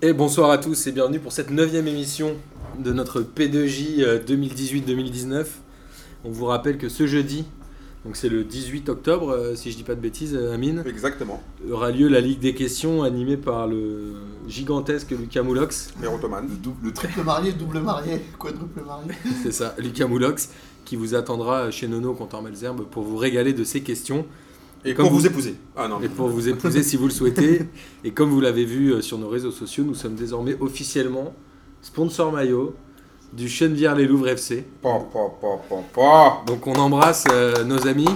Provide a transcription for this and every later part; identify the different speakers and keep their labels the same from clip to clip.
Speaker 1: Et bonsoir à tous et bienvenue pour cette neuvième émission de notre P2J euh, 2018-2019. On vous rappelle que ce jeudi, donc c'est le 18 octobre, euh, si je dis pas de bêtises, euh, Amine,
Speaker 2: Exactement,
Speaker 1: aura lieu la Ligue des questions animée par le gigantesque Lucas Moulox.
Speaker 2: les
Speaker 3: Le,
Speaker 2: rotomanes.
Speaker 3: double, le triple marié, le double marié, le quadruple marié.
Speaker 1: C'est ça, Lucas Moulox, qui vous attendra chez Nono Content Malzerbe pour vous régaler de ses questions
Speaker 2: Et
Speaker 1: Comme
Speaker 2: quand
Speaker 1: vous-
Speaker 2: vous épousez. Ah non,
Speaker 1: et pour vous épouser si vous le souhaitez. Et comme vous l'avez vu euh, sur nos réseaux sociaux, nous sommes désormais officiellement sponsor maillot du Chenevière-les-Louvres FC.
Speaker 2: Pa, pa, pa, pa, pa.
Speaker 1: Donc on embrasse euh, nos amis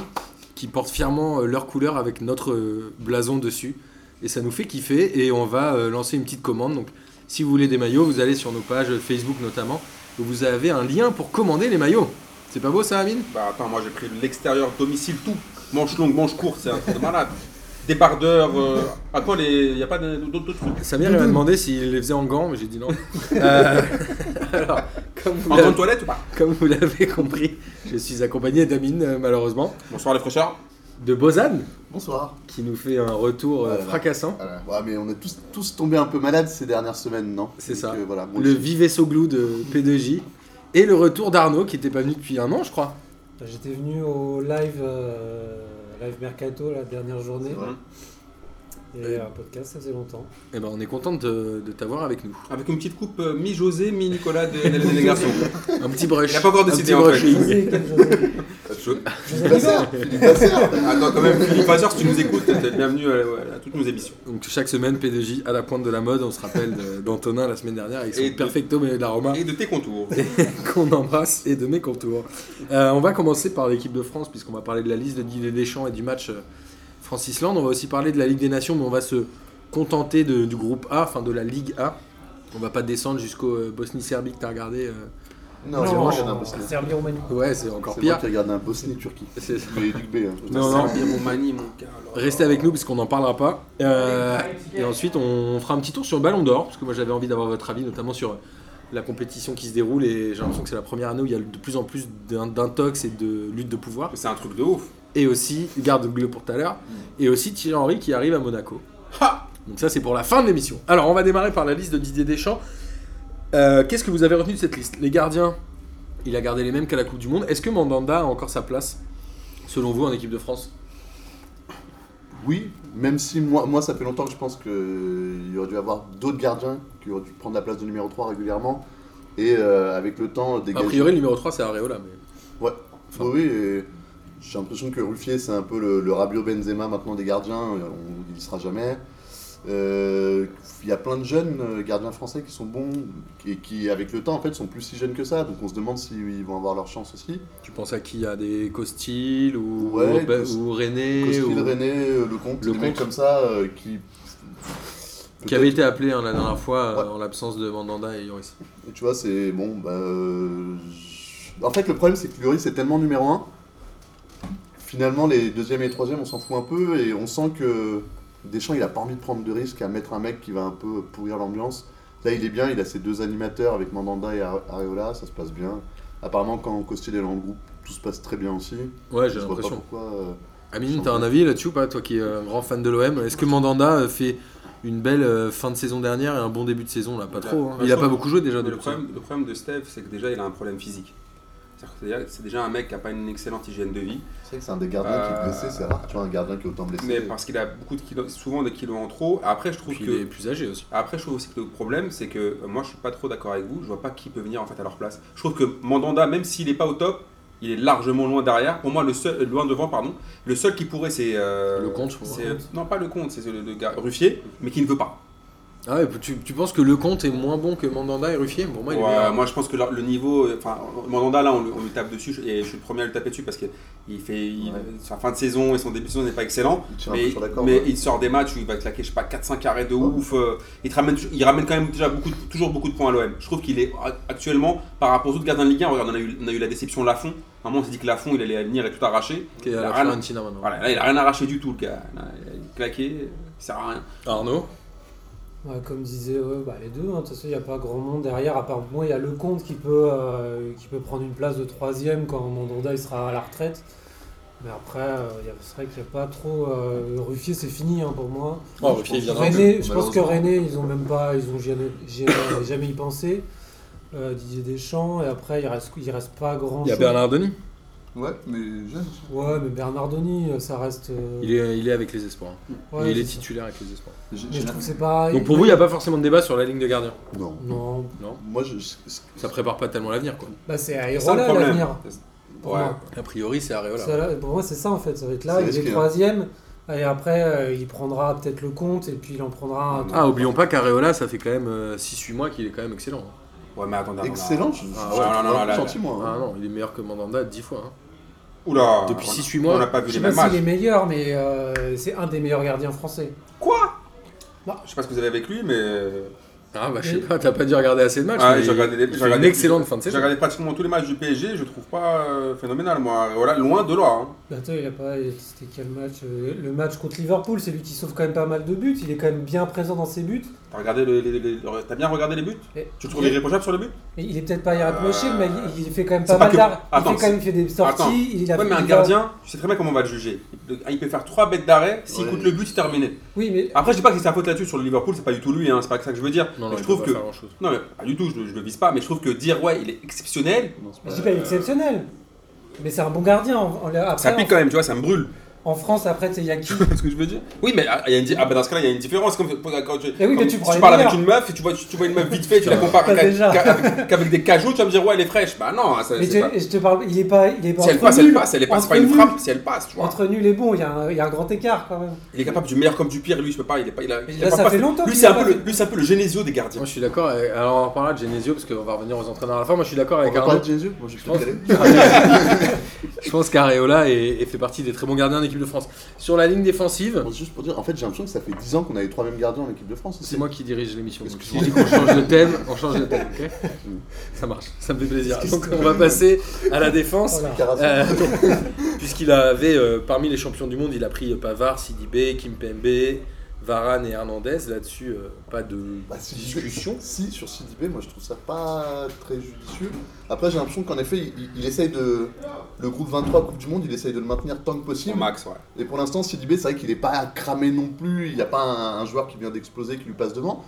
Speaker 1: qui portent fièrement euh, leur couleur avec notre euh, blason dessus. Et ça nous fait kiffer et on va euh, lancer une petite commande. Donc si vous voulez des maillots, vous allez sur nos pages Facebook notamment. où Vous avez un lien pour commander les maillots. C'est pas beau ça Amine
Speaker 2: Bah attends, moi j'ai pris l'extérieur, domicile, tout. Manche longue, manche courte, c'est un truc de malade. Débardeur. Euh... Attends, il n'y a pas de- d'autres d'autres trucs.
Speaker 1: Samir il m'a demandé s'il les faisait en gants, mais j'ai dit non. Euh, alors, comme vous
Speaker 2: En grande
Speaker 1: l'avez-
Speaker 2: toilette ou pas
Speaker 1: comme vous l'avez compris, je suis accompagné d'Amine euh, malheureusement.
Speaker 2: Bonsoir les fraîcheurs.
Speaker 1: De Bozan
Speaker 3: Bonsoir.
Speaker 1: qui nous fait un retour euh,
Speaker 3: Voilà.
Speaker 1: fracassant.
Speaker 3: Voilà. Ouais, mais on est tous, tous tombés un peu malades ces dernières semaines, non
Speaker 1: C'est ça.
Speaker 3: Donc, euh, voilà, moi
Speaker 1: le
Speaker 3: aussi.
Speaker 1: vive Soglou de P2J et le retour d'Arnaud qui n'était pas venu depuis un an, je crois.
Speaker 4: J'étais venu au live, euh, live Mercato la dernière journée.
Speaker 3: C'est vrai.
Speaker 4: Et un podcast, ça faisait longtemps.
Speaker 1: Et ben, on est content de, de t'avoir avec nous.
Speaker 2: Avec une petite coupe euh, mi-José, mi-Nicolas de, de la délégation.
Speaker 1: Un petit brush.
Speaker 2: Il a pas encore
Speaker 1: un
Speaker 2: décidé,
Speaker 1: petit
Speaker 2: en fait.
Speaker 1: brushing.
Speaker 4: José, quel José José Oliva
Speaker 2: Attends, quand même, Philippe Vasseur, si tu nous écoutes, t'es le bienvenu à, ouais, à toutes nos émissions.
Speaker 1: Donc chaque semaine, P2J à la pointe de la mode. On se rappelle de- d'Antonin la semaine dernière avec son
Speaker 2: Et de-
Speaker 1: perfecto mais d'aroma
Speaker 2: Et de tes contours.
Speaker 1: qu'on embrasse et de mes contours. Euh, on va commencer par l'équipe de France puisqu'on va parler de la liste de Didier Deschamps et du match euh, France-Islande. On va aussi parler de la Ligue des Nations, mais on va se contenter de- du groupe A, enfin de la Ligue A. On va pas descendre jusqu'au euh, Bosnie-Serbie que t'as regardé. euh,
Speaker 3: Non, c'est
Speaker 1: Non,
Speaker 3: moi qui regarde un Bosnie.
Speaker 4: Serbie-Roumanie.
Speaker 1: Ouais, c'est encore
Speaker 3: C'est
Speaker 1: pire.
Speaker 3: moi qui regarde un Bosnie-Turquie.
Speaker 1: C'est
Speaker 3: Mais Luc B, hein.
Speaker 1: Non, non.
Speaker 2: Bien, mon mani, mon gars. alors.
Speaker 1: Restez avec nous parce qu'on n'en parlera pas. Euh, et ensuite, on fera un petit tour sur le Ballon d'Or, parce que moi j'avais envie d'avoir votre avis, notamment sur euh, la compétition qui se déroule. Et j'ai l'impression que c'est la première année où il y a de plus en plus d'in- d'intox et de lutte de pouvoir.
Speaker 2: C'est un truc de ouf.
Speaker 1: Et aussi, garde le pour tout à l'heure, et aussi Thierry Henry qui arrive à Monaco.
Speaker 2: Ha
Speaker 1: Donc ça, c'est pour la fin de l'émission. Alors, on va démarrer par la liste de Didier Deschamps. Euh, Qu'est-ce que vous avez retenu de cette liste Les gardiens, il a gardé les mêmes qu'à la Coupe du Monde. Est-ce que Mandanda a encore sa place, selon vous, en équipe de France
Speaker 3: Oui, même si moi, moi ça fait longtemps que je pense qu'il aurait dû avoir d'autres gardiens qui auraient dû prendre la place de numéro 3 régulièrement. Et euh, avec le temps,
Speaker 1: A
Speaker 3: dégager.
Speaker 1: priori, le numéro 3, c'est Areola. Mais...
Speaker 3: Ouais.
Speaker 1: Enfin.
Speaker 3: Oui, oui, et j'ai l'impression que Ruffier, c'est un peu le, le Rabio Benzema maintenant des gardiens. On- il ne sera jamais. Euh, Il y a plein de jeunes euh, gardiens français qui sont bons et qui, avec le temps, en fait, sont plus si jeunes que ça. Donc on se demande s'ils vont avoir leur chance aussi.
Speaker 1: Tu penses à qui À des Costil ou,
Speaker 3: Ouais,
Speaker 1: ou Ba-
Speaker 3: Cos-
Speaker 1: ou René
Speaker 3: Costil,
Speaker 1: ou-
Speaker 3: René, euh,
Speaker 1: Lecomte.
Speaker 3: Lecomte, des mecs comme ça euh, qui.
Speaker 1: Qui avait été appelé hein, la dernière fois euh,
Speaker 3: Ouais.
Speaker 1: en l'absence de Mandanda et Yoris.
Speaker 3: Et tu vois, c'est bon. Bah, euh, je- En fait, le problème, c'est que Lloris est tellement numéro 1. Finalement, les deuxièmes et troisièmes, on s'en fout un peu et on sent que Deschamps, il a pas envie de prendre de risques à mettre un mec qui va un peu pourrir l'ambiance. Là, il est bien, il a ses deux animateurs avec Mandanda et Are- Areola, ça se passe bien. Apparemment, quand Costil est dans le groupe, tout se passe très bien aussi.
Speaker 1: Ouais, j'ai
Speaker 3: Je vois pas
Speaker 1: l'impression.
Speaker 3: pourquoi. euh,
Speaker 1: Amine, t'as un avis là-dessus ou pas Toi qui es un grand fan de l'OM, est-ce que Mandanda euh, fait une belle euh, fin de saison dernière et un bon début de saison là Pas trop. hein. Il
Speaker 2: Ouais,
Speaker 1: a
Speaker 2: je
Speaker 1: pas
Speaker 2: trouve-
Speaker 1: beaucoup joué déjà
Speaker 2: Mais le,
Speaker 1: depuis.
Speaker 2: problème, le problème de Steve, c'est que déjà, il a un problème physique. C'est-à-dire que déjà- C'est déjà un mec qui n'a pas une excellente hygiène de vie,
Speaker 3: C'est vrai que c'est un des gardiens qui est
Speaker 2: Euh,
Speaker 3: blessé, c'est rare, tu vois, un gardien qui est autant blessé.
Speaker 2: mais parce qu'il a beaucoup de kilos, souvent des kilos en trop. Après, je trouve
Speaker 1: Puis
Speaker 2: que
Speaker 1: il est plus âgé aussi.
Speaker 2: après, je trouve aussi que le problème, c'est que euh, moi, je suis pas trop d'accord avec vous. Je vois pas qui peut venir en fait à leur place. Je trouve que Mandanda, même s'il est pas au top, il est largement loin derrière. Pour moi, le seul, euh, loin devant, pardon. Le seul qui pourrait, c'est euh,
Speaker 1: Le compte, je crois.
Speaker 2: c'est- Non, pas le compte, c'est le, le gars Ruffier, mais qui ne veut pas.
Speaker 1: Ah ouais, tu, tu penses que Lecomte est moins bon que Mandanda et Ruffier Pour moi, il est
Speaker 2: Ouais,
Speaker 1: meilleur.
Speaker 2: euh, moi, je pense que le, le niveau, euh, enfin, Mandanda là, on, le- on lui tape dessus je- et je suis le premier à le taper dessus parce que il fait il-
Speaker 3: Ouais.
Speaker 2: sa fin de saison et son début de saison n'est pas excellent.
Speaker 3: Il tire un peu
Speaker 2: Mais,
Speaker 3: sur la corde.
Speaker 2: mais
Speaker 3: ouais.
Speaker 2: il sort des matchs où il va claquer, je sais pas, 4-5 arrêts de
Speaker 3: Ouais.
Speaker 2: ouf. euh, il, te ramène, il ramène quand même déjà beaucoup, de- toujours beaucoup de points à l'OM. Je trouve qu'il est a- actuellement, par rapport aux autres gardiens de Ligue 1, regarde, on a eu, on a eu la déception Lafont. À un moment, on s'est dit que Lafont, il allait venir et tout arracher.
Speaker 1: Qui est à
Speaker 2: Il a
Speaker 1: la
Speaker 2: rien-
Speaker 1: Fiorentina maintenant.
Speaker 2: Voilà, là, il a rien arraché du tout, le gars. Là, il est claqué, il sert à rien.
Speaker 1: Arnaud
Speaker 4: Ouais, comme disait ouais, bah, les deux, hein. de toute façon, il n'y a pas grand monde derrière, à part moi, il y a Lecomte qui peut, euh, qui peut prendre une place de troisième quand Mandanda il sera à la retraite. Mais après, euh, y a- c'est vrai qu'il n'y a pas trop. euh, Ruffier, c'est fini hein, pour moi.
Speaker 1: Oh, Ruffier, il viendra.
Speaker 4: René, je pense que
Speaker 3: malheureusement.
Speaker 4: René, ils ont même pas, ils ont jamais, jamais- jamais y pensé. Euh, Didier Deschamps, et après, il reste, il reste pas grand
Speaker 1: Il y a
Speaker 4: chose.
Speaker 1: Bernard Denis.
Speaker 3: Ouais, mais j'aime.
Speaker 4: Ouais, mais Bernardoni, euh, ça reste. euh,
Speaker 1: Il est, il est avec les espoirs. hein.
Speaker 4: ouais,
Speaker 1: Et il est
Speaker 4: c'est ça. Ah,
Speaker 1: titulaire avec les espoirs.
Speaker 3: j'ai-
Speaker 4: Mais je
Speaker 3: j'ai-
Speaker 4: trouve que c'est pareil.
Speaker 1: Donc pour vous, il n'y a pas forcément de débat sur la ligne de gardien.
Speaker 3: Non.
Speaker 4: Non,
Speaker 3: Moi, je. je- je-
Speaker 1: Ça prépare pas tellement l'avenir, quoi.
Speaker 4: bah
Speaker 2: C'est
Speaker 4: c'est
Speaker 2: ça le
Speaker 4: Aérola
Speaker 2: problème.
Speaker 4: l'avenir. Pour
Speaker 2: Ouais.
Speaker 4: moi.
Speaker 1: A priori, c'est Areola.
Speaker 4: Ça, là, pour moi, c'est ça en fait. Ça va être là,
Speaker 3: C'est
Speaker 4: il
Speaker 3: risqué,
Speaker 4: est
Speaker 3: hein.
Speaker 4: troisième. Et après, euh, il prendra peut-être le compte et puis il en prendra un.
Speaker 1: Ah, oublions pas qu'Areola, ça fait quand même euh, 6-8 mois qu'il est quand même excellent. hein.
Speaker 2: Ouais, mais attendez. attendez,
Speaker 3: Excellent, je
Speaker 1: Ah
Speaker 3: ah,
Speaker 1: ouais,
Speaker 2: non, non, là,
Speaker 3: senti moi. hein.
Speaker 1: Ah non, il est meilleur que Mandanda 10 fois. hein.
Speaker 2: attendez. Oula.
Speaker 1: Depuis
Speaker 2: on-
Speaker 1: 6-8 mois,
Speaker 2: On n'a pas
Speaker 4: Je
Speaker 2: vu les
Speaker 4: sais pas
Speaker 2: mêmes
Speaker 4: s'il
Speaker 2: matchs.
Speaker 4: est meilleur, mais euh, c'est un des meilleurs gardiens français.
Speaker 2: Quoi
Speaker 4: Bah.
Speaker 2: Je sais pas ce que vous avez avec lui, mais. euh,
Speaker 1: Ah bah je sais
Speaker 4: Mais-
Speaker 1: pas, t'as pas dû regarder assez de matchs.
Speaker 2: Ah,
Speaker 1: mais
Speaker 2: j'ai regardé les-
Speaker 1: il
Speaker 2: j'ai
Speaker 1: fait une
Speaker 2: regardé-
Speaker 1: excellente fin de
Speaker 2: J'ai
Speaker 1: saison.
Speaker 2: regardé pratiquement tous les matchs du PSG, je trouve pas euh, phénoménal, moi. Voilà, loin de là. hein.
Speaker 4: Bah, Attends, il a pas. C'était quel match Euh, Le match contre Liverpool, c'est lui qui sauve quand même pas mal de buts. Il est quand même bien présent dans ses buts.
Speaker 2: T'as regardé le- les- les- les- t'as bien regardé les buts
Speaker 4: Et-
Speaker 2: Tu le trouves
Speaker 4: et-
Speaker 2: irréprochable sur les buts
Speaker 4: et il est peut-être pas irréprochable,
Speaker 2: Euh,
Speaker 4: mais il, il fait quand même
Speaker 2: c'est
Speaker 4: pas
Speaker 2: pas
Speaker 4: mal
Speaker 2: que-
Speaker 4: d'arrêts. Il
Speaker 2: Attends,
Speaker 4: fait quand même fait des sorties.
Speaker 2: Attends.
Speaker 4: Il a
Speaker 2: Ouais, mais un
Speaker 4: il a-
Speaker 2: gardien, tu sais très bien comment on va le juger. Il peut, il peut faire 3 bêtes d'arrêt, s'il
Speaker 3: Ouais.
Speaker 2: coûte le but, c'est terminé.
Speaker 4: Oui, mais
Speaker 2: Après, je dis pas que c'est sa faute là-dessus sur le Liverpool, c'est pas du tout lui, hein, c'est pas que ça que je veux dire.
Speaker 1: Non, non,
Speaker 2: Mais je
Speaker 1: il peut
Speaker 2: trouve
Speaker 1: pas
Speaker 2: que.
Speaker 1: faire grand chose.
Speaker 2: Non, mais pas du tout, je, je le vise pas, mais je trouve que dire ouais, il est exceptionnel,
Speaker 3: Non, c'est
Speaker 4: je
Speaker 3: pas-
Speaker 4: dis pas il est exceptionnel. Mais c'est un bon gardien. En, en- après,
Speaker 2: Euh, ça pique quand même, tu vois, ça me brûle.
Speaker 4: en- en France, après, tu sais, il y a qui
Speaker 2: Tu vois ce que je veux dire Oui, mais ah, il y a une di- ah, bah, dans ce cas-là, il y a une différence. Comme, quand tu,
Speaker 4: Eh oui, mais
Speaker 2: comme
Speaker 4: tu
Speaker 2: si
Speaker 4: prends les
Speaker 2: parles
Speaker 4: meilleurs.
Speaker 2: avec une meuf et tu vois, tu, tu vois une meuf vite fait, tu la compares
Speaker 4: Pas
Speaker 2: qu'à-
Speaker 4: déjà.
Speaker 2: qu'à- qu'avec des cajots, tu vas me dire ouais, elle est fraîche. Bah non, hein, ça,
Speaker 4: Mais
Speaker 2: c'est
Speaker 4: tu-
Speaker 2: pas-
Speaker 4: et je te parle, il est pas, il est pas
Speaker 2: Si elle
Speaker 4: entre
Speaker 2: passe, elle
Speaker 4: nuls.
Speaker 2: passe, elle est pas, c'est pas
Speaker 4: Entre
Speaker 2: une
Speaker 4: nuls.
Speaker 2: frappe, si elle passe, tu vois.
Speaker 4: Entre nul et bon, il y, a un- il y a un grand écart quand même.
Speaker 2: Il est capable du meilleur comme du pire, lui, je peux pas, il est pas. Il a, il
Speaker 4: là,
Speaker 2: a
Speaker 4: ça
Speaker 2: pas-
Speaker 4: fait longtemps
Speaker 2: Lui,
Speaker 4: qu'il
Speaker 2: c'est
Speaker 4: a
Speaker 2: un,
Speaker 4: pas
Speaker 2: peu le-
Speaker 4: fait.
Speaker 2: lui, c'est un peu le Genesio des gardiens.
Speaker 1: Moi je suis d'accord, avec- alors on en reparlera de Genesio parce qu'on va revenir aux entraîneurs à la fin. Moi je suis d'accord
Speaker 3: On
Speaker 1: avec
Speaker 3: va parler
Speaker 1: Arnaud.
Speaker 3: de Jésus Moi, j'ai
Speaker 1: pense-
Speaker 3: peut-être y
Speaker 1: Je pense qu'Areola est, est fait partie des très bons gardiens d'équipe de France. Sur la ligne défensive,
Speaker 3: aller. Juste pour dire, en fait, j'ai l'impression que ça fait 10 ans qu'on a les trois mêmes gardiens en équipe de France.
Speaker 1: c'est moi qui dirige l'émission. Donc, si on
Speaker 3: Excuse-moi.
Speaker 1: dit qu'on change de thème, on change de thème, ok
Speaker 3: Mm.
Speaker 1: Ça marche, ça me fait plaisir. Donc
Speaker 3: Excuse-moi.
Speaker 1: on va passer à la
Speaker 2: Ah,
Speaker 1: défense.
Speaker 4: Voilà.
Speaker 3: Carrasco.
Speaker 1: Euh, Puisqu'il avait, euh, parmi les champions du monde, il a pris euh, Pavard, Sidibé, Kimpembe, Varane et Hernandez. Là-dessus, euh, pas de
Speaker 3: Bah, si-
Speaker 1: discussion.
Speaker 3: Si, sur CDB, moi je trouve ça pas très judicieux. Après, j'ai l'impression qu'en effet, il, il essaye de. Le groupe 23 Coupe du Monde, il essaye de le maintenir tant que
Speaker 2: Au
Speaker 3: possible.
Speaker 2: max, ouais.
Speaker 3: Et pour l'instant, Sidibé, c'est vrai qu'il n'est pas cramé non plus. Il n'y a pas un, un joueur qui vient d'exploser qui lui passe devant.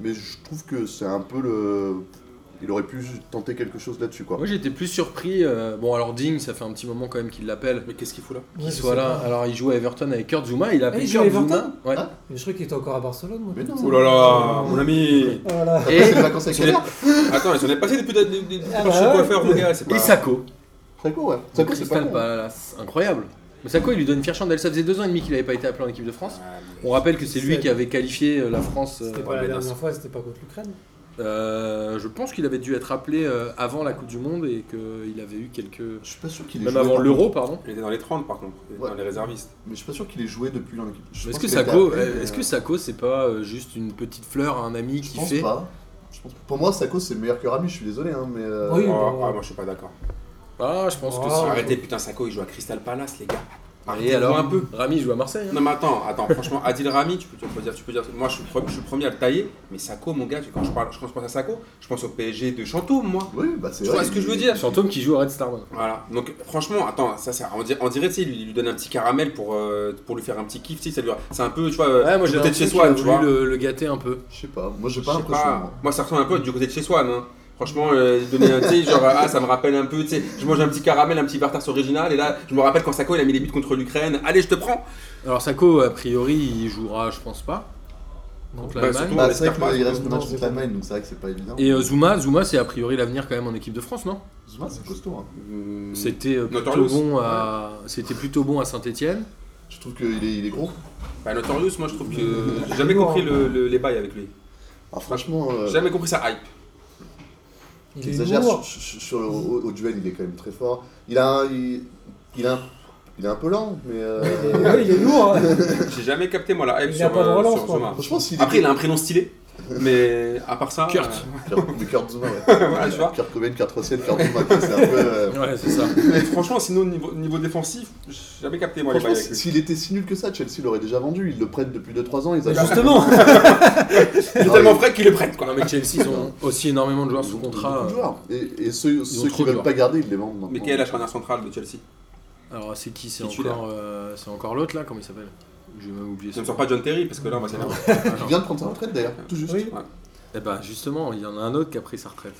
Speaker 3: Mais je trouve que c'est un peu le. Il aurait pu tenter quelque chose là-dessus, quoi.
Speaker 1: Moi j'étais plus surpris. euh, bon, alors Ding, ça fait un petit moment quand même qu'il l'appelle.
Speaker 2: Mais qu'est-ce qu'il fout là
Speaker 1: Qu'il soit là. Alors il joue à Everton avec Kurt Zuma. Il a appelé
Speaker 4: il joue à
Speaker 1: Kurt Zuma.
Speaker 4: Everton
Speaker 1: Ouais.
Speaker 3: Ah.
Speaker 4: Mais je crois qu'il était encore à Barcelone. Moi.
Speaker 3: Mais non.
Speaker 2: Oh là là, mon ami
Speaker 4: Oh là là.
Speaker 3: Après, c'est les vacances avec
Speaker 2: C'est-
Speaker 3: Kader.
Speaker 2: Attends, ils en est passé depuis des des- des- des
Speaker 4: Ah bah
Speaker 2: chez le
Speaker 4: ouais.
Speaker 2: coiffeur, mon gars, c'est
Speaker 1: Et
Speaker 2: pas.
Speaker 1: Sako.
Speaker 3: Très cool, ouais. Ça
Speaker 1: Donc,
Speaker 3: cool, c'est pas
Speaker 1: Crystal
Speaker 3: con. hein.
Speaker 1: Palace. Incroyable. Mais Sako, il lui donne fière chandelle. Ça faisait deux ans et demi qu'il n'avait pas été appelé en équipe de France.
Speaker 2: Ah,
Speaker 1: On rappelle que c'est lui qui avait qualifié euh, la France. euh,
Speaker 4: C'était pas la
Speaker 2: mais non,
Speaker 4: dernière fois, c'était pas contre l'Ukraine.
Speaker 1: euh, je pense qu'il avait dû être appelé euh, avant la Coupe du Monde et qu'il avait eu quelques.
Speaker 3: Je suis pas sûr qu'il ait
Speaker 1: Même
Speaker 3: joué,
Speaker 1: avant
Speaker 3: par
Speaker 1: l'Euro,
Speaker 3: contre.
Speaker 1: pardon.
Speaker 2: Il était dans les 30 par contre, il était
Speaker 3: Ouais.
Speaker 2: dans les réservistes.
Speaker 3: Mais je suis pas sûr qu'il ait joué depuis dans l'équipe. Je
Speaker 1: Mais Est-ce que
Speaker 3: pense qu'il a été
Speaker 1: Sako, euh,
Speaker 3: appelé, mais, euh,
Speaker 1: est-ce que Sako, c'est pas euh, juste une petite fleur à un ami
Speaker 3: Je
Speaker 1: qui
Speaker 3: pense
Speaker 1: fait
Speaker 3: pas. Je pense- Pour moi, Sako, c'est meilleur que Rami, je suis désolé, hein, mais. euh,
Speaker 4: Oui,
Speaker 2: Oh,
Speaker 4: bah,
Speaker 2: ah,
Speaker 4: ouais.
Speaker 2: moi je suis pas d'accord.
Speaker 1: Ah, je pense que
Speaker 4: Oh,
Speaker 1: si.
Speaker 4: ouais.
Speaker 2: Arrêtez, putain, Sako, il joue à Crystal Palace, les gars.
Speaker 1: Et
Speaker 2: Arrêtez
Speaker 1: alors,
Speaker 2: un peu.
Speaker 1: Rami joue à Marseille. hein.
Speaker 2: Non mais attends, attends, franchement, Adil Rami, tu peux, tu peux dire, tu peux dire, moi je suis, le premier- je suis le premier à le tailler, mais Sako, mon gars, tu- quand je parle, quand je pense à Sako, je pense au PSG de Chantoum, moi.
Speaker 3: Oui, bah
Speaker 2: Tu
Speaker 3: c'est vrai.
Speaker 2: vois ce que je veux
Speaker 3: il-
Speaker 2: dire
Speaker 1: Fantôme qui joue à Red Star. Moi.
Speaker 2: Voilà, donc franchement, attends, ça, ça on dirait, on dirait, tu sais, il lui donne un petit caramel pour, euh, pour lui faire un petit kiff, tu sais, ça lui- c'est un peu, tu vois,
Speaker 1: Ouais, moi j'ai
Speaker 2: du côté de
Speaker 1: l'impression
Speaker 2: chez
Speaker 1: qu'il a
Speaker 2: Swan, tu vois.
Speaker 1: voulu le, le gâter un peu.
Speaker 3: Je sais pas, moi j'ai
Speaker 2: Je
Speaker 3: pas
Speaker 2: sais
Speaker 3: l'impression.
Speaker 2: pas,
Speaker 3: moi.
Speaker 2: moi ça ressemble un peu à du côté de chez Swan, hein. Franchement, euh, il donnait un, tu sais, genre, ah, ça me rappelle un peu, tu sais, je mange un petit caramel, un petit Vartas original, et là, je me rappelle quand Sako, il a mis les buts contre l'Ukraine, allez, je te prends
Speaker 1: Alors Sako, a priori, il jouera, je pense pas, contre
Speaker 2: Bah,
Speaker 1: l'Allemagne.
Speaker 2: surtout-
Speaker 3: Bah, c'est
Speaker 2: J'espère
Speaker 3: vrai qu'il reste le
Speaker 4: Non,
Speaker 3: match
Speaker 4: c'est
Speaker 3: contre
Speaker 4: pas-
Speaker 3: l'Allemagne, donc c'est vrai que c'est pas évident.
Speaker 1: Et euh, Zuma, Zuma, c'est a priori l'avenir quand même en équipe de France, non
Speaker 3: Zuma, c'est costaud. hein.
Speaker 2: Hum,
Speaker 1: C'était euh, plutôt
Speaker 2: Notorious.
Speaker 1: bon à, c'était plutôt bon à Saint-Étienne.
Speaker 3: Je trouve qu'il est, il est gros.
Speaker 2: Bah, Notorious, moi je trouve que j'ai jamais compris le- le- les bails avec lui.
Speaker 3: Ah, franchement, euh,
Speaker 2: J'ai jamais compris sa hype.
Speaker 4: Il est
Speaker 3: j'exagère
Speaker 4: lourd.
Speaker 3: sur, sur- sur le, au, au duel, il est quand même très fort. Il a un, il, il a un, il est un peu lent, mais euh,
Speaker 4: Il est- ouais, il est lourd. hein.
Speaker 2: J'ai jamais capté moi la hype
Speaker 4: Il
Speaker 2: sur,
Speaker 4: a pas de
Speaker 2: euh,
Speaker 4: relance,
Speaker 2: sur
Speaker 4: quoi.
Speaker 2: Zuma.
Speaker 3: franchement, s'il est
Speaker 2: Après, il a un prénom stylé, mais à part ça.
Speaker 1: Kurt.
Speaker 2: euh,
Speaker 3: Kurt- mais Kurt Zuma, ouais.
Speaker 2: Voilà, tu vois.
Speaker 3: Kurt Cobain, Kurt Russell, Kurt Zuma, quoi, c'est un peu. euh,
Speaker 1: Ouais, c'est ça.
Speaker 2: mais franchement, sinon, niveau, niveau défensif, j'ai jamais capté moi les
Speaker 3: Franchement,
Speaker 2: bails avec
Speaker 3: si-
Speaker 2: lui.
Speaker 3: s'il était si nul que ça, Chelsea l'aurait déjà vendu. Ils le prêtent depuis 2-3 ans. Ils Ah attendent-
Speaker 4: Justement.
Speaker 2: Il est tellement vrai qu'il est prête
Speaker 4: Ah,
Speaker 2: quoi.
Speaker 1: Non mais Chelsea, ils ont aussi énormément de joueurs sous
Speaker 3: Beaucoup de
Speaker 1: contrat. euh.
Speaker 3: joueurs. Et, et ceux,
Speaker 1: trop
Speaker 3: ceux qui
Speaker 1: de
Speaker 3: veulent
Speaker 1: joueurs.
Speaker 3: pas garder, ils les vendent maintenant.
Speaker 2: Mais quelle est la charnière centrale de Chelsea
Speaker 1: Alors c'est qui C'est
Speaker 2: Titulaire.
Speaker 1: encore, euh, c'est encore l'autre là, comment il s'appelle J'ai même oublié.
Speaker 2: Ça
Speaker 1: son
Speaker 2: ne sort pas John Terry parce que là on va s'énerver.
Speaker 1: nom. Ah,
Speaker 3: Il
Speaker 1: non.
Speaker 3: vient de prendre sa retraite d'ailleurs, tout juste.
Speaker 4: Oui.
Speaker 1: Eh ben justement, il y en a un autre qui a pris sa retraite.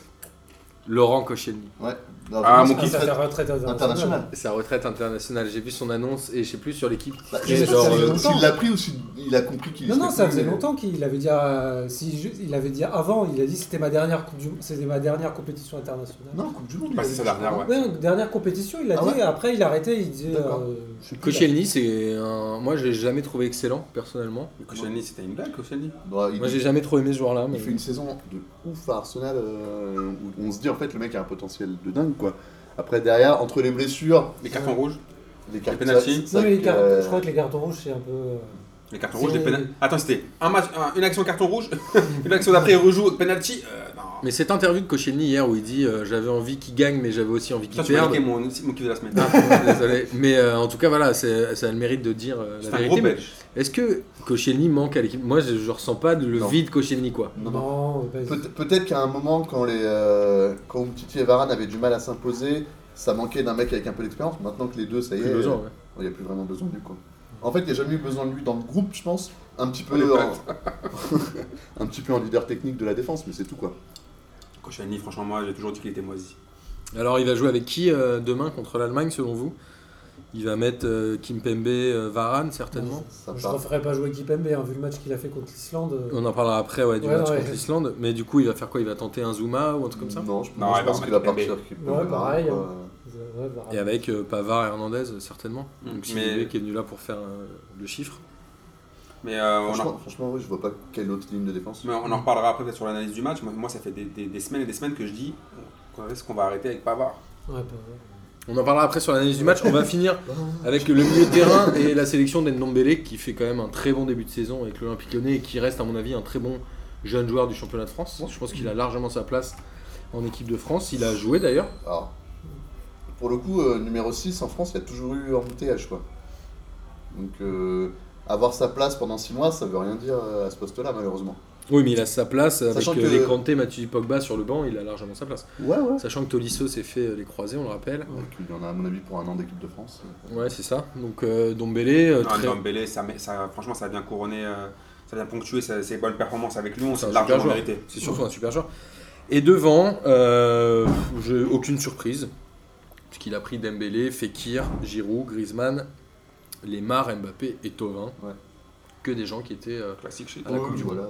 Speaker 1: Laurent Koscielny.
Speaker 3: Ouais. Dans-
Speaker 2: Ah, mon
Speaker 3: dans-
Speaker 2: kiff.
Speaker 4: ça fait retraite internationale.
Speaker 3: International.
Speaker 1: Sa retraite internationale. J'ai vu son annonce et je sais plus sur l'équipe.
Speaker 3: Bah, je
Speaker 1: Et
Speaker 3: sais pas
Speaker 1: genre,
Speaker 3: s'il
Speaker 1: euh,
Speaker 3: s'il l'a pris ou s'il il a compris qu'il
Speaker 4: Non,
Speaker 3: serait
Speaker 4: non,
Speaker 3: plus,
Speaker 4: ça
Speaker 3: euh,
Speaker 4: faisait
Speaker 3: mais-
Speaker 4: longtemps qu'il avait dit, euh, si je- il avait dit avant, il a dit c'était ma dernière coupe du- c'était ma dernière compétition internationale.
Speaker 3: Non, Coupe du Monde.
Speaker 2: Bah,
Speaker 3: il
Speaker 2: c'est
Speaker 3: a-
Speaker 2: sa dernière, ouais.
Speaker 4: Ouais, dernière compétition, il l'a
Speaker 3: Ah
Speaker 4: dit,
Speaker 3: ouais
Speaker 4: et après il a arrêté, il disait.
Speaker 3: D'accord.
Speaker 4: euh, je suis plus là.
Speaker 1: Koscielny, c'est un. Moi, je l'ai jamais trouvé excellent personnellement.
Speaker 2: Koscielny, c'était une blague, Koscielny
Speaker 3: Bah, il-
Speaker 1: Moi, j'ai jamais trop aimé ce joueur-là. Mais...
Speaker 3: Il fait une saison de ouf à Arsenal euh, où on se dit en fait le mec a un potentiel de dingue quoi. Après derrière, entre les blessures,
Speaker 2: Les cartons rouges
Speaker 3: les cartes
Speaker 2: pénaltys.
Speaker 3: ça- ça-
Speaker 4: Non, mais les cartons-
Speaker 3: euh,
Speaker 4: je crois que les cartons rouges, c'est un peu. euh,
Speaker 2: Les cartons
Speaker 4: C'est-
Speaker 2: rouges, les pénal- Attends, c'était un match, un- une action carton rouge, une action d'après il rejoue penalty. Euh, non.
Speaker 1: Mais cette interview de Koscielny hier où il dit euh, j'avais envie qu'il gagne mais j'avais aussi envie
Speaker 2: Putain,
Speaker 1: qu'il
Speaker 2: tu m'as
Speaker 1: perde.
Speaker 2: niqué mon, mon kiff de la semaine.
Speaker 1: Ah, Désolé. Mais euh, en tout cas voilà, c'est- ça a le mérite de dire euh, la
Speaker 2: C'est un gros
Speaker 1: vérité. mais
Speaker 2: belge.
Speaker 1: Est-ce que Koscielny manque à l'équipe Moi je, je ressens pas le
Speaker 3: Non.
Speaker 1: vide Koscielny quoi.
Speaker 3: non,
Speaker 4: Non,
Speaker 3: non.
Speaker 4: pas-
Speaker 3: Peut- Peut-être qu'à un moment quand les euh, quand Umtiti et Varane avaient du mal à s'imposer, ça manquait d'un mec avec un peu d'expérience. Maintenant que les deux, ça y est, euh,
Speaker 1: Plus deux ans, ouais.
Speaker 3: il n'y a plus vraiment besoin de lui quoi. En fait, il n'y a jamais eu besoin de lui dans le groupe, je pense. Un petit peu
Speaker 2: On est
Speaker 3: en... un petit peu en leader technique de la défense, mais c'est tout quoi.
Speaker 2: Koscielny, franchement, moi j'ai toujours dit qu'il était moisi.
Speaker 1: Alors il va jouer avec qui euh, demain contre l'Allemagne selon vous Il va mettre euh, Kimpembe, euh, Varane certainement.
Speaker 3: Ça
Speaker 4: je ne
Speaker 3: part.
Speaker 4: referais pas jouer Kipembe, hein, vu le match qu'il a fait contre l'Islande. euh,
Speaker 1: On en parlera après ouais, du
Speaker 4: Ouais,
Speaker 1: match
Speaker 4: ouais.
Speaker 1: contre l'Islande. Mais du coup il va faire quoi Il va tenter un Zuma ou un truc comme ça
Speaker 3: Non, je,
Speaker 2: Non,
Speaker 3: non, je
Speaker 2: il va
Speaker 3: pense qu'il va
Speaker 2: remettre Mbappé.
Speaker 3: partir. qu'il peut
Speaker 4: Ouais,
Speaker 3: pas,
Speaker 4: pareil,
Speaker 3: quoi.
Speaker 4: euh, ouais, Varane.
Speaker 1: Et avec euh, Pavard et Hernandez euh, certainement.
Speaker 2: Mm.
Speaker 1: Donc c'est
Speaker 2: Mais-
Speaker 1: lui qui est venu là pour faire euh, le chiffre.
Speaker 2: Mais euh, on,
Speaker 3: Franchement,
Speaker 2: en,
Speaker 3: franchement, oui, je vois pas quelle autre ligne de défense.
Speaker 2: mais on en reparlera après peut-être sur l'analyse du match. Moi, moi, ça fait des, des- des semaines et des semaines que je dis qu'on risque qu'on va arrêter avec Pavard.
Speaker 4: Ouais, bah,
Speaker 1: On en parlera après sur l'analyse du match. On va finir avec le milieu de terrain et la sélection d'Endombele qui fait quand même un très bon début de saison avec l'Olympique Lyonnais et qui reste à mon avis un très bon jeune joueur du championnat de France. Je pense qu'il a largement sa place en équipe de France. Il a joué d'ailleurs.
Speaker 3: Alors, pour le coup, euh, numéro 6 en France, il y a toujours eu embouteillage, quoi. Donc, euh, avoir sa place pendant 6 mois, ça veut rien dire euh, à ce poste-là, malheureusement.
Speaker 1: Oui, mais il a sa place avec
Speaker 3: Sachant
Speaker 1: euh,
Speaker 3: que-
Speaker 1: les Kanté, Mathieu Pogba sur le banc. Il a largement sa place.
Speaker 3: Ouais, ouais.
Speaker 1: Sachant que Tolisso s'est fait euh, les croisés, on le rappelle.
Speaker 3: Il y en a, à mon avis, pour un an d'équipe de France.
Speaker 1: Ouais, c'est ça. Donc euh, Dombélé, euh,
Speaker 2: Non,
Speaker 1: très...
Speaker 2: Ndombele, ça, met- ça- franchement, ça vient couronner, euh, ça vient ponctuer ses, ses bonnes performances avec Lyon.
Speaker 1: C'est
Speaker 2: C'est
Speaker 1: un super
Speaker 2: largement
Speaker 1: joueur.
Speaker 2: mérité.
Speaker 1: c'est surtout un super joueur. Et devant, euh, je- aucune surprise, puisqu'il a pris Dembélé, Fekir, Giroud, Griezmann, Lemar, Mbappé et Tovin.
Speaker 3: Ouais.
Speaker 1: Que des gens qui étaient... euh,
Speaker 2: Classique chez
Speaker 1: À la Coupe du
Speaker 3: voilà.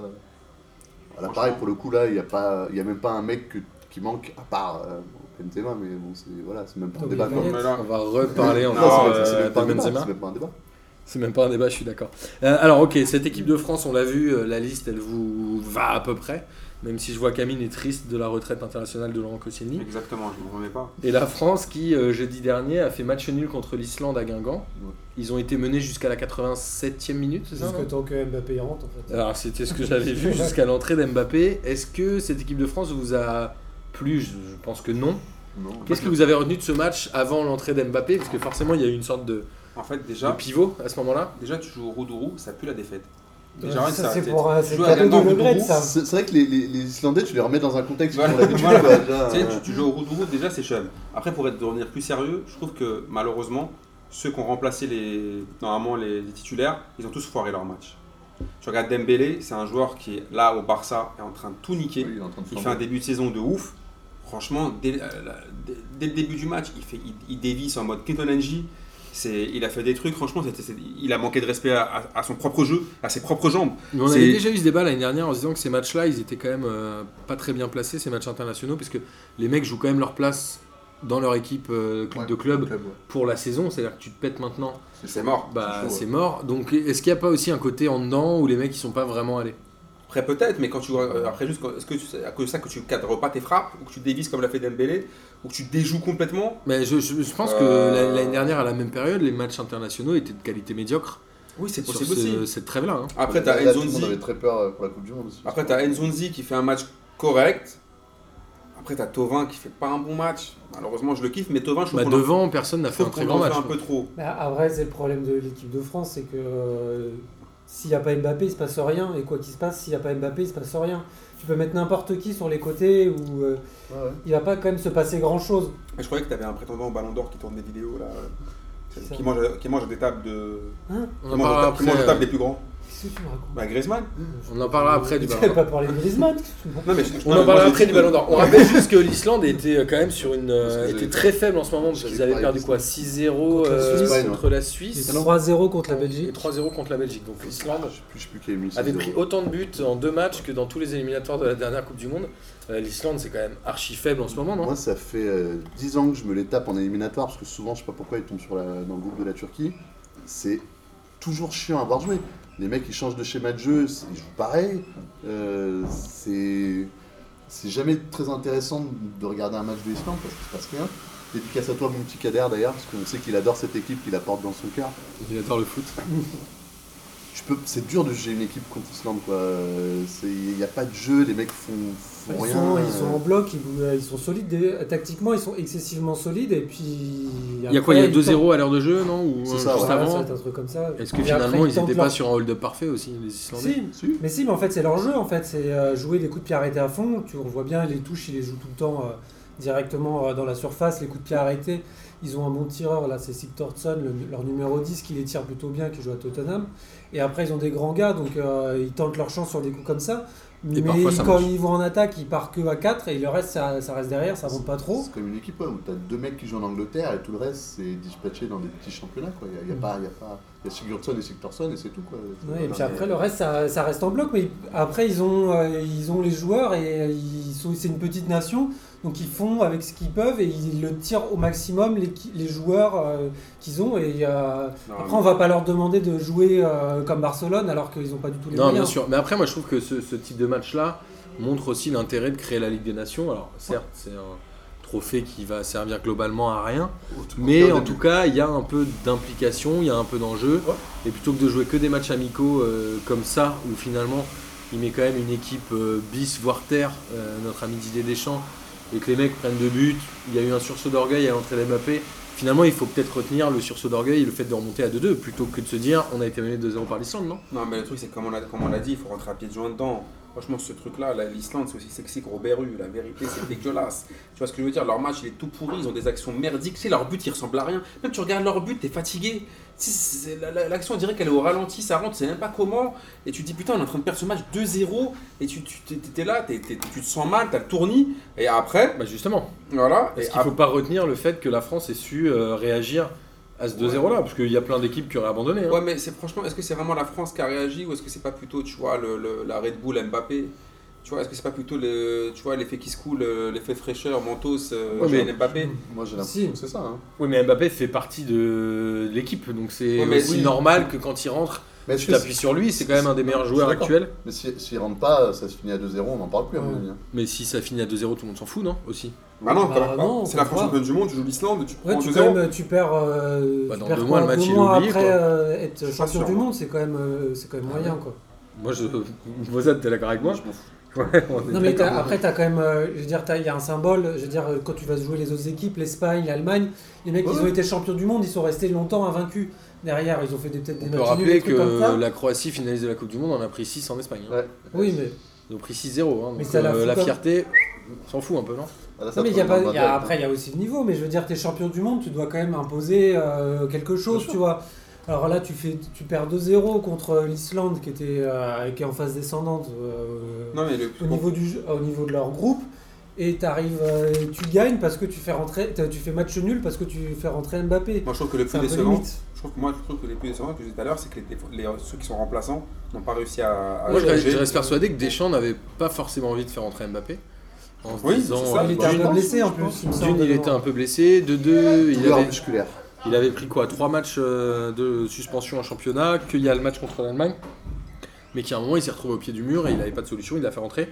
Speaker 3: Voilà, pareil, pour le coup, là, il n'y a, pas- il y a même pas un mec que- qui manque, à part euh, Benzema, mais bon, c'est voilà, c'est même pas un
Speaker 4: Donc,
Speaker 3: débat.
Speaker 4: il
Speaker 3: quoi.
Speaker 4: mérite.
Speaker 2: Mais là,
Speaker 1: on va reparler
Speaker 2: Non,
Speaker 1: encore
Speaker 3: c'est même-
Speaker 1: euh,
Speaker 3: c'est même pas un
Speaker 1: de
Speaker 3: débat,
Speaker 1: Benzema.
Speaker 3: c'est même pas un débat.
Speaker 1: C'est même pas un débat, je suis d'accord. Euh, alors ok, cette équipe de France, on l'a vu, euh, la liste, elle vous va à peu près. Même si je vois Camille est triste de la retraite internationale de Laurent Koscielny.
Speaker 2: Exactement, je ne me remets pas.
Speaker 1: Et la France qui, euh, jeudi dernier, a fait match nul contre l'Islande à Guingamp.
Speaker 3: Ouais.
Speaker 1: Ils ont été menés jusqu'à la 87e minute, c'est ça non
Speaker 4: Jusque tant que Mbappé rentre, en fait.
Speaker 1: Alors c'était ce que j'avais vu jusqu'à l'entrée d'Mbappé. Est-ce que cette équipe de France vous a plu Je je pense que non.
Speaker 3: Non.
Speaker 1: Qu'est-ce que vous avez retenu de ce match avant l'entrée d'Mbappé Parce que forcément il y a eu une sorte de,
Speaker 2: En fait,
Speaker 1: de
Speaker 2: déjà,
Speaker 1: pivot à ce moment-là.
Speaker 2: déjà tu joues Roudourou, ça pue la défaite. Déjà,
Speaker 4: Ouais,
Speaker 2: rien que
Speaker 4: ça,
Speaker 2: ça,
Speaker 4: c'est
Speaker 2: t'es-
Speaker 4: pour un
Speaker 2: tu
Speaker 4: c'est
Speaker 2: joues à
Speaker 4: cadeau de
Speaker 2: Guingamp,
Speaker 4: Le Graët,
Speaker 2: Roudourou,
Speaker 4: ça.
Speaker 3: C'est c'est vrai que les, les- les Islandais, tu les remets dans un contexte
Speaker 2: Voilà,
Speaker 3: qu'on l'habitude,
Speaker 2: voilà.
Speaker 3: quoi, déjà,
Speaker 2: Tu sais,
Speaker 3: euh,
Speaker 2: tu, tu joues au roue de roue, déjà c'est chum. Après, pour être, devenir plus sérieux, je trouve que malheureusement, ceux qui ont remplacé les, normalement les, les titulaires, ils ont tous foiré leur match. Tu regardes Dembélé, c'est un joueur qui est là au Barça, est en train de tout niquer.
Speaker 3: oui, il est en train de
Speaker 2: Il
Speaker 3: se
Speaker 2: fait un début de saison de ouf. Franchement, dès, euh, la- dès- dès le début du match, il, fait, il, il dévisse en mode Keaton Engie. C'est, il a fait des trucs, franchement, c'était- c'est- il a manqué de respect à, à- à son propre jeu, à ses propres jambes.
Speaker 1: Mais on
Speaker 2: C'est-
Speaker 1: avait déjà eu ce débat l'année dernière en se disant que ces matchs-là, ils étaient quand même euh, pas très bien placés, ces matchs internationaux, puisque les mecs jouent quand même leur place dans leur équipe euh,
Speaker 3: Ouais,
Speaker 1: de club
Speaker 3: club, ouais.
Speaker 1: pour la saison. C'est-à-dire que tu te pètes maintenant
Speaker 2: C'est mort.
Speaker 1: Bah,
Speaker 3: C'est chaud,
Speaker 1: c'est mort. Donc, est-ce qu'il n'y a pas aussi un côté en dedans où les mecs ils sont pas vraiment allés
Speaker 2: Après peut-être, mais quand tu vois- euh, après juste quand- est-ce que tu- c'est à cause de ça que tu cadres pas tes frappes ou que tu dévises comme l'a fait Dembélé ou que tu déjoues complètement
Speaker 1: Mais je, je- je pense que
Speaker 2: Euh.
Speaker 1: la- l'année dernière, à la même période, les matchs internationaux étaient de qualité médiocre.
Speaker 2: Oui, c'est
Speaker 1: sur
Speaker 2: possible
Speaker 1: ce-
Speaker 2: aussi.
Speaker 1: Cette trêve-là. hein.
Speaker 2: Après
Speaker 3: Là,
Speaker 2: t'as
Speaker 3: là, tout le monde
Speaker 2: Nzonzi,
Speaker 3: avait très peur euh, pour la Coupe du Monde aussi.
Speaker 2: après t'as Nzonzi qui fait un match correct. Après t'as Tovin qui fait pas un bon match. Malheureusement, je le kiffe, mais Tovin je trouve
Speaker 1: Bah,
Speaker 2: qu'on en-
Speaker 1: devant, personne n'a
Speaker 2: je
Speaker 1: fait
Speaker 2: trouve
Speaker 1: un très
Speaker 2: qu'on
Speaker 1: grand
Speaker 2: en fait
Speaker 1: match.
Speaker 2: un
Speaker 1: quoi.
Speaker 2: peu trop.
Speaker 4: Mais Après, c'est le problème de l'équipe de France, c'est que euh, s'il n'y a pas Mbappé, il se passe rien. Et quoi qu'il se passe, s'il n'y a pas Mbappé, il se passe rien. Tu peux mettre n'importe qui sur les côtés où euh,
Speaker 3: Ouais, ouais.
Speaker 4: il va pas quand même se passer grand chose.
Speaker 2: Mais je croyais que t'avais un prétendant au Ballon d'Or qui tourne des vidéos là. euh,
Speaker 4: C'est
Speaker 2: Qui
Speaker 4: vrai.
Speaker 2: mange, qui mange des tables de.
Speaker 4: Hein
Speaker 1: On
Speaker 2: Qui
Speaker 1: en
Speaker 2: mange,
Speaker 1: parlera
Speaker 2: qui mange
Speaker 1: après,
Speaker 2: des tables des plus grands
Speaker 4: Qu'est-ce que tu me racontes Euh,
Speaker 2: Bah, Griezmann
Speaker 1: on en parlera après du
Speaker 4: Tu
Speaker 1: Ballon
Speaker 4: n'avais
Speaker 1: d'Or.
Speaker 4: pas parlé de Griezmann qu'est-ce que tu me racontes
Speaker 2: Non, mais
Speaker 1: On en parlera après du Ballon d'Or. On rappelle juste que l'Islande était euh, quand même sur une
Speaker 3: Parce
Speaker 1: euh,
Speaker 3: qu'ils
Speaker 1: était
Speaker 3: avaient-
Speaker 1: très faible en ce moment parce
Speaker 3: Parce
Speaker 1: qu'ils
Speaker 3: qu'ils
Speaker 1: avaient
Speaker 3: avaient
Speaker 1: perdu
Speaker 3: perdu
Speaker 1: quoi 6-0
Speaker 4: Contre la
Speaker 1: euh,
Speaker 3: Suisse.
Speaker 1: contre la
Speaker 4: Et
Speaker 1: Suisse
Speaker 4: 3-0 contre la
Speaker 1: et
Speaker 4: Belgique.
Speaker 1: 3-0 contre la Belgique. Donc l'Islande
Speaker 3: Je sais plus- je sais plus qui a mis
Speaker 1: avait pris
Speaker 3: 6-0.
Speaker 1: autant de buts en deux matchs que dans tous les éliminatoires de la dernière Coupe du Monde. Euh, L'Islande c'est quand même archi faible en ce moment, non
Speaker 3: Moi, ça fait euh, 10 ans que je me les tape en éliminatoire parce que souvent, je sais pas pourquoi, ils tombent sur la, dans le groupe de la Turquie. C'est toujours chiant à voir jouer. Les mecs, ils changent de schéma de jeu, c'est- ils jouent pareil. Euh, c'est c'est jamais très intéressant de, de regarder un match de l'Islande parce qu'il se passe rien. Dédicace à toi, mon petit Kader d'ailleurs, parce qu'on sait qu'il adore cette équipe, qu'il la porte dans son cœur.
Speaker 1: Il adore le foot.
Speaker 3: Tu peux, c'est dur de juger une équipe contre l'Islande, quoi. Euh, c'est- Il n'y a pas de jeu, les mecs font, font
Speaker 4: Ils
Speaker 3: rien.
Speaker 4: sont, ils sont
Speaker 3: euh.
Speaker 4: en bloc, ils, euh, ils sont solides. des- Tactiquement, ils sont excessivement solides. Et puis.
Speaker 1: Il y a quoi Il y a 2-0 à l'heure de jeu, non Ou
Speaker 3: C'est
Speaker 1: euh,
Speaker 3: ça,
Speaker 1: juste
Speaker 3: ouais.
Speaker 1: avant
Speaker 4: un truc comme ça.
Speaker 1: Est-ce que
Speaker 4: Et
Speaker 1: finalement
Speaker 4: après,
Speaker 1: ils n'étaient
Speaker 4: tentent
Speaker 1: pas
Speaker 4: leur-
Speaker 1: sur un hold-up parfait aussi, les Islandais
Speaker 4: Si,
Speaker 3: Si.
Speaker 4: mais si, mais en fait, c'est leur jeu. En fait, c'est euh, jouer des coups de pied arrêtés à fond. Tu on voit bien les touches, ils les jouent tout le temps euh, directement euh, dans la surface. Les coups de pied arrêtés, ils ont un bon tireur. Là, c'est Sig Tortson, le- leur numéro 10, qui les tire plutôt bien, qui joue à Tottenham. Et après, ils ont des grands gars, donc euh, ils tentent leur chance sur des coups comme ça. Mais
Speaker 1: Et parfois, ça
Speaker 4: quand
Speaker 1: marche.
Speaker 4: ils vont en attaque, ils partent que à 4 et le reste, ça, ça reste derrière, ça monte pas trop.
Speaker 3: C'est comme une équipe ouais, où t'as deux mecs qui jouent en Angleterre et tout le reste c'est dispatché dans des petits championnats quoi. Y a, y a
Speaker 4: Mm.
Speaker 3: pas, y a pas, y a Sigurdsson et Sigtorsson et c'est tout quoi.
Speaker 4: Ouais, et
Speaker 3: Enfin,
Speaker 4: puis après,
Speaker 3: mais-
Speaker 4: le reste, ça, ça reste en bloc. Mais après, ils ont, euh, ils ont les joueurs et euh, ils sont- c'est une petite nation. Donc, ils font avec ce qu'ils peuvent et ils le tirent au maximum, les, les joueurs euh, qu'ils ont. Et euh,
Speaker 1: Ah,
Speaker 4: après, on va pas leur demander de jouer euh, comme Barcelone alors qu'ils n'ont pas du tout les
Speaker 1: Non, bien
Speaker 4: moyens.
Speaker 1: sûr. Mais après, moi, je trouve que ce, ce type de match-là montre aussi l'intérêt de créer la Ligue des Nations. Alors, certes, c'est un trophée qui va servir globalement à rien, mais en tout cas, il y a un peu d'implication, il y a un peu d'enjeu.
Speaker 3: Ouais.
Speaker 1: Et plutôt que de jouer que des matchs amicaux euh, comme ça, où finalement, il met quand même une équipe euh, bis, voire terre, euh, notre ami Didier Deschamps, et que les mecs prennent deux buts, il y a eu un sursaut d'orgueil à l'entrée d'Mbappé. Finalement, il faut peut-être retenir le sursaut d'orgueil et le fait de remonter à 2-2 plutôt que de se dire on a été mené 2-0 par l'Islande, non
Speaker 2: Non, mais le truc, c'est comme on a- comme on l'a dit, il faut rentrer à pieds joints dedans. Franchement, ce truc-là, la- l'Islande, c'est aussi sexy que Robert Rue. La vérité, c'est dégueulasse. Tu vois ce que je veux dire Leur match, il est tout pourri. Ils ont des actions merdiques. Tu sais, leur but, il ressemble à rien. Même tu regardes leur but, t'es fatigué. Tu sais, c'est- la- la- L'action, on dirait qu'elle est au ralenti, ça rentre, tu sais même pas comment. Et tu te dis, putain, on est en train de perdre ce match 2-0. Et tu, tu t'es- t'es là, t'es- t'es- tu te sens mal, t'as le tournis. Et après,
Speaker 1: Bah justement,
Speaker 2: voilà.
Speaker 1: Parce
Speaker 2: et
Speaker 1: qu'il ne faut pas retenir le fait que la France ait su euh, réagir à ce 2-0 là, parce qu'il y a plein d'équipes qui auraient abandonné. hein.
Speaker 2: Ouais, mais c'est franchement, est-ce que c'est vraiment la France qui a réagi ou est-ce que c'est pas plutôt, tu vois, le, le- la Red Bull, Mbappé Tu vois, est-ce que c'est pas plutôt le, tu vois, l'effet qui se coule, euh, l'effet fraîcheur, Mentos, euh,
Speaker 1: Ouais, mais- Hmm.
Speaker 2: Kylian Mbappé
Speaker 3: moi j'ai
Speaker 4: Si.
Speaker 3: l'impression que c'est ça. hein.
Speaker 1: Oui, mais Mbappé fait partie de l'équipe, donc c'est
Speaker 2: Ouais, mais
Speaker 1: aussi
Speaker 2: oui.
Speaker 1: normal que quand il rentre,
Speaker 3: Mais est-ce
Speaker 1: tu
Speaker 3: que
Speaker 1: t'appuies sur lui. C'est quand même un des meilleurs
Speaker 3: Je suis
Speaker 1: joueurs
Speaker 3: d'accord.
Speaker 1: actuels.
Speaker 3: mais si, s'ils rentrent pas, ça se finit à 2-0, on n'en parle plus à mon
Speaker 4: Ouais.
Speaker 3: avis. hein.
Speaker 1: Mais si ça finit à 2-0, tout le monde s'en fout, non Aussi.
Speaker 2: Bah non,
Speaker 4: Bah
Speaker 2: quand même pas.
Speaker 4: non,
Speaker 2: c'est la France
Speaker 4: pourquoi
Speaker 2: championne du monde, tu joues l'Islande, tu prends
Speaker 4: Ouais, tu,
Speaker 2: 2-0.
Speaker 4: quand même, tu perds. euh,
Speaker 1: Bah,
Speaker 4: tu
Speaker 1: dans
Speaker 4: perds
Speaker 1: deux mois,
Speaker 4: quoi,
Speaker 1: le match, il
Speaker 4: deux
Speaker 1: est
Speaker 4: mois
Speaker 1: oublié,
Speaker 4: après
Speaker 1: quoi.
Speaker 4: euh,
Speaker 2: Je
Speaker 4: être
Speaker 2: suis pas
Speaker 4: champion
Speaker 2: sûr,
Speaker 4: du
Speaker 2: moi.
Speaker 4: monde, c'est quand même, euh, c'est quand même
Speaker 1: Ah
Speaker 4: moyen. Quoi.
Speaker 1: Moi, je. Voisin, t'es d'accord avec moi
Speaker 3: Je m'en fous.
Speaker 1: Ouais, on est
Speaker 4: Non mais
Speaker 1: d'accord.
Speaker 4: t'as- après t'as quand même, euh, je veux dire, t'as- il y a un symbole, je veux dire, euh, quand tu vas jouer les autres équipes, l'Espagne, l'Allemagne, les mecs
Speaker 3: Ouais.
Speaker 4: ils ont été champions du monde, ils sont restés longtemps invaincus. Derrière, ils ont fait des- peut-être des
Speaker 1: On peut
Speaker 4: matchs nuls, des
Speaker 1: rappeler
Speaker 4: trucs comme ça.
Speaker 1: que la Croatie, finaliste de la Coupe du Monde, en a pris 6 en Espagne. hein.
Speaker 3: Ouais.
Speaker 4: Oui mais,
Speaker 1: Ils ont pris 6-0. hein,
Speaker 4: Mais
Speaker 1: donc,
Speaker 4: ça la
Speaker 1: euh,
Speaker 4: fout
Speaker 1: la
Speaker 4: comme-
Speaker 1: fierté, on s'en fout un peu, non
Speaker 3: Ah, là, ça
Speaker 4: non, mais
Speaker 3: te
Speaker 4: il y a
Speaker 3: remet dans
Speaker 4: pas, il y
Speaker 3: le
Speaker 4: a-
Speaker 3: direct, hein.
Speaker 4: après il y a aussi le niveau, mais je veux dire, t'es champion du monde, tu dois quand même imposer euh, quelque chose,
Speaker 3: sûr.
Speaker 4: tu vois. Alors là, tu fais, tu perds 2-0 contre l'Islande qui était, euh, qui est en phase descendante. euh,
Speaker 2: Non, mais le plus
Speaker 4: au niveau du jeu- au niveau de leur groupe et t'arrives euh, tu gagnes parce que tu fais rentrer t'as- tu fais match nul parce que tu fais rentrer Mbappé
Speaker 2: Moi, je trouve que le plus
Speaker 4: c'est un peu
Speaker 2: décevant,
Speaker 4: limite
Speaker 2: je trouve que moi, je trouve que le plus décevant que j'ai dit tout à l'heure, c'est que les, déf- les- euh, ceux qui sont remplaçants n'ont pas réussi à. à
Speaker 4: Ah,
Speaker 1: Moi, je,
Speaker 2: réagir.
Speaker 1: je reste persuadé que Deschamps n'avait pas forcément envie de faire entrer Mbappé. En se
Speaker 2: Oui,
Speaker 1: disant,
Speaker 2: c'est
Speaker 1: euh,
Speaker 2: ça.
Speaker 4: Ah, il était
Speaker 2: bah,
Speaker 4: un
Speaker 2: je
Speaker 4: peu
Speaker 2: pense,
Speaker 4: blessé en
Speaker 3: je
Speaker 4: plus
Speaker 3: pense.
Speaker 4: il me semble
Speaker 1: d'une, il était un peu blessé. De deux, il
Speaker 3: Douleur
Speaker 1: avait,
Speaker 3: musculaire.
Speaker 1: il avait pris quoi Trois matchs euh, de suspension en championnat, qu'il y a le match contre l'Allemagne. Mais qu'à un moment, il s'est retrouvé au pied du mur et il n'avait pas de solution, il l'a fait rentrer.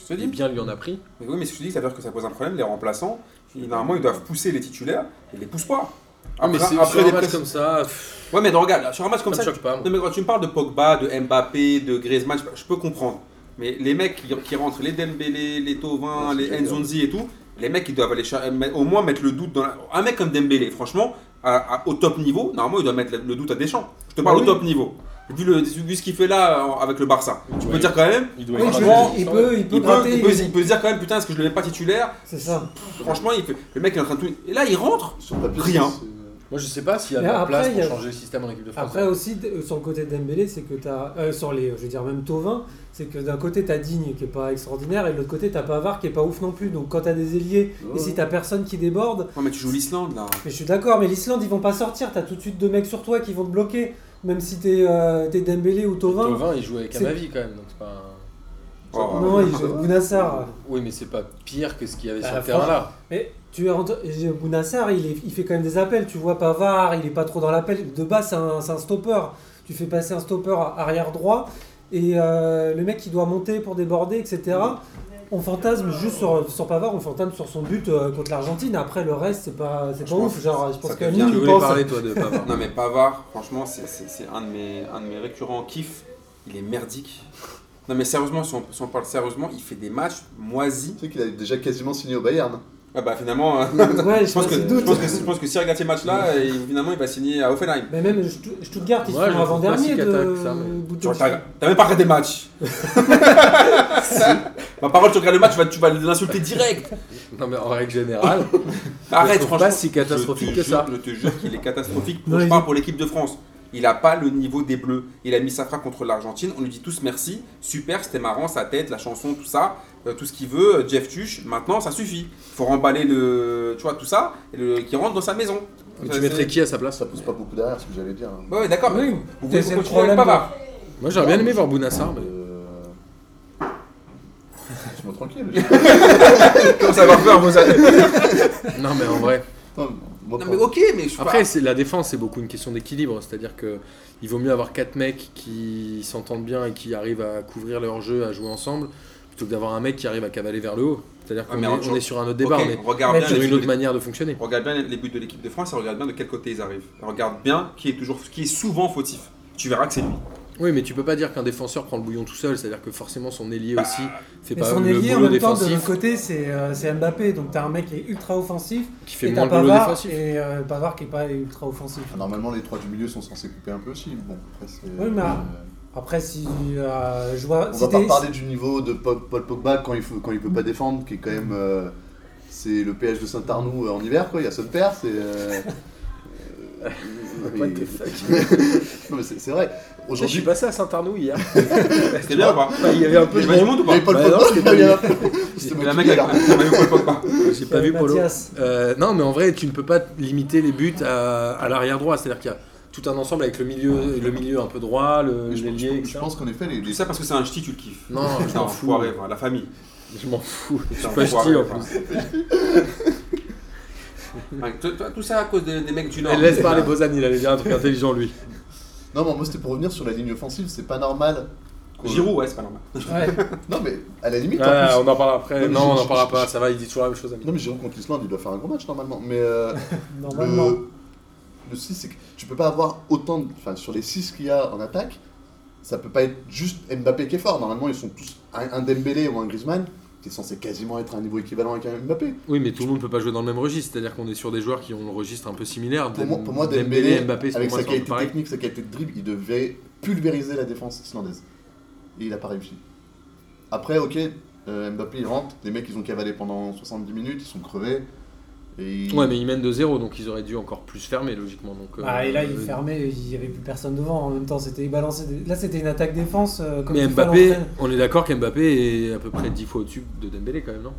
Speaker 2: Je te
Speaker 1: Et
Speaker 2: dis,
Speaker 1: bien, lui en a pris.
Speaker 2: Mais oui, mais si je te dis, ça veut dire que ça pose un problème, les remplaçants, ils- normalement, ils doivent pousser les titulaires, ils les poussent pas.
Speaker 1: Ah, mais
Speaker 2: Après-
Speaker 1: c'est
Speaker 2: après
Speaker 1: sur un
Speaker 2: des
Speaker 1: match
Speaker 2: pressions-
Speaker 1: comme ça, pff,
Speaker 2: Ouais, mais non, regarde, sur un match comme
Speaker 1: ça
Speaker 2: ça,
Speaker 1: me choque pas. moi.
Speaker 2: Non mais quand tu me parles de Pogba, de Mbappé, de Griezmann, je, je peux comprendre. Mais les mecs qui, qui rentrent, les Dembélé, les Tovin,
Speaker 3: Ouais, c'est
Speaker 2: les
Speaker 3: clair.
Speaker 2: Nzonzi et tout, les mecs ils doivent aller cher- met- au moins mettre le doute dans la- un mec comme Dembélé, franchement, à- à- au top niveau, normalement il doit mettre le, le doute à Deschamps. Je te parle
Speaker 4: Ah
Speaker 2: au
Speaker 4: oui.
Speaker 2: top niveau. Vu, le, vu ce qu'il fait là euh, avec le Barça, tu peux
Speaker 1: Ouais.
Speaker 2: dire quand même,
Speaker 1: Il doit
Speaker 4: Oui,
Speaker 1: être
Speaker 4: je veux
Speaker 2: franchement,
Speaker 4: dire, il peut il peut
Speaker 2: il peut,
Speaker 4: gratter
Speaker 2: il peut- il peut se dire quand même putain, est-ce que je le mets pas titulaire
Speaker 4: c'est ça
Speaker 2: Franchement, il peut- le mec il est en train de tout. Et là il rentre,
Speaker 3: Sur le papier,
Speaker 2: Rien.
Speaker 3: c'est-
Speaker 1: Moi, je sais pas s'il y a de
Speaker 4: Mais
Speaker 1: la
Speaker 4: après,
Speaker 1: place
Speaker 4: il y
Speaker 1: pour
Speaker 4: a-
Speaker 1: changer le système en équipe de France.
Speaker 4: Après aussi, d- euh, sur le côté de Dembélé, c'est que t'as... euh, sur les, je veux dire même Tovin, c'est que d'un côté t'as Digne qui est pas extraordinaire et de l'autre côté t'as Pavard qui est pas ouf non plus. Donc quand t'as des ailiers et si t'as personne qui déborde,
Speaker 2: Non, mais tu joues l'Islande là.
Speaker 4: mais je suis d'accord, mais l'Islande ils vont pas sortir. T'as tout de suite deux mecs sur toi qui vont te bloquer, même si t'es, euh, t'es Dembélé ou Tovin.
Speaker 1: Tovin, il joue avec
Speaker 4: c'est-
Speaker 1: Amavi quand même, donc c'est pas. un-
Speaker 2: Oh,
Speaker 4: Non, il joue Bounassar.
Speaker 1: Oui, mais c'est pas pire que ce qu'il y avait
Speaker 4: Bah,
Speaker 1: sur le
Speaker 4: franchement-
Speaker 1: terrain là.
Speaker 4: Mais tu es rentre- et Bounassar, il, est- il fait quand même des appels. Tu vois Pavard, il est pas trop dans l'appel. De base, c'est un, c'est un stopper. Tu fais passer un stopper arrière droit et euh, le mec il doit monter pour déborder, etc. On fantasme juste sur, sur Pavard, on fantasme sur son but euh, contre l'Argentine. Après, le reste, c'est pas, c'est
Speaker 2: Je
Speaker 4: pas
Speaker 2: pense
Speaker 4: ouf. Genre, je
Speaker 2: ça
Speaker 4: pense que
Speaker 2: devient-
Speaker 4: nous,
Speaker 1: Tu
Speaker 2: il
Speaker 4: on
Speaker 1: voulais
Speaker 4: pense-
Speaker 1: parler, toi, de Pavard.
Speaker 2: Non mais Pavard, franchement, c'est- c'est c'est un, de mes- un de mes récurrents kiffs. Il est merdique. Non mais sérieusement, si on, si on parle sérieusement, il fait des matchs moisis.
Speaker 3: Tu sais qu'il a déjà quasiment signé au Bayern.
Speaker 2: Ah bah finalement, euh,
Speaker 4: Ouais,
Speaker 2: je, pense que,
Speaker 4: c'est
Speaker 2: je, pense que, je pense que s'il regarde ces matchs-là, euh, il- finalement il va signer à Offenheim.
Speaker 4: Mais même Stutt- Stuttgart, ils
Speaker 1: Ouais, je
Speaker 4: sont
Speaker 1: trouve pas
Speaker 4: avant-dernier
Speaker 1: si
Speaker 4: de
Speaker 1: cata que ça, mais-
Speaker 4: bout de
Speaker 2: Tu regardes- T'as t'as même pas regardé des matchs. Ma parole, tu regardes le match, tu vas, tu vas l'insulter direct.
Speaker 1: Non, mais en règle générale,
Speaker 2: Arrête,
Speaker 1: trouve
Speaker 2: franchement.
Speaker 1: pas si catastrophique
Speaker 2: je te
Speaker 1: que ça.
Speaker 2: jure- Je te jure qu'il est catastrophique.
Speaker 4: Non,
Speaker 2: je
Speaker 4: il-
Speaker 2: parle pour l'équipe de France. Il n'a pas le niveau des Bleus. Il a mis sa frappe contre l'Argentine. On lui dit tous merci. Super, c'était marrant, sa tête, la chanson, tout ça. euh, tout ce qu'il veut. Jeff Tuch, maintenant, ça suffit. Il faut remballer le, tu vois, tout ça, et le, qui rentre dans sa maison.
Speaker 1: mais tu
Speaker 2: Ça, c'est-
Speaker 1: mettrais qui à sa place
Speaker 3: Ça pousse pas beaucoup derrière, ce que j'allais dire. hein.
Speaker 2: Ouais, ouais, d'accord. mais
Speaker 4: Oui,
Speaker 2: Vous
Speaker 4: c'est-
Speaker 2: voulez
Speaker 4: c'est
Speaker 2: qu'on
Speaker 4: le
Speaker 2: continue avec
Speaker 4: problème.
Speaker 2: Pavard
Speaker 1: Moi, j'aurais bien aimé voir Bounassar, mais.
Speaker 3: Euh... Laisse-moi tranquille.
Speaker 2: Comme ça va faire vos amis.
Speaker 1: Non, mais en vrai.
Speaker 3: Attends,
Speaker 2: Non,
Speaker 3: moi, pas-
Speaker 2: mais ok, mais je suis
Speaker 1: Après,
Speaker 4: Bah.
Speaker 2: pas-
Speaker 1: c'est la défense, c'est beaucoup une question d'équilibre. C'est-à-dire que il vaut mieux avoir quatre mecs qui s'entendent bien et qui arrivent à couvrir leur jeu, à jouer ensemble, plutôt que d'avoir un mec qui arrive à cavaler vers le haut. C'est-à-dire
Speaker 2: Ah,
Speaker 1: qu'on
Speaker 2: mais
Speaker 1: est,
Speaker 2: en
Speaker 1: on
Speaker 2: chose-
Speaker 1: est sur un autre débat,
Speaker 2: Ok,
Speaker 1: mais
Speaker 2: regarde
Speaker 4: Ah, mais
Speaker 2: bien
Speaker 1: sur
Speaker 2: les
Speaker 1: une autre
Speaker 2: équipes-
Speaker 1: manière de fonctionner.
Speaker 2: Regarde bien les buts de l'équipe de France et regarde bien de quel côté ils arrivent. Regarde bien qui est toujours, qui est souvent fautif. Tu verras que c'est lui.
Speaker 1: Oui, mais tu peux pas dire qu'un défenseur prend le bouillon tout seul. C'est-à-dire que forcément son ailier aussi fait
Speaker 4: Bah, Mais
Speaker 1: pas
Speaker 4: son
Speaker 1: le
Speaker 4: ailier, en
Speaker 1: boulot
Speaker 4: même temps, de l'autre
Speaker 1: défensif,
Speaker 4: côté, c'est euh, c'est Mbappé. Donc t'as un mec qui est ultra offensif.
Speaker 1: qui fait
Speaker 4: et
Speaker 1: moins
Speaker 4: t'as
Speaker 1: le boulot
Speaker 4: Pavard,
Speaker 1: défensif.
Speaker 4: et euh, Pavard qui est pas ultra offensif.
Speaker 3: Ah, Normalement, les trois du milieu sont censés couper un peu aussi. Bon, après, c'est.
Speaker 4: Oui, mais- Après, si euh, je vois,
Speaker 3: On
Speaker 4: si
Speaker 3: va pas
Speaker 4: t'es-
Speaker 3: parler du niveau de Paul Paul Pogba quand il, faut, quand il peut pas défendre, qui est quand même. euh, c'est le PH de Saint-Arnoux euh, en hiver, quoi. Il y a son père, c'est. euh, euh,
Speaker 1: What
Speaker 3: et-
Speaker 1: the fuck
Speaker 3: non, mais c'est c'est vrai.
Speaker 1: Je suis
Speaker 3: Aujourd'hui,
Speaker 1: passé à Saint-Arnoux
Speaker 4: hein.
Speaker 1: hier.
Speaker 2: C'était bien ou pas
Speaker 1: bah, Il y avait un peu
Speaker 2: Il y
Speaker 1: de
Speaker 2: avait du monde ou
Speaker 3: il y
Speaker 2: pas
Speaker 3: avait Paul
Speaker 1: Bah
Speaker 3: Pogba,
Speaker 1: non, c'était pas
Speaker 3: il y avait-
Speaker 1: lui.
Speaker 3: c'était
Speaker 2: Mais
Speaker 3: moi
Speaker 2: la
Speaker 3: qui
Speaker 2: mec
Speaker 3: l'ai,
Speaker 2: avec
Speaker 3: là.
Speaker 2: on avait Paul Pogba.
Speaker 1: J'ai
Speaker 4: euh,
Speaker 1: pas vu Polo.
Speaker 4: Mathias.
Speaker 1: Euh, non, mais en vrai, tu ne peux pas limiter les buts à, à l'arrière droit. C'est-à-dire qu'il y a tout un ensemble avec le milieu, le milieu un peu droit, le
Speaker 3: Mais je,
Speaker 1: l'ailier,
Speaker 3: je- je
Speaker 1: etc.
Speaker 3: pense qu'en effet, les,
Speaker 2: Tout
Speaker 3: les-
Speaker 2: ça parce que c'est un ch'ti, tu le kiffes.
Speaker 1: Non, je
Speaker 2: Putain,
Speaker 1: m'en fous.
Speaker 2: enfoiré, voilà, la famille.
Speaker 1: Je m'en fous. Je suis
Speaker 2: Putain,
Speaker 1: pas
Speaker 2: enfoiré,
Speaker 1: ch'ti en
Speaker 2: voilà.
Speaker 1: plus.
Speaker 2: Ouais, tout- tout- Tout ça à cause des des mecs du Nord.
Speaker 1: Elle laisse parler Bozan, il avait bien un truc intelligent lui.
Speaker 3: Non, mais moi, c'était pour revenir sur la ligne offensive, c'est pas normal. qu'on-
Speaker 2: Giroud, ouais, c'est pas normal.
Speaker 4: Ouais.
Speaker 3: Non, mais à la limite, en
Speaker 1: Ah,
Speaker 3: plus.
Speaker 1: on en parle après.
Speaker 3: Non, mais
Speaker 1: Non, on
Speaker 3: je-
Speaker 1: en parlera
Speaker 3: je-
Speaker 1: pas. Ça va, il dit toujours la même chose. Ami.
Speaker 3: Non, mais Giroud contre l'Islande, il doit faire un gros match normalement. Mais euh,
Speaker 4: Normalement.
Speaker 2: Euh,
Speaker 3: le, le 6, c'est que tu peux pas avoir autant. de- Enfin, sur les 6 qu'il y a en attaque, ça peut pas être juste Mbappé qui est fort. Normalement, ils sont tous un, un Dembélé ou un Griezmann qui est censé quasiment être à un niveau équivalent avec un Mbappé.
Speaker 1: Oui, mais tout le monde peut pas jouer dans le même registre. C'est-à-dire qu'on est sur des joueurs qui ont le registre un peu similaire.
Speaker 3: Pour moi, pour moi
Speaker 1: Dem-
Speaker 3: Dembélé,
Speaker 1: Mbappé, c'est
Speaker 3: avec
Speaker 1: pour moi, c'est un peu
Speaker 3: sa qualité
Speaker 1: pareil.
Speaker 3: technique, sa qualité de dribble, il devait pulvériser la défense islandaise. Et il a pas réussi. Après, ok, euh, Mbappé il rentre, les mecs ils ont cavalé pendant 70 minutes, ils sont crevés. Et ils-
Speaker 1: Ouais, mais ils mènent de 0 donc ils auraient dû encore plus fermer logiquement. Donc, euh,
Speaker 4: Ah, et là, il
Speaker 1: euh,
Speaker 4: fermait, il y avait plus personne devant. En même temps, c'était balancé. des- Là, c'était une attaque défense. euh, comme
Speaker 1: Mais
Speaker 4: FIFA
Speaker 1: Mbappé,
Speaker 4: l'entraîne.
Speaker 1: on est d'accord qu'Mbappé est à peu près 10 fois au-dessus de Dembélé quand même, non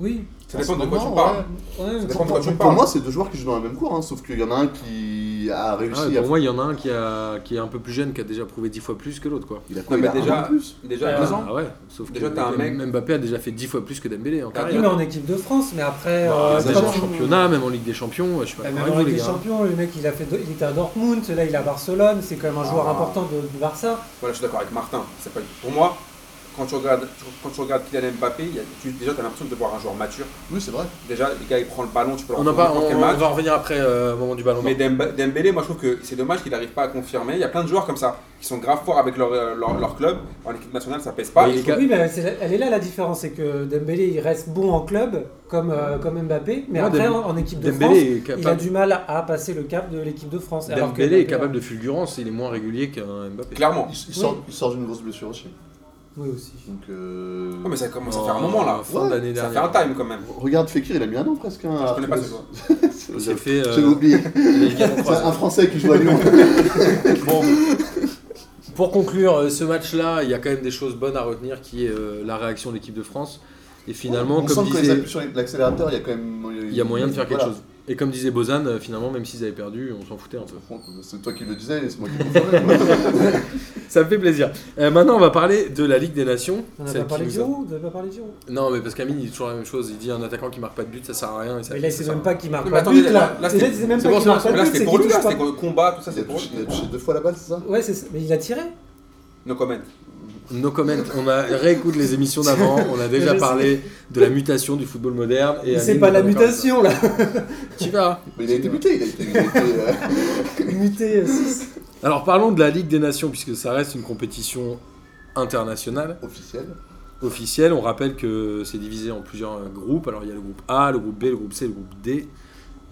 Speaker 4: Oui.
Speaker 2: Ça dépend de quoi
Speaker 3: Non,
Speaker 2: tu
Speaker 3: ouais.
Speaker 2: parles. Ça
Speaker 4: Ouais, mais
Speaker 2: dépend de
Speaker 3: Pour,
Speaker 2: quoi tu
Speaker 3: pour
Speaker 2: parles.
Speaker 3: moi, c'est deux joueurs qui jouent dans la même cour, hein, sauf qu'il y en a un qui a réussi
Speaker 1: Ah ouais,
Speaker 3: à.
Speaker 1: Pour moi, il y en a un qui, a, qui est un peu plus jeune, qui a déjà prouvé 10 fois plus que l'autre. quoi.
Speaker 3: Il a
Speaker 2: Non,
Speaker 3: il
Speaker 2: mais
Speaker 3: a un an
Speaker 2: déjà,
Speaker 3: de plus.
Speaker 2: déjà,
Speaker 4: Euh,
Speaker 2: deux ans.
Speaker 1: Ah ouais, sauf
Speaker 2: Déjà,
Speaker 1: que
Speaker 2: t'as un mec-
Speaker 1: Mbappé a déjà fait 10 fois plus que Dembélé hein. en
Speaker 2: T'as-
Speaker 4: Oui,
Speaker 1: carrière.
Speaker 4: mais en équipe de France. Mais après.
Speaker 2: Bah,
Speaker 4: euh,
Speaker 1: Même
Speaker 4: quand
Speaker 1: en
Speaker 4: tu-
Speaker 1: championnat, même en Ligue des Champions, je suis pas
Speaker 4: Bah,
Speaker 1: d'accord
Speaker 4: même
Speaker 1: avec
Speaker 4: en
Speaker 1: vous,
Speaker 4: Ligue
Speaker 1: les
Speaker 4: des
Speaker 1: gars.
Speaker 4: Champions, le mec il, a fait, deux- il était à Dortmund, là il est à Barcelone, c'est quand même un joueur
Speaker 2: Ah.
Speaker 4: important de- du Barça.
Speaker 2: Voilà, je suis d'accord avec Martin. C'est pas- Pour moi, quand tu regardes, tu- quand tu regardes Kylian Mbappé, il y a- tu- déjà, t'as l'impression de voir un joueur mature.
Speaker 3: Oui, c'est vrai.
Speaker 2: Déjà, le gars, il prend le ballon, tu peux le
Speaker 1: On, en
Speaker 2: rentrer
Speaker 1: parle-
Speaker 2: dans n'importe
Speaker 1: on-
Speaker 2: quel
Speaker 1: on
Speaker 2: match.
Speaker 1: va en revenir après euh, au moment du ballon.
Speaker 2: Mais
Speaker 1: d'or.
Speaker 2: Demb- Dembélé, moi je trouve que c'est dommage qu'il n'arrive pas à confirmer. Il y a plein de joueurs comme ça qui sont grave forts avec leur, euh, leur, leur club. En équipe nationale, ça pèse pas.
Speaker 1: Mais il est
Speaker 2: Et-
Speaker 1: Ga-
Speaker 4: Oui, mais c'est- elle est là la différence, c'est que Dembélé il reste bon en club comme, euh, comme Mbappé, mais
Speaker 1: Ouais,
Speaker 4: après
Speaker 1: Dem-
Speaker 4: en, en équipe de
Speaker 1: Dembélé
Speaker 4: France,
Speaker 1: est
Speaker 4: il a
Speaker 1: capable,
Speaker 4: du mal à passer le cap de l'équipe de France. alors que
Speaker 1: Dembélé est
Speaker 4: Mbappé-
Speaker 1: capable de fulgurance, il est moins régulier qu'un Mbappé.
Speaker 2: Clairement.
Speaker 3: Il, il sort, il sort d'une grosse blessure aussi.
Speaker 4: Oui aussi.
Speaker 3: Donc, euh,
Speaker 2: Non, Ah, mais ça
Speaker 1: Oh.
Speaker 2: commence à faire un moment là.
Speaker 1: Fin
Speaker 3: Ouais,
Speaker 1: d'année
Speaker 2: Ça
Speaker 1: dernière.
Speaker 2: fait un time quand même.
Speaker 3: Regarde Fekir, il a mis un an presque. hein,
Speaker 1: Ah,
Speaker 2: Je connais pas
Speaker 3: à-
Speaker 2: ce joueur.
Speaker 3: C'est
Speaker 1: Il s'est fait. euh,
Speaker 3: J'ai oublié.
Speaker 1: les quatre
Speaker 3: C'est
Speaker 1: croisés.
Speaker 3: un Français qui joue à Lyon.
Speaker 1: Bon, pour conclure euh, ce match-là, il y a quand même des choses bonnes à retenir, qui est euh, la réaction de l'équipe de France. Et finalement,
Speaker 3: on
Speaker 1: comme
Speaker 3: sent que quand ils
Speaker 1: disait,
Speaker 3: appuient sur l'accélérateur, il y a quand même.
Speaker 1: il y a moyen de faire quelque
Speaker 3: Voilà.
Speaker 1: chose. Et comme disait Bozan, euh, finalement, même s'ils avaient perdu, on s'en foutait un peu.
Speaker 3: C'est toi qui le disais, c'est moi qui le disais.
Speaker 1: Ça me fait plaisir. Euh, maintenant, on va parler de la Ligue des Nations.
Speaker 4: On n'a
Speaker 1: celle
Speaker 4: pas
Speaker 1: qui
Speaker 4: parlé de
Speaker 1: nous a-
Speaker 4: Giroud, on n'a pas parlé de Giroud.
Speaker 1: Non, mais parce qu'Amine, il dit toujours la même chose. Il dit un attaquant qui marque pas de but, ça sert à rien. et ça-
Speaker 4: Mais là, c'est
Speaker 1: ça-
Speaker 4: même pas qu'il marque
Speaker 2: Mais
Speaker 4: pas de
Speaker 2: attendez,
Speaker 4: but,
Speaker 2: là,
Speaker 4: là.
Speaker 2: là,
Speaker 4: Et
Speaker 2: c'est-
Speaker 4: là, c'est même
Speaker 1: c'est
Speaker 4: pas
Speaker 1: bon,
Speaker 4: qu'il
Speaker 1: c'est
Speaker 4: marque pas de
Speaker 2: Là,
Speaker 4: but,
Speaker 2: c'était
Speaker 4: c'est
Speaker 2: pour
Speaker 4: qu'il
Speaker 2: lui, là,
Speaker 4: touche pas.
Speaker 2: c'était combat, tout ça,
Speaker 3: Il a
Speaker 2: c'est pour
Speaker 3: touché- il a
Speaker 2: lui.
Speaker 3: touché deux fois la balle, c'est ça
Speaker 4: Ouais, c'est ça. Mais il a tiré.
Speaker 2: No comment.
Speaker 1: No comment. On a réécoute les émissions d'avant. On a déjà
Speaker 4: Je sais.
Speaker 1: parlé de la mutation du football moderne. Et
Speaker 4: C'est
Speaker 1: Amine,
Speaker 4: pas la
Speaker 1: on est d'accord avec ça.
Speaker 4: mutation, là.
Speaker 1: Tu vas.
Speaker 3: Mais il a été buté, il a été. il a été, euh,
Speaker 4: Muté 6.
Speaker 1: Alors parlons de la Ligue des Nations, puisque ça reste une compétition internationale,
Speaker 3: officiel.
Speaker 1: officielle. On rappelle que c'est divisé en plusieurs euh, groupes. Alors il y a le groupe A, le groupe B, le groupe C, le groupe D.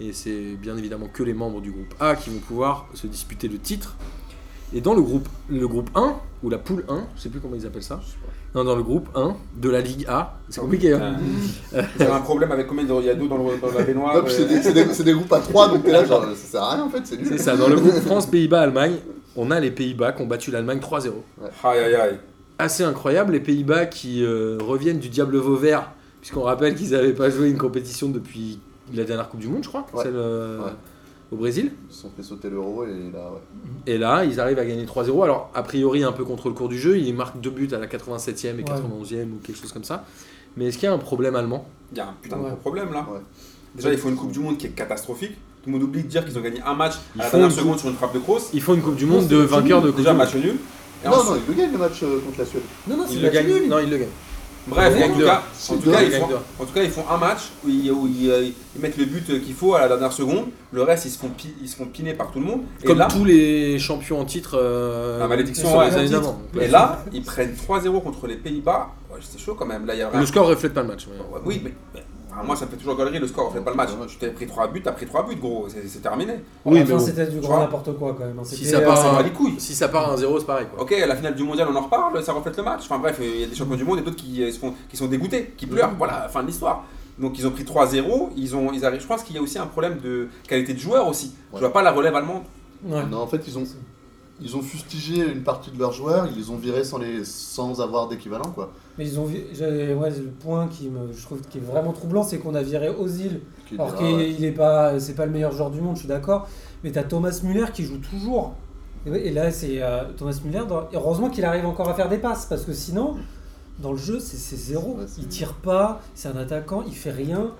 Speaker 1: Et c'est bien évidemment que les membres du groupe A qui vont pouvoir se disputer le titre. Et dans le groupe, le groupe 1, ou la poule 1, je sais plus comment ils appellent ça. Non, dans le groupe 1 de la Ligue A, c'est compliqué. hein.
Speaker 2: Ah. Vous avez Euh, un problème avec combien il y a d'eau dans, le- dans la
Speaker 3: Non,
Speaker 2: baignoire
Speaker 3: puis
Speaker 2: euh,
Speaker 3: c'est des, c'est des- c'est des groupes à 3, donc t'es là, genre, ça sert à rien en fait, c'est
Speaker 1: C'est
Speaker 3: nul.
Speaker 1: ça, dans le groupe France, Pays-Bas, Allemagne, on a les Pays-Bas qui ont battu l'Allemagne 3-0.
Speaker 2: euh, Aïe aïe aïe.
Speaker 1: assez incroyable. Les Pays-Bas qui euh, reviennent du Diable Vauvert, puisqu'on rappelle qu'ils n'avaient pas joué une compétition depuis la dernière Coupe du Monde, je crois,
Speaker 3: Ouais.
Speaker 1: celle euh,
Speaker 3: Ouais.
Speaker 1: au Brésil.
Speaker 3: Ils se sont fait sauter l'euro et là, ouais.
Speaker 1: Et là, ils arrivent à gagner 3-0. Alors, a priori, un peu contre le cours du jeu, ils marquent deux buts à la 87e et
Speaker 4: Ouais.
Speaker 1: 91e ou quelque chose comme ça. Mais est-ce qu'il y a un problème allemand
Speaker 2: Il y a un putain de
Speaker 4: Ouais.
Speaker 2: gros problème là.
Speaker 3: Ouais.
Speaker 2: Déjà, ils font une Coupe du Monde qui est catastrophique. Tout le monde oublie de dire qu'ils ont gagné un match
Speaker 1: Ils
Speaker 2: à la
Speaker 1: font
Speaker 2: dernière
Speaker 1: une
Speaker 2: seconde sur une frappe de cross.
Speaker 1: Ils font une Coupe du
Speaker 4: Non,
Speaker 1: Monde
Speaker 4: c'est
Speaker 1: de
Speaker 4: match
Speaker 1: vainqueur de Coupe
Speaker 2: Déjà,
Speaker 1: du Monde.
Speaker 2: match nul. Et
Speaker 3: Non,
Speaker 2: ensuite-
Speaker 3: non, ils le gagnent le match euh, contre la Suède.
Speaker 4: Non, non, c'est
Speaker 1: Ils
Speaker 4: pas
Speaker 1: le gagnent.
Speaker 4: nul.
Speaker 1: Non, ils le gagnent.
Speaker 2: Bref,
Speaker 4: Ouais,
Speaker 2: en, tout
Speaker 1: ouais.
Speaker 2: cas, en, tout
Speaker 3: dommage,
Speaker 2: cas,
Speaker 1: il
Speaker 2: ils
Speaker 1: gagne
Speaker 2: font,
Speaker 1: doigt.
Speaker 2: en tout cas, ils font un match où ils, où ils, euh, ils mettent le but qu'il faut à la dernière seconde. Le reste, ils se font, pi- ils se font piner par tout le monde. Et
Speaker 1: Comme
Speaker 2: là,
Speaker 1: tous les champions en titre. euh,
Speaker 2: La malédiction,
Speaker 1: sur
Speaker 2: ouais,
Speaker 1: les
Speaker 2: en
Speaker 1: années
Speaker 2: titre.
Speaker 1: d'avant.
Speaker 2: et là ils prennent 3-0 contre les Pays-Bas. Ouais, c'est chaud quand même. Là, il y a
Speaker 1: Le score reflète pas le match. mais-
Speaker 2: Ouais, Oui, mais mais, enfin, moi, ça me fait toujours galerie le score. On fait pas le match. Tu t'es pris 3 buts, t'as pris 3 buts, gros. C'est c'est terminé.
Speaker 1: Oui, Ah, mais
Speaker 4: Enfin,
Speaker 1: bon.
Speaker 4: c'était du
Speaker 2: Tu
Speaker 4: grand
Speaker 2: vois.
Speaker 4: n'importe quoi, quand même.
Speaker 1: Si
Speaker 4: C'était,
Speaker 1: ça
Speaker 4: euh,
Speaker 2: Ah,
Speaker 1: part,
Speaker 2: ça
Speaker 1: un-
Speaker 2: va les couilles.
Speaker 1: Si ça part à 1-0, c'est pareil. Quoi.
Speaker 2: Ok, la finale du mondial, on en reparle, ça reflète le match. Enfin bref, il y a des champions du monde et d'autres qui, euh, se font- qui sont dégoûtés,
Speaker 1: Mm-hmm.
Speaker 2: qui pleurent. Voilà, fin de l'histoire. Donc ils ont pris 3-0, ils ont, ils arrivent. Je pense qu'il y a aussi un problème de qualité de joueur aussi.
Speaker 3: Ouais.
Speaker 2: Je vois pas la relève allemande.
Speaker 4: Ouais.
Speaker 3: Non, en fait, ils ont, ils ont fustigé une partie de leurs joueurs, ils les ont virés sans, les, sans avoir d'équivalent, quoi.
Speaker 4: Mais ils ont vi- j'ai- ouais, le point qui me je trouve qui est vraiment troublant, c'est qu'on a viré Ozil.
Speaker 3: Qui
Speaker 4: Alors
Speaker 1: Ah
Speaker 3: était
Speaker 4: qu'il
Speaker 3: là, ouais.
Speaker 4: il est pas c'est pas le meilleur joueur du monde, je suis d'accord, mais t'as Thomas Müller qui joue toujours. Et, ouais, et là c'est euh, Thomas Müller dans- et heureusement qu'il arrive encore à faire des passes parce que sinon dans le jeu c'est c'est zéro.
Speaker 3: Ouais, c'est-
Speaker 4: il tire pas, c'est un attaquant, il fait rien,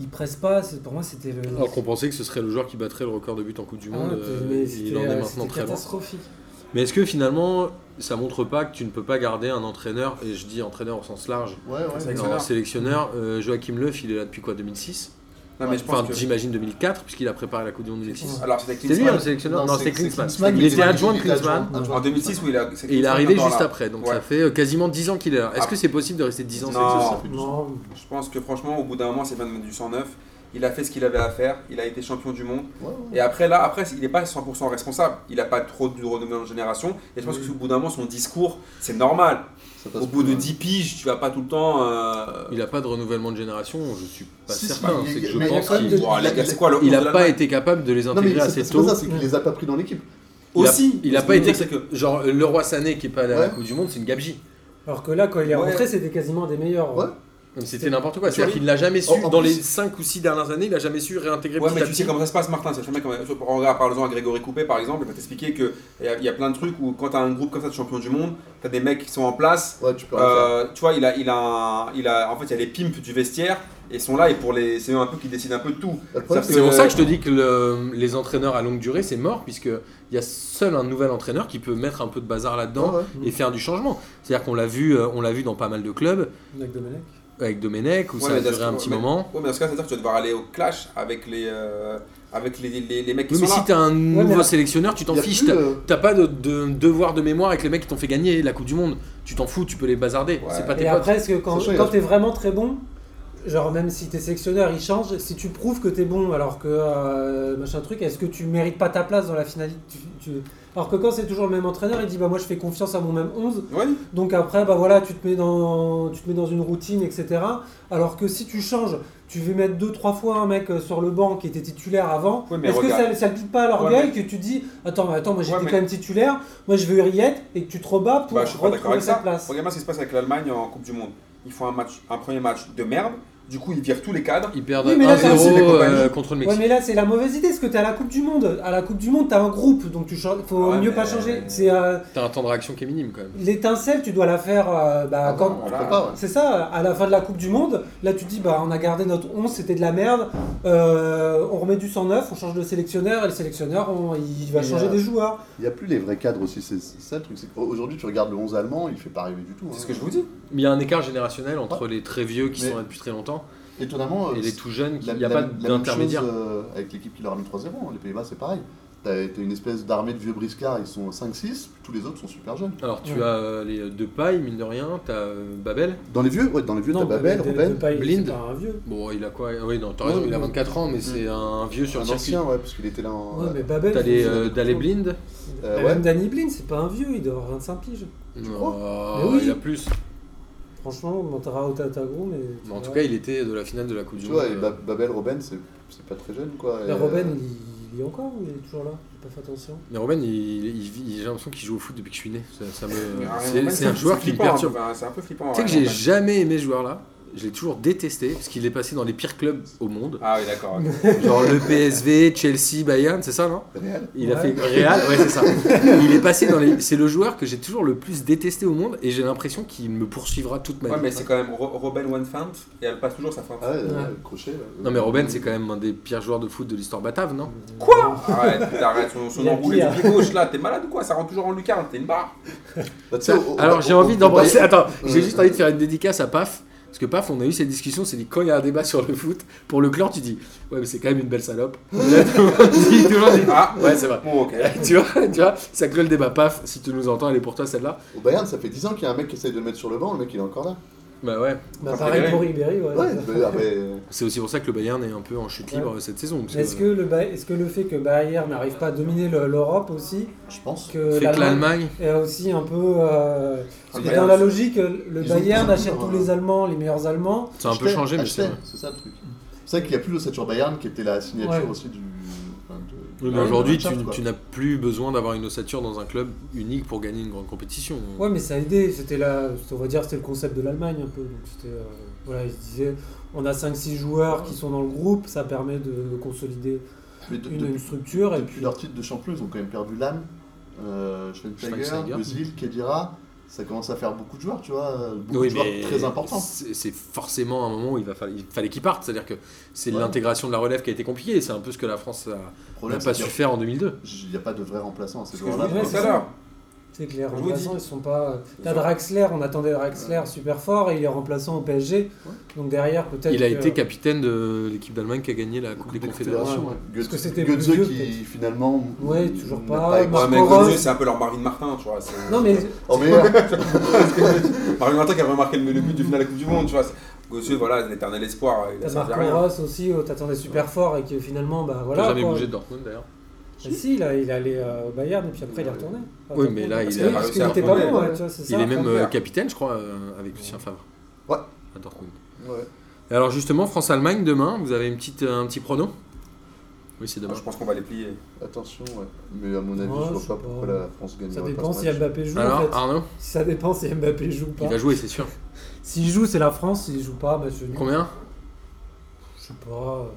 Speaker 4: il presse pas, c'est pour moi c'était le
Speaker 1: Alors qu'on pensait que ce serait le joueur qui battrait le record de buts en Coupe Oh, du
Speaker 4: Ah,
Speaker 1: Monde, euh,
Speaker 4: mais
Speaker 1: il
Speaker 4: c'était,
Speaker 1: en est
Speaker 4: euh,
Speaker 1: maintenant
Speaker 4: c'était
Speaker 1: très loin.
Speaker 4: catastrophique.
Speaker 1: Mais est-ce que finalement, ça montre pas que tu ne peux pas garder un entraîneur, et je dis entraîneur au sens large,
Speaker 3: Ouais, ouais.
Speaker 2: C'est
Speaker 1: non, un sélectionneur, euh, Joachim Löw, il est là depuis quoi, 2006
Speaker 2: Non, mais je pense
Speaker 1: Enfin,
Speaker 2: que.
Speaker 1: j'imagine 2004, puisqu'il a préparé la Coupe du Monde 2006.
Speaker 2: Alors c'était
Speaker 1: C'est lui hein,
Speaker 2: Klinsmann.
Speaker 1: le sélectionneur Non, c'est Klinsmann.
Speaker 3: Klinsmann,
Speaker 1: Il était adjoint de
Speaker 3: il était adjoint-
Speaker 1: Klinsmann.
Speaker 3: adjoint
Speaker 2: En
Speaker 3: de
Speaker 2: 2006, où il a. c'est
Speaker 1: Et il est
Speaker 2: Klinsmann
Speaker 1: arrivé
Speaker 2: encore
Speaker 1: juste
Speaker 2: là.
Speaker 1: après, donc
Speaker 2: Ouais.
Speaker 1: ça fait euh, quasiment 10 ans qu'il est là. Est-ce
Speaker 2: Ah.
Speaker 1: que c'est possible de rester 10 ans
Speaker 2: Non.
Speaker 1: sélectionneur
Speaker 3: Klinsmann.
Speaker 4: Non,
Speaker 2: Je pense que franchement, au bout d'un moment, c'est même du 109. Il a fait ce qu'il avait à faire. Il a été champion du monde.
Speaker 3: Ouais, ouais.
Speaker 2: Et après, là, après, il n'est pas 100% responsable. Il n'a pas trop de renommée en génération. Et je pense
Speaker 4: Oui.
Speaker 2: que au bout d'un moment, son discours, c'est normal.
Speaker 3: Ça passe
Speaker 2: Au bout de
Speaker 3: plus,
Speaker 2: 10 piges, tu vas pas tout le temps. euh,
Speaker 1: Il n'a pas de renouvellement de génération, je suis pas
Speaker 3: Si, si,
Speaker 1: certain. hein.
Speaker 3: il-
Speaker 1: C'est que
Speaker 3: il-
Speaker 1: je
Speaker 3: mais il y a
Speaker 1: pense
Speaker 3: quand même
Speaker 1: qu'il
Speaker 3: de-
Speaker 2: Bon, les gars, c'est quoi le
Speaker 1: il
Speaker 2: onze
Speaker 1: n'a
Speaker 2: de
Speaker 1: pas
Speaker 2: l'Allemagne
Speaker 1: été capable de les
Speaker 3: Non, mais
Speaker 1: intégrer
Speaker 3: c'est
Speaker 1: assez
Speaker 3: c'est pas
Speaker 1: tôt.
Speaker 3: ça, c'est qu'il les a pas pris dans l'équipe.
Speaker 1: il a-
Speaker 2: Aussi
Speaker 1: Il n'a
Speaker 2: ce
Speaker 1: pas
Speaker 2: qu'il
Speaker 1: été.
Speaker 2: dit, c'est que.
Speaker 1: Genre, le roi Sané qui est pas allé à la
Speaker 3: Ouais.
Speaker 1: Coupe du Monde, c'est une gabegie.
Speaker 4: alors que là quand il est
Speaker 2: Ouais.
Speaker 4: rentré, c'était quasiment un des meilleurs.
Speaker 3: Ouais.
Speaker 1: Donc C'était n'importe quoi. C'est-à-dire
Speaker 2: Oui.
Speaker 1: qu'il n'a jamais su,
Speaker 3: En- en
Speaker 1: dans les
Speaker 3: plus-
Speaker 1: 5 ou 6 dernières années, il n'a jamais su réintégrer
Speaker 2: Ouais,
Speaker 1: petit
Speaker 2: mais
Speaker 1: à
Speaker 2: tu
Speaker 1: petit.
Speaker 2: sais comment ça se passe, Martin. C'est euh, jamais comme. Regarde, parlons à Grégory Coupé, par exemple. Il va t'expliquer qu'il y, a- il y a plein de trucs où, quand tu as un groupe comme ça de champions du monde, tu as des mecs qui sont en place.
Speaker 3: Ouais, tu peux rien faire.
Speaker 2: Euh, tu vois, il a, il a, un- il a, en fait, il y a les pimps du vestiaire et ils sont là et pour les, c'est eux un peu qui décident un peu de tout.
Speaker 3: Le problème,
Speaker 1: C'est pour ça que je te dis que le- les entraîneurs à longue durée, c'est mort, puisque il y a seul un nouvel entraîneur qui peut mettre un peu de bazar là-dedans
Speaker 3: Ouais, ouais.
Speaker 1: et faire du changement. C'est-à-dire qu'on l'a vu, euh, on l'a vu dans pas mal de clubs,
Speaker 4: Avec Domenech.
Speaker 1: avec Domenech, où
Speaker 2: Ouais,
Speaker 1: ça a
Speaker 2: mais
Speaker 1: duré un
Speaker 2: d'accord,
Speaker 1: petit moment.
Speaker 2: Ouais, mais dans ce cas, c'est-à-dire que tu vas devoir aller au clash avec les, euh, avec les, les, les mecs qui
Speaker 1: Oui, mais
Speaker 2: sont
Speaker 1: si
Speaker 2: là.
Speaker 1: t'as un nouveau
Speaker 4: mais-
Speaker 1: sélectionneur, tu t'en
Speaker 3: Il y a
Speaker 1: fiches.
Speaker 3: plus
Speaker 1: t'as-
Speaker 3: de-
Speaker 1: T'as pas de, de devoir de mémoire avec les mecs qui t'ont fait gagner la Coupe du Monde. Tu t'en fous, tu peux les bazarder.
Speaker 2: Ouais.
Speaker 1: C'est pas Ah, tes
Speaker 4: Et
Speaker 1: potes.
Speaker 4: après, est-ce que quand,
Speaker 3: Sachant, il
Speaker 4: quand
Speaker 3: a-
Speaker 4: t'es vraiment très bon, Genre, même si tes sélectionneurs ils changent, si tu prouves que t'es bon alors que euh, machin truc, est-ce que tu mérites pas ta place dans la finale tu- tu- Alors que quand c'est toujours le même entraîneur, il dit bah moi je fais confiance à mon même 11,
Speaker 2: Ouais,
Speaker 4: donc après bah voilà, tu te mets dans, tu te mets dans une routine, etc. Alors que si tu changes, tu veux mettre deux trois fois un mec euh, sur le banc qui était titulaire avant,
Speaker 2: Ouais, mais
Speaker 4: est-ce que
Speaker 2: regarde.
Speaker 4: ça, ça le pique pas à l'orgueil que tu dis attends, mais attends, moi j'étais
Speaker 2: Ouais, mais-
Speaker 4: quand même titulaire, moi je veux Huriette et que tu te rebats pour
Speaker 2: Bah, je suis pas d'accord
Speaker 4: retrouver
Speaker 2: avec
Speaker 4: sa
Speaker 2: ça.
Speaker 4: place
Speaker 2: Regarde-moi ce qui se passe avec l'Allemagne en Coupe du Monde. Ils font un, match, un premier match de merde, du coup ils virent tous les cadres.
Speaker 1: Ils perdent
Speaker 4: Oui, mais là, t'as
Speaker 1: 1-0
Speaker 4: aussi
Speaker 2: les compagnies.
Speaker 1: euh, contre le
Speaker 4: Ouais,
Speaker 1: Mexique.
Speaker 4: mais là, c'est la mauvaise idée, parce que t'es à la Coupe du Monde. À la Coupe du Monde, t'as un groupe, donc tu cho- faut
Speaker 2: Ah ouais,
Speaker 4: mieux
Speaker 2: mais-
Speaker 4: pas changer. C'est euh,
Speaker 1: T'as un temps de réaction qui est minime quand même.
Speaker 4: l'étincelle, tu dois la faire euh, bah,
Speaker 3: Ah,
Speaker 4: quand.
Speaker 3: non, on
Speaker 2: voilà.
Speaker 3: prépare, ouais.
Speaker 4: C'est ça, à la fin de la Coupe du Monde, là tu te dis, bah, on a gardé notre 11, c'était de la merde, euh, on remet du 109, on change de sélectionneur, et le sélectionneur, on- il va
Speaker 3: Mais,
Speaker 4: changer
Speaker 3: euh,
Speaker 4: des joueurs.
Speaker 3: Il n'y a plus les vrais cadres aussi, c'est c'est ça le truc. c'est qu'au- Aujourd'hui, tu regardes le 11 allemand, il fait pas rêver du tout.
Speaker 2: C'est
Speaker 3: hein.
Speaker 2: ce que je vous dis.
Speaker 1: Mais il y a un écart générationnel entre les très vieux qui
Speaker 3: Mais-
Speaker 1: sont là depuis très longtemps
Speaker 3: Étonnamment, euh,
Speaker 1: et les
Speaker 3: c'est-
Speaker 1: tout jeunes. qui-
Speaker 3: la-
Speaker 1: Il n'y a
Speaker 3: la-
Speaker 1: pas
Speaker 3: la même chose,
Speaker 1: d'intermédiaire.
Speaker 3: euh, avec l'équipe qui leur a mis 3-0, hein. les Pays-Bas, c'est pareil. T'as t'as une espèce d'armée de vieux briscards, ils sont 5-6, tous les autres sont super jeunes.
Speaker 1: Alors tu
Speaker 4: Ouais.
Speaker 1: as euh, les deux pailles, mine de rien, t'as euh, Babel.
Speaker 3: Dans les vieux, ouais, dans les vieux, t'as Babel,
Speaker 4: de- de-
Speaker 3: Robben.
Speaker 4: de Paille,
Speaker 1: Blind.
Speaker 4: c'est pas un vieux.
Speaker 1: Bon, il a quoi Ah Oui, non, t'as raison,
Speaker 3: Ouais,
Speaker 1: il a
Speaker 3: ouais.
Speaker 1: 24 ans, mais c'est un vieux sur
Speaker 3: un
Speaker 1: le circuit.
Speaker 3: ancien, ouais, parce qu'il était là en.
Speaker 4: Ouais, mais
Speaker 3: ouais.
Speaker 4: Babel.
Speaker 1: T'as les
Speaker 4: faut-
Speaker 1: euh, Daley Blind
Speaker 3: Euh,
Speaker 4: Bah,
Speaker 3: ouais.
Speaker 4: Même Danny Blind, c'est pas un vieux, il doit avoir 25 piges.
Speaker 1: Non,
Speaker 4: Mais oui.
Speaker 1: il a plus.
Speaker 4: Franchement, on montera au Tatagro, mais.
Speaker 1: Mais en tout cas, il était de la finale de la Coupe du
Speaker 3: Tu
Speaker 1: Monde. euh,
Speaker 3: vois, et Ba- Babel, Robben, c'est c'est pas très jeune, quoi. Et,
Speaker 4: Mais euh, Robben,
Speaker 3: euh,
Speaker 4: il, il est encore ou il est toujours là J'ai pas fait attention.
Speaker 1: Mais Robben, il, il vit- j'ai l'impression qu'il joue au foot depuis que je suis né. Ça, ça me-
Speaker 2: Mais,
Speaker 1: C'est
Speaker 2: euh,
Speaker 1: c'est un joueur qui me
Speaker 2: flippant, hein,
Speaker 1: perturbe.
Speaker 2: enfin, C'est un peu
Speaker 3: Oh,
Speaker 2: flippant.
Speaker 1: Tu sais que
Speaker 2: ouais,
Speaker 1: j'ai
Speaker 2: en fait.
Speaker 1: jamais aimé ce joueur-là. Je l'ai toujours détesté parce qu'il est passé dans les pires clubs au monde.
Speaker 2: Ah oui, d'accord. ok.
Speaker 1: Genre le PSV, Chelsea, Bayern, c'est ça, non
Speaker 3: euh, Real.
Speaker 1: Il a fait
Speaker 4: Ouais.
Speaker 1: Real, ouais, c'est ça. Il est passé dans les. C'est le joueur que j'ai toujours le plus détesté au monde et j'ai l'impression qu'il me poursuivra toute ma
Speaker 2: Ouais,
Speaker 1: vie.
Speaker 2: mais c'est quand même Ro- Robin One Fant et elle passe toujours sa feinte.
Speaker 3: Ah ouais,
Speaker 4: Ouais.
Speaker 3: ouais, crochet. ouais.
Speaker 1: Non, mais Robben, c'est quand même un des pires joueurs de foot de l'histoire batave, non
Speaker 2: Quoi Arrête, putain, arrête son, son
Speaker 4: Il y a
Speaker 2: enroulé
Speaker 4: pire.
Speaker 2: du pied gauche là, t'es malade ou quoi Ça rentre toujours en lucarne, t'es une barre.
Speaker 3: Bah, tu sais, au- au-
Speaker 1: Alors j'ai
Speaker 3: au-
Speaker 1: envie
Speaker 3: au-
Speaker 1: d'embrasser. Attends, j'ai
Speaker 3: Ouais.
Speaker 1: juste envie de faire une dédicace à Paf. Parce que Paf, on a eu cette discussion, c'est dit quand il y a un débat sur le foot, pour le clan, tu dis ouais, mais c'est quand même une belle salope. Et là, tout le monde dit- tout le monde dit,
Speaker 2: Ah
Speaker 1: ouais, c'est vrai.
Speaker 2: Bon, ok.
Speaker 1: tu vois, tu vois, ça clôt le débat. Paf, si tu nous entends, elle est pour toi celle-là.
Speaker 3: Au Bayern, ça fait 10 ans qu'il y a un mec qui essaye de le mettre sur le banc, le mec il est encore là.
Speaker 1: Bah ouais,
Speaker 4: Bah,
Speaker 2: Enfin,
Speaker 4: pareil
Speaker 2: Ribéry.
Speaker 4: pour Ribéry, ouais.
Speaker 3: Ouais, bah, après, euh,
Speaker 1: c'est aussi pour ça que le Bayern est un peu en chute
Speaker 4: Ouais.
Speaker 1: libre cette saison. parce
Speaker 4: Est-ce que, le Ba- est-ce que le fait que Bayern n'arrive pas à dominer le- l'Europe aussi,
Speaker 3: je pense.
Speaker 4: que
Speaker 1: fait que
Speaker 4: euh, l'Allemagne
Speaker 1: l'Allemagne.
Speaker 4: est aussi un peu. euh, parce que
Speaker 2: Bayern,
Speaker 4: dans la
Speaker 2: c'est-
Speaker 4: logique, euh, le
Speaker 3: Ils ont
Speaker 4: Bayern
Speaker 3: toujours,
Speaker 4: achète tous
Speaker 3: euh,
Speaker 4: les Allemands, les meilleurs Allemands.
Speaker 1: Ça a un peu
Speaker 3: Acheter,
Speaker 1: changé, mais
Speaker 3: acheter,
Speaker 1: c'est vrai.
Speaker 3: c'est ça le truc. C'est vrai qu'il n'y a plus l'ossature Bayern qui était la signature
Speaker 4: Ouais.
Speaker 3: aussi du. enfin, de-
Speaker 1: Oui, mais
Speaker 3: Ouais,
Speaker 1: aujourd'hui,
Speaker 3: de
Speaker 1: tu,
Speaker 3: la Mannschaft, quoi.
Speaker 1: tu n'as plus besoin d'avoir une ossature dans un club unique pour gagner une grande compétition.
Speaker 4: Ouais, mais ça a aidé. C'était là, on va dire, c'était le concept de l'Allemagne un peu. Donc c'était, euh, voilà, ils se disaient, on a 5-6 joueurs qui sont dans le groupe, ça permet de, de consolider
Speaker 3: Mais de-
Speaker 4: une,
Speaker 3: depuis-
Speaker 4: une structure. Et
Speaker 3: Depuis
Speaker 4: puis,
Speaker 3: leur titre de champion, ils ont quand même perdu l'âme. Euh, Schweinsteiger,
Speaker 1: Schweinsteiger.
Speaker 3: Özil, Kedira, ça commence à faire beaucoup de joueurs, tu vois, euh, beaucoup
Speaker 1: Oui,
Speaker 3: de joueurs
Speaker 1: mais
Speaker 3: très importants.
Speaker 1: C'est c'est forcément un moment où il, va falloir- il fallait qu'il parte. C'est-à-dire que c'est
Speaker 3: Ouais.
Speaker 1: l'intégration de la relève qui a été compliquée. et C'est un peu ce que la France a-
Speaker 3: Le
Speaker 1: n'a
Speaker 3: problème,
Speaker 1: pas
Speaker 3: c'est
Speaker 1: su
Speaker 3: qu'il
Speaker 1: faire en 2002.
Speaker 3: n'y a pas de vrai remplaçant à ces
Speaker 2: Ce que je vous
Speaker 3: joueurs-là.
Speaker 4: Ouais,
Speaker 2: disais tout
Speaker 4: c'est
Speaker 2: à
Speaker 4: ça.
Speaker 2: l'heure.
Speaker 4: c'est que les
Speaker 2: vous
Speaker 4: remplaçants,
Speaker 2: dis.
Speaker 4: ils sont pas. euh,
Speaker 2: Ils
Speaker 4: T'as
Speaker 2: sont-
Speaker 4: Draxler, on attendait Draxler super fort, et il est remplaçant au PSG. Donc derrière, peut-être.
Speaker 1: Il a
Speaker 4: que-
Speaker 1: été capitaine de l'équipe d'Allemagne qui a gagné la Coupe des Confédérations.
Speaker 3: ouais.
Speaker 4: Parce que c'était
Speaker 3: Götze
Speaker 4: plus vieux,
Speaker 3: qui
Speaker 4: peut-être.
Speaker 3: finalement.
Speaker 4: Ouais, toujours
Speaker 3: n'a
Speaker 4: pas.
Speaker 3: été-
Speaker 2: Ouais,
Speaker 4: Marco
Speaker 2: mais
Speaker 4: Rose.
Speaker 2: Götze, c'est un peu leur Marvin Martin, tu vois. c'est-
Speaker 4: Non, mais
Speaker 3: En meilleur.
Speaker 2: Marvin Martin qui a remarqué le, le but du final de la Coupe du Monde, tu vois. Gossieux, voilà, l'éternel espoir, il a
Speaker 4: t'as
Speaker 2: servi à
Speaker 4: Marco
Speaker 2: rien.
Speaker 4: Ross aussi, oh, t'attendais super fort et que finalement, bah
Speaker 1: Il
Speaker 4: voilà.
Speaker 1: n'a jamais
Speaker 4: quoi.
Speaker 1: bougé de Dortmund d'ailleurs.
Speaker 4: Mais si, il, a- il est allé euh, au Bayern et puis après il est retourné.
Speaker 1: Oui, mais là,
Speaker 4: Parce
Speaker 1: il
Speaker 4: que-
Speaker 1: a
Speaker 4: parce
Speaker 2: réussi
Speaker 4: qu'il
Speaker 2: à
Speaker 4: était pas
Speaker 2: retourner,
Speaker 4: bon, ouais,
Speaker 2: ouais.
Speaker 4: tu vois, c'est ça.
Speaker 1: Il est même
Speaker 2: contraire.
Speaker 1: euh, capitaine, je crois, euh, avec Lucien Favre.
Speaker 3: Ouais.
Speaker 1: À Dortmund.
Speaker 3: Ouais.
Speaker 1: Et Alors justement, France-Allemagne demain, vous avez une petite, euh, un petit prono Oui, c'est
Speaker 2: Moi,
Speaker 1: dommage.
Speaker 2: Ah, je pense qu'on va les plier.
Speaker 3: Attention, ouais. Mais à mon avis,
Speaker 4: Ouais,
Speaker 3: je
Speaker 4: je
Speaker 3: vois
Speaker 4: sais
Speaker 3: pas pourquoi
Speaker 4: pas.
Speaker 3: la France gagne.
Speaker 4: Ça dépend si Mbappé joue en
Speaker 1: Alors
Speaker 4: fait.
Speaker 1: Arnaud,
Speaker 4: Si ça dépend si Mbappé joue ou
Speaker 1: il
Speaker 4: pas.
Speaker 1: va jouer, c'est sûr.
Speaker 4: S'il joue, c'est la France. S'il joue pas, bah je ne
Speaker 1: Combien
Speaker 4: sais pas. euh,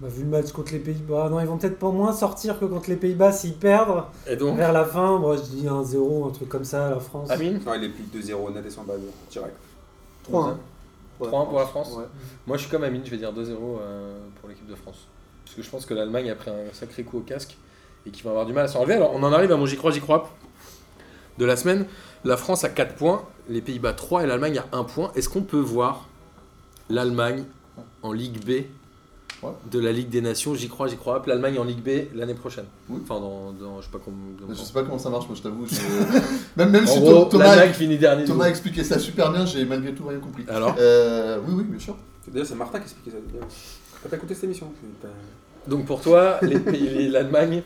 Speaker 4: Bah, vu le match contre les Pays-Bas, non, ils vont peut-être pas moins sortir que contre les Pays-Bas s'ils perdent.
Speaker 1: Et donc
Speaker 4: Vers la fin, moi je dis 1-0, un truc comme ça à la France.
Speaker 1: Amine
Speaker 2: Non, il les plie 2-0, net et sans bavure, direct.
Speaker 3: 3
Speaker 1: 3-1 pour la France.
Speaker 3: Ouais.
Speaker 1: Moi, je suis comme Amine, je vais dire 2-0 euh, pour l'équipe de France. Parce que je pense que l'Allemagne a pris un sacré coup au casque et qu'ils vont avoir du mal à s'en relever. Alors, on en arrive à mon j'y crois, j'y crois de la semaine. La France a 4 points, les Pays-Bas 3 et l'Allemagne a 1 point. Est-ce qu'on peut voir l'Allemagne en Ligue B
Speaker 3: Ouais.
Speaker 1: de la Ligue des Nations. J'y crois, j'y crois. Hop, l'Allemagne en Ligue B l'année prochaine.
Speaker 3: Oui.
Speaker 1: Enfin, dans, dans- je sais pas comment.
Speaker 3: Je sais pas comment ça marche, moi je t'avoue. je- Même, même
Speaker 1: En
Speaker 3: si
Speaker 1: gros,
Speaker 3: Thomas,
Speaker 1: l'Allemagne finit dernier.
Speaker 3: Thomas a
Speaker 1: du
Speaker 3: expliqué ça super bien, j'ai malgré tout rien compris.
Speaker 1: Alors
Speaker 3: Euh, Oui, oui, bien sûr.
Speaker 2: D'ailleurs, c'est Martin qui expliquait ça. T'as pas écouté cette émission Putain.
Speaker 1: groupe. Donc pour toi, les pays- les- l'Allemagne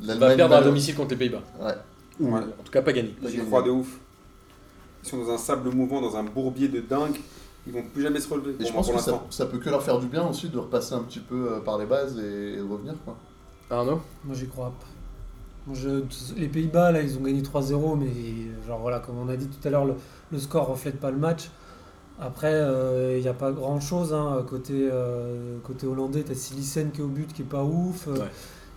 Speaker 1: va
Speaker 3: L'Allemagne,
Speaker 1: perdre à
Speaker 3: malheure-
Speaker 1: domicile contre les Pays-Bas.
Speaker 2: Ouais.
Speaker 1: En tout cas, pas gagner.
Speaker 3: Pas
Speaker 2: J'y
Speaker 3: gagné.
Speaker 2: crois de ouf. Ils sont dans un sable mouvant, dans un bourbier de dingue. Ils vont plus jamais se relever.
Speaker 3: Et
Speaker 2: Pour
Speaker 3: je
Speaker 2: moi,
Speaker 3: pense
Speaker 2: pour
Speaker 3: que ça,
Speaker 2: l'instant.
Speaker 3: ça peut que leur faire du bien aussi de repasser un petit peu euh, par les bases et, et de revenir. Quoi.
Speaker 1: Arnaud
Speaker 4: Moi, j'y crois pas. Moi, je- les Pays-Bas, là, ils ont gagné 3-0, mais genre, voilà, comme on a dit tout à l'heure, le, le score reflète pas le match. Après, euh, il n'y a pas grand-chose. hein. Côté, euh, côté hollandais, t'as Silicen qui est au but, qui est pas ouf. Euh,
Speaker 1: Ouais.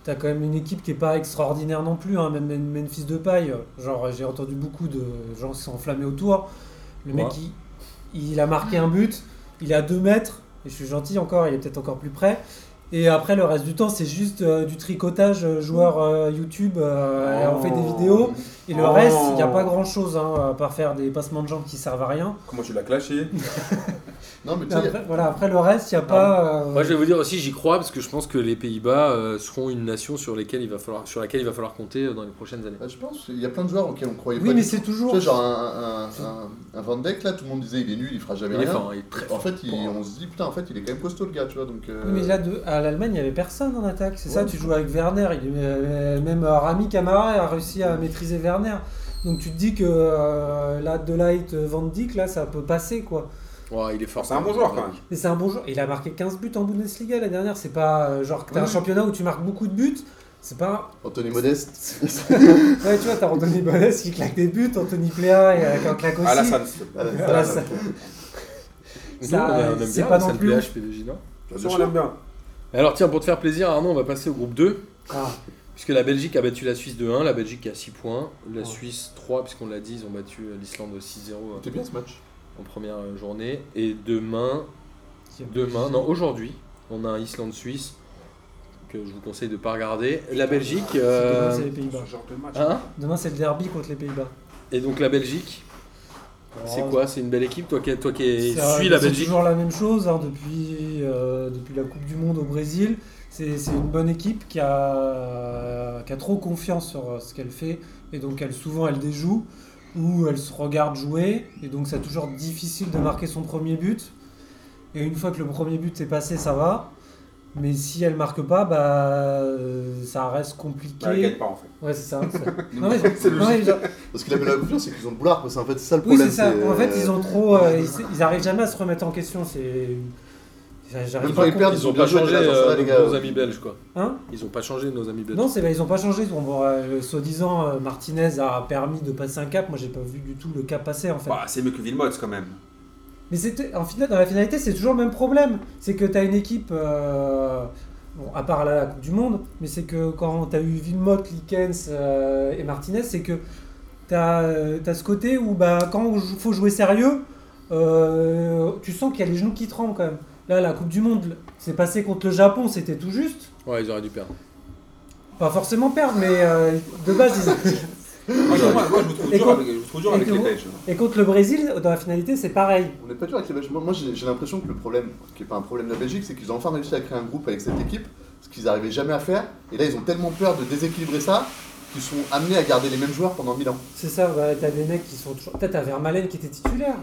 Speaker 4: T'as quand même une équipe qui est pas extraordinaire non plus, hein, même même Memphis de paille. Genre, j'ai entendu beaucoup de gens s'enflammer autour. Le mec,
Speaker 1: Ouais.
Speaker 4: il, il a marqué un but, il est à 2 mètres, et je suis gentil encore, il est peut-être encore plus près. Et après, le reste du temps, c'est juste euh, du tricotage euh, joueur euh, YouTube. euh, et on fait des
Speaker 2: Oh.
Speaker 4: vidéos. Et le
Speaker 2: Oh.
Speaker 4: reste, il n'y a pas grand-chose, hein, à part faire des passements de jambes qui servent à rien.
Speaker 2: Comment tu l'as clashé
Speaker 3: Non, mais tu sais,
Speaker 4: Mais
Speaker 3: Ah.
Speaker 4: après, voilà, après, le reste, il n'y a pas... euh,
Speaker 1: Moi, je vais vous dire aussi, j'y crois parce que je pense que les Pays-Bas euh, seront une nation sur, lesquelles il va falloir, sur laquelle il va falloir compter euh, dans les prochaines années.
Speaker 3: bah, je pense il y a plein de joueurs auxquels on croyait
Speaker 4: Oui,
Speaker 3: pas.
Speaker 4: mais
Speaker 3: du
Speaker 4: c'est
Speaker 3: tout.
Speaker 4: toujours...
Speaker 3: Tu sais, genre un, un, un, un Van Dijk, là, tout le monde disait il est nul, il fera
Speaker 2: Ah,
Speaker 3: jamais
Speaker 1: Il est
Speaker 3: rien.
Speaker 1: fort, hein, il est très
Speaker 3: En
Speaker 1: fort.
Speaker 3: fait, il- on se dit putain, en fait, il est quand même costaud le gars, tu vois. Donc, euh,
Speaker 4: Oui, mais là, de- à l'Allemagne, il n'y avait personne en attaque. C'est ça,
Speaker 3: Ouais.
Speaker 4: tu joues avec Werner. il- euh, même euh, Rami Camara a réussi à maîtriser Werner. Donc tu te dis que euh, là, De Light, Van Dijk, là, ça peut passer, quoi.
Speaker 1: Ouais, il est fort.
Speaker 2: C'est un bon joueur quand même.
Speaker 4: Mais c'est un bon joueur. Il a marqué 15 buts en Bundesliga la dernière. C'est pas euh, genre que t'as
Speaker 3: Oui.
Speaker 4: un championnat où tu marques beaucoup de buts. C'est pas.
Speaker 3: Anthony Modeste.
Speaker 4: Ouais, tu vois, t'as Anthony Balès qui claque des buts, Anthony Pléa et, euh, qui en claque aussi.
Speaker 2: Ah la ça, s'il te plaît.
Speaker 3: Ah, là,
Speaker 4: Voilà,
Speaker 3: ça,
Speaker 4: ça-
Speaker 3: là.
Speaker 1: Nous,
Speaker 4: Ça,
Speaker 1: on a- on aime
Speaker 4: c'est
Speaker 1: bien,
Speaker 4: pas
Speaker 1: ça
Speaker 4: non
Speaker 1: le
Speaker 4: plus
Speaker 1: PH, PDG, non
Speaker 3: Bien
Speaker 2: Sûr, on
Speaker 3: sûr.
Speaker 2: l'aime bien.
Speaker 1: Alors tiens, pour te faire plaisir, Arnaud, on va passer au groupe 2.
Speaker 4: Ah,
Speaker 1: Puisque la Belgique a battu la Suisse de 1, la Belgique a 6 points, la
Speaker 4: Ouais.
Speaker 1: Suisse 3, puisqu'on l'a dit, ils ont battu euh, l'Islande 6-0 euh,
Speaker 3: C'était bien ce match.
Speaker 1: en première euh, journée. Et demain,
Speaker 4: qui-
Speaker 1: demain, non, aujourd'hui, on a un Islande-Suisse que je vous conseille de ne pas regarder. La Belgique.
Speaker 4: Demain,
Speaker 1: euh,
Speaker 4: c'est les Pays-Bas.
Speaker 2: Ce genre de match.
Speaker 1: hein
Speaker 4: Demain, c'est le derby contre les Pays-Bas.
Speaker 1: Et donc la Belgique, c'est
Speaker 4: Oh,
Speaker 1: quoi C'est une belle équipe Toi qui, toi qui
Speaker 4: C'est, euh,
Speaker 1: suis la
Speaker 4: c'est
Speaker 1: Belgique
Speaker 4: toujours la même chose hein, depuis, euh, depuis la Coupe du Monde au Brésil. C'est, c'est une bonne équipe qui a, qui a trop confiance sur euh, ce qu'elle fait et donc elle, souvent elle déjoue ou elle se regarde jouer et donc c'est toujours difficile de marquer son premier but. Et une fois que le premier but est passé, ça va. Mais si elle marque pas, bah euh, ça reste compliqué.
Speaker 2: Bah, elle gagne pas en fait.
Speaker 4: ouais, c'est ça. c'est- non, mais-
Speaker 3: C'est
Speaker 4: non, mais-
Speaker 3: Parce qu'il avait la confiance, c'est qu'ils ont le boulard, quoi. C'est en fait ça le
Speaker 4: oui,
Speaker 3: problème.
Speaker 4: c'est ça. En fait,
Speaker 3: euh,
Speaker 4: ils ont trop. euh, ils, ils arrivent jamais à se remettre en question. C'est. j'a- J'arrive
Speaker 3: Même
Speaker 4: pas
Speaker 3: quand
Speaker 4: à
Speaker 3: ils
Speaker 4: comprendre.
Speaker 3: perdent,
Speaker 1: Ils ont pas
Speaker 3: joué,
Speaker 1: changé
Speaker 3: déjà, ça va,
Speaker 1: euh,
Speaker 3: les gars.
Speaker 1: nos amis belges, quoi.
Speaker 4: Hein
Speaker 1: Ils ont pas changé nos amis belges.
Speaker 4: non, c'est vrai, ils ont pas changé. Bon, bon, euh, soi-disant, euh, Martinez a permis de passer un cap. Moi, j'ai pas vu du tout le cap passer en fait.
Speaker 2: Bah, c'est mieux que Villemot quand même.
Speaker 4: Mais c'était, en final, dans la finalité, c'est toujours le même problème. C'est que t'as une équipe, euh, bon, à part la, la Coupe du Monde, mais c'est que quand t'as eu Villemot, Likens euh, et Martinez, c'est que t'as, euh, t'as ce côté où bah, quand il faut jouer sérieux, euh, tu sens qu'il y a les genoux qui tremblent quand même. Là, la Coupe du Monde, c'est passé contre le Japon, c'était tout juste.
Speaker 1: Ouais, ils auraient dû perdre.
Speaker 4: Pas forcément perdre, mais euh, de base, ils...
Speaker 2: Moi, je, moi, moi, je vous trouve
Speaker 4: Et
Speaker 2: dur
Speaker 4: quand-
Speaker 2: avec, je vous trouve dur
Speaker 4: et
Speaker 2: avec
Speaker 4: que
Speaker 2: les
Speaker 4: vous-
Speaker 2: Belges. hein.
Speaker 4: Et contre le Brésil, dans la finalité, c'est pareil.
Speaker 3: On n'est pas dur avec les Belges. Moi, moi, j'ai j'ai l'impression que le problème, qui n'est pas un problème de la Belgique, c'est qu'ils ont enfin réussi à créer un groupe avec cette équipe, ce qu'ils n'arrivaient jamais à faire. Et là, ils ont tellement peur de déséquilibrer ça qu'ils sont amenés à garder les mêmes joueurs pendant 1000 ans.
Speaker 4: C'est ça, bah, t'as des mecs qui sont toujours. Peut-être t'as Vermaelen qui était titulaire.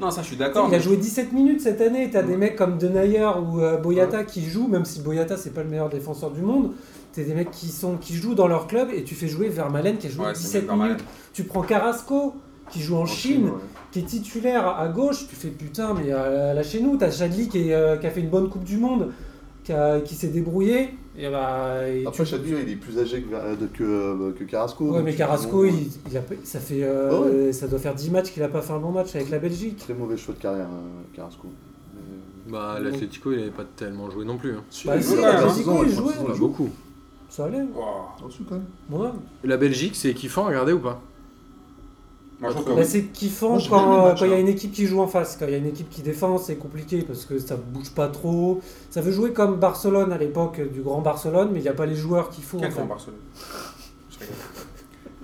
Speaker 2: Non, ça, je suis d'accord.
Speaker 4: Il a
Speaker 2: mais-
Speaker 4: joué 17 minutes cette année. T'as des mecs comme Denayer ou euh, Boyata qui jouent, même si Boyata c'est pas le meilleur défenseur du monde. T'as des mecs qui sont qui jouent dans leur club et tu fais jouer Vermaelen qui a joué
Speaker 2: Ouais, c'est
Speaker 4: 17
Speaker 2: mieux que Vermaelen.
Speaker 4: minutes. Tu prends Carrasco qui joue en, Chine, qui est titulaire à gauche. Tu fais putain mais euh, là chez nous t'as Chadli qui, est, euh, qui a fait une bonne Coupe du Monde, qui, a- qui s'est débrouillé. Et bah, et
Speaker 3: Après,
Speaker 4: tu-
Speaker 3: Chadli, il est plus âgé que, Ver- de- que, euh, que Carrasco.
Speaker 4: Ouais,
Speaker 3: Donc,
Speaker 4: mais
Speaker 3: c'est
Speaker 4: Carrasco,
Speaker 3: vraiment
Speaker 4: il, il a pas- ça fait, euh,
Speaker 3: Ah ouais.
Speaker 4: ça doit faire 10 matchs qu'il a pas fait un bon match avec la Belgique.
Speaker 3: un Très mauvais choix de carrière, euh, Carrasco. Mais-
Speaker 1: Bah,
Speaker 4: Bon.
Speaker 1: l'Atletico, il avait pas tellement joué non plus. hein.
Speaker 3: Si,
Speaker 4: Bah,
Speaker 3: il
Speaker 2: si,
Speaker 3: joue,
Speaker 2: la
Speaker 3: ouais,
Speaker 2: Belgique,
Speaker 3: ils ont-
Speaker 4: oui,
Speaker 3: ils ont-
Speaker 4: jouait.
Speaker 3: ils ont-
Speaker 1: Pas
Speaker 3: ils ont-
Speaker 1: beaucoup.
Speaker 4: Ça allait. hein.
Speaker 2: Wow.
Speaker 3: Au-dessus, quand même.
Speaker 4: Ouais.
Speaker 1: La Belgique, c'est kiffant à regarder ou pas
Speaker 2: Moi, je trouve que
Speaker 4: Bah, c'est kiffant
Speaker 3: Moi, j'ai bien aimé le
Speaker 4: quand
Speaker 3: match,
Speaker 4: quand il y a
Speaker 3: hein.
Speaker 4: une équipe qui joue en face. Quand il y a une équipe qui défend, c'est compliqué parce que ça bouge pas trop. Ça veut jouer comme Barcelone à l'époque du grand Barcelone, mais il n'y a pas les joueurs qu'il faut.
Speaker 2: Quel
Speaker 4: en fait.
Speaker 2: grand Barcelone Je rigole.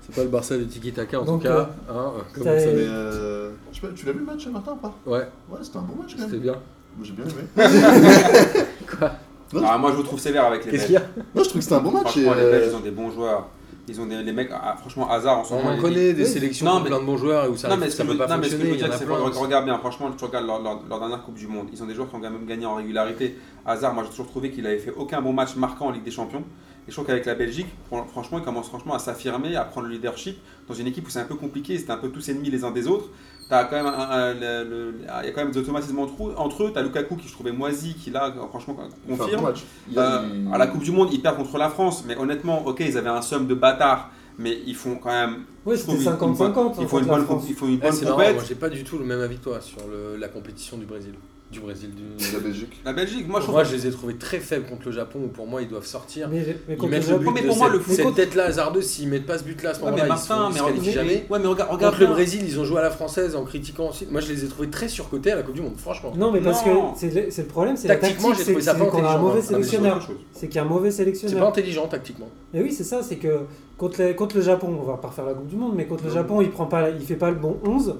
Speaker 1: C'est pas le Barça du Tiki Taka en
Speaker 4: Donc,
Speaker 1: tout
Speaker 4: euh,
Speaker 1: cas. hein, euh, comme
Speaker 4: t'as-
Speaker 1: on
Speaker 3: Mais,
Speaker 1: savait.
Speaker 3: euh, je sais pas, tu l'as vu le match, Martin, ou pas
Speaker 1: Ouais,
Speaker 3: Ouais, c'était un bon match, quand
Speaker 1: c'était
Speaker 3: même.
Speaker 1: bien.
Speaker 3: Moi, J'ai bien aimé.
Speaker 1: Quoi
Speaker 3: Non,
Speaker 2: Ah, moi, je vous trouve sévère avec les
Speaker 1: Qu'est-ce
Speaker 2: Belges.
Speaker 1: qu'il y a
Speaker 3: Non, je trouve que c'était un bon match. et,
Speaker 2: Franchement, les
Speaker 3: euh,
Speaker 2: Belges, ils ont des bons joueurs. Ils ont des les mecs, ah, franchement, hasard en ce
Speaker 1: On
Speaker 2: moment.
Speaker 1: en
Speaker 2: il-
Speaker 1: connaît des
Speaker 3: oui.
Speaker 1: sélections
Speaker 2: Non,
Speaker 1: de
Speaker 2: mais-
Speaker 1: plein de bons joueurs et où ça
Speaker 2: non, mais
Speaker 1: ça
Speaker 2: ce que je
Speaker 1: peut
Speaker 2: veux
Speaker 1: pas
Speaker 2: non, mais ce que je
Speaker 1: fonctionner.
Speaker 2: veux
Speaker 1: il y
Speaker 2: dire,
Speaker 1: en a
Speaker 2: c'est
Speaker 1: plein. hein.
Speaker 2: regarde bien, franchement, tu regardes leur, leur- leur dernière Coupe du Monde, ils ont des joueurs qui ont quand même gagné en régularité. Hazard, moi j'ai toujours trouvé qu'il avait fait aucun bon match marquant en Ligue des Champions. Et je trouve qu'avec la Belgique, fran- franchement, il commence franchement à s'affirmer, à prendre le leadership dans une équipe où c'est un peu compliqué, c'était un peu tous ennemis les uns des autres. T'as quand même un- un- le- le- ah, il y a quand même des automatismes entre, eux- entre eux. T'as Lukaku qui je trouvais moisi, qui là, franchement,
Speaker 3: il fait un
Speaker 2: confirme.
Speaker 3: bon match. Il y a
Speaker 2: Euh,
Speaker 3: une-
Speaker 2: à la Coupe du Monde, ils perdent contre la France, mais honnêtement, ok, ils avaient un somme de bâtards, mais ils font quand même.
Speaker 4: Oui,
Speaker 2: je trouve,
Speaker 4: c'était
Speaker 2: une- une
Speaker 4: 50-50.
Speaker 2: bonne-
Speaker 4: hein,
Speaker 2: Ils font une
Speaker 4: contre la
Speaker 2: bonne
Speaker 4: France.
Speaker 2: comp- ils font une
Speaker 1: Eh,
Speaker 2: bonne
Speaker 1: C'est marrant, moi
Speaker 2: compète.
Speaker 1: j'ai pas du tout le même avis que toi sur le- la compétition du Brésil. Du Brésil, du.
Speaker 3: La Belgique.
Speaker 2: La Belgique,
Speaker 1: Moi,
Speaker 2: moi je trouve.
Speaker 1: je les ai trouvés très faibles contre le Japon où pour moi ils doivent sortir.
Speaker 4: Mais, mais
Speaker 1: Ils
Speaker 4: contre
Speaker 1: mettent
Speaker 4: le
Speaker 1: le
Speaker 4: Japon-
Speaker 1: but
Speaker 2: mais
Speaker 1: de
Speaker 2: pour moi,
Speaker 1: cette-
Speaker 2: le foot-
Speaker 1: cette tête-là hasardeuse, s'ils mettent pas ce but-là à ce
Speaker 2: Ouais,
Speaker 1: moment-là,
Speaker 2: mais
Speaker 1: ils se font-
Speaker 2: Martin,
Speaker 1: ils se
Speaker 2: mais
Speaker 1: qualifient jamais.
Speaker 2: Ouais, mais regarde, regarde
Speaker 1: Contre le
Speaker 2: bien.
Speaker 1: Brésil, ils ont joué à la française en critiquant aussi. Moi, je les ai trouvés très surcotés à la Coupe du Monde, franchement.
Speaker 4: Non, mais parce
Speaker 2: Non.
Speaker 4: que c'est le, c'est le problème, c'est la tactique,
Speaker 1: Tactiquement, j'ai
Speaker 4: c'est
Speaker 1: trouvé ça
Speaker 4: c'est
Speaker 1: pas
Speaker 4: qu'on a un
Speaker 1: intelligent, hein.
Speaker 4: mauvais
Speaker 2: Ah, mais c'est autre
Speaker 4: sélectionneur.
Speaker 2: chose.
Speaker 4: C'est qu'il y a un mauvais
Speaker 1: C'est pas
Speaker 4: sélectionneur.
Speaker 1: intelligent tactiquement.
Speaker 4: Mais oui, c'est ça, c'est que contre, les- contre le Japon, on va pas refaire la Coupe du Monde, mais contre le
Speaker 1: Non.
Speaker 4: Japon, il prend pas, il fait pas le bon 11.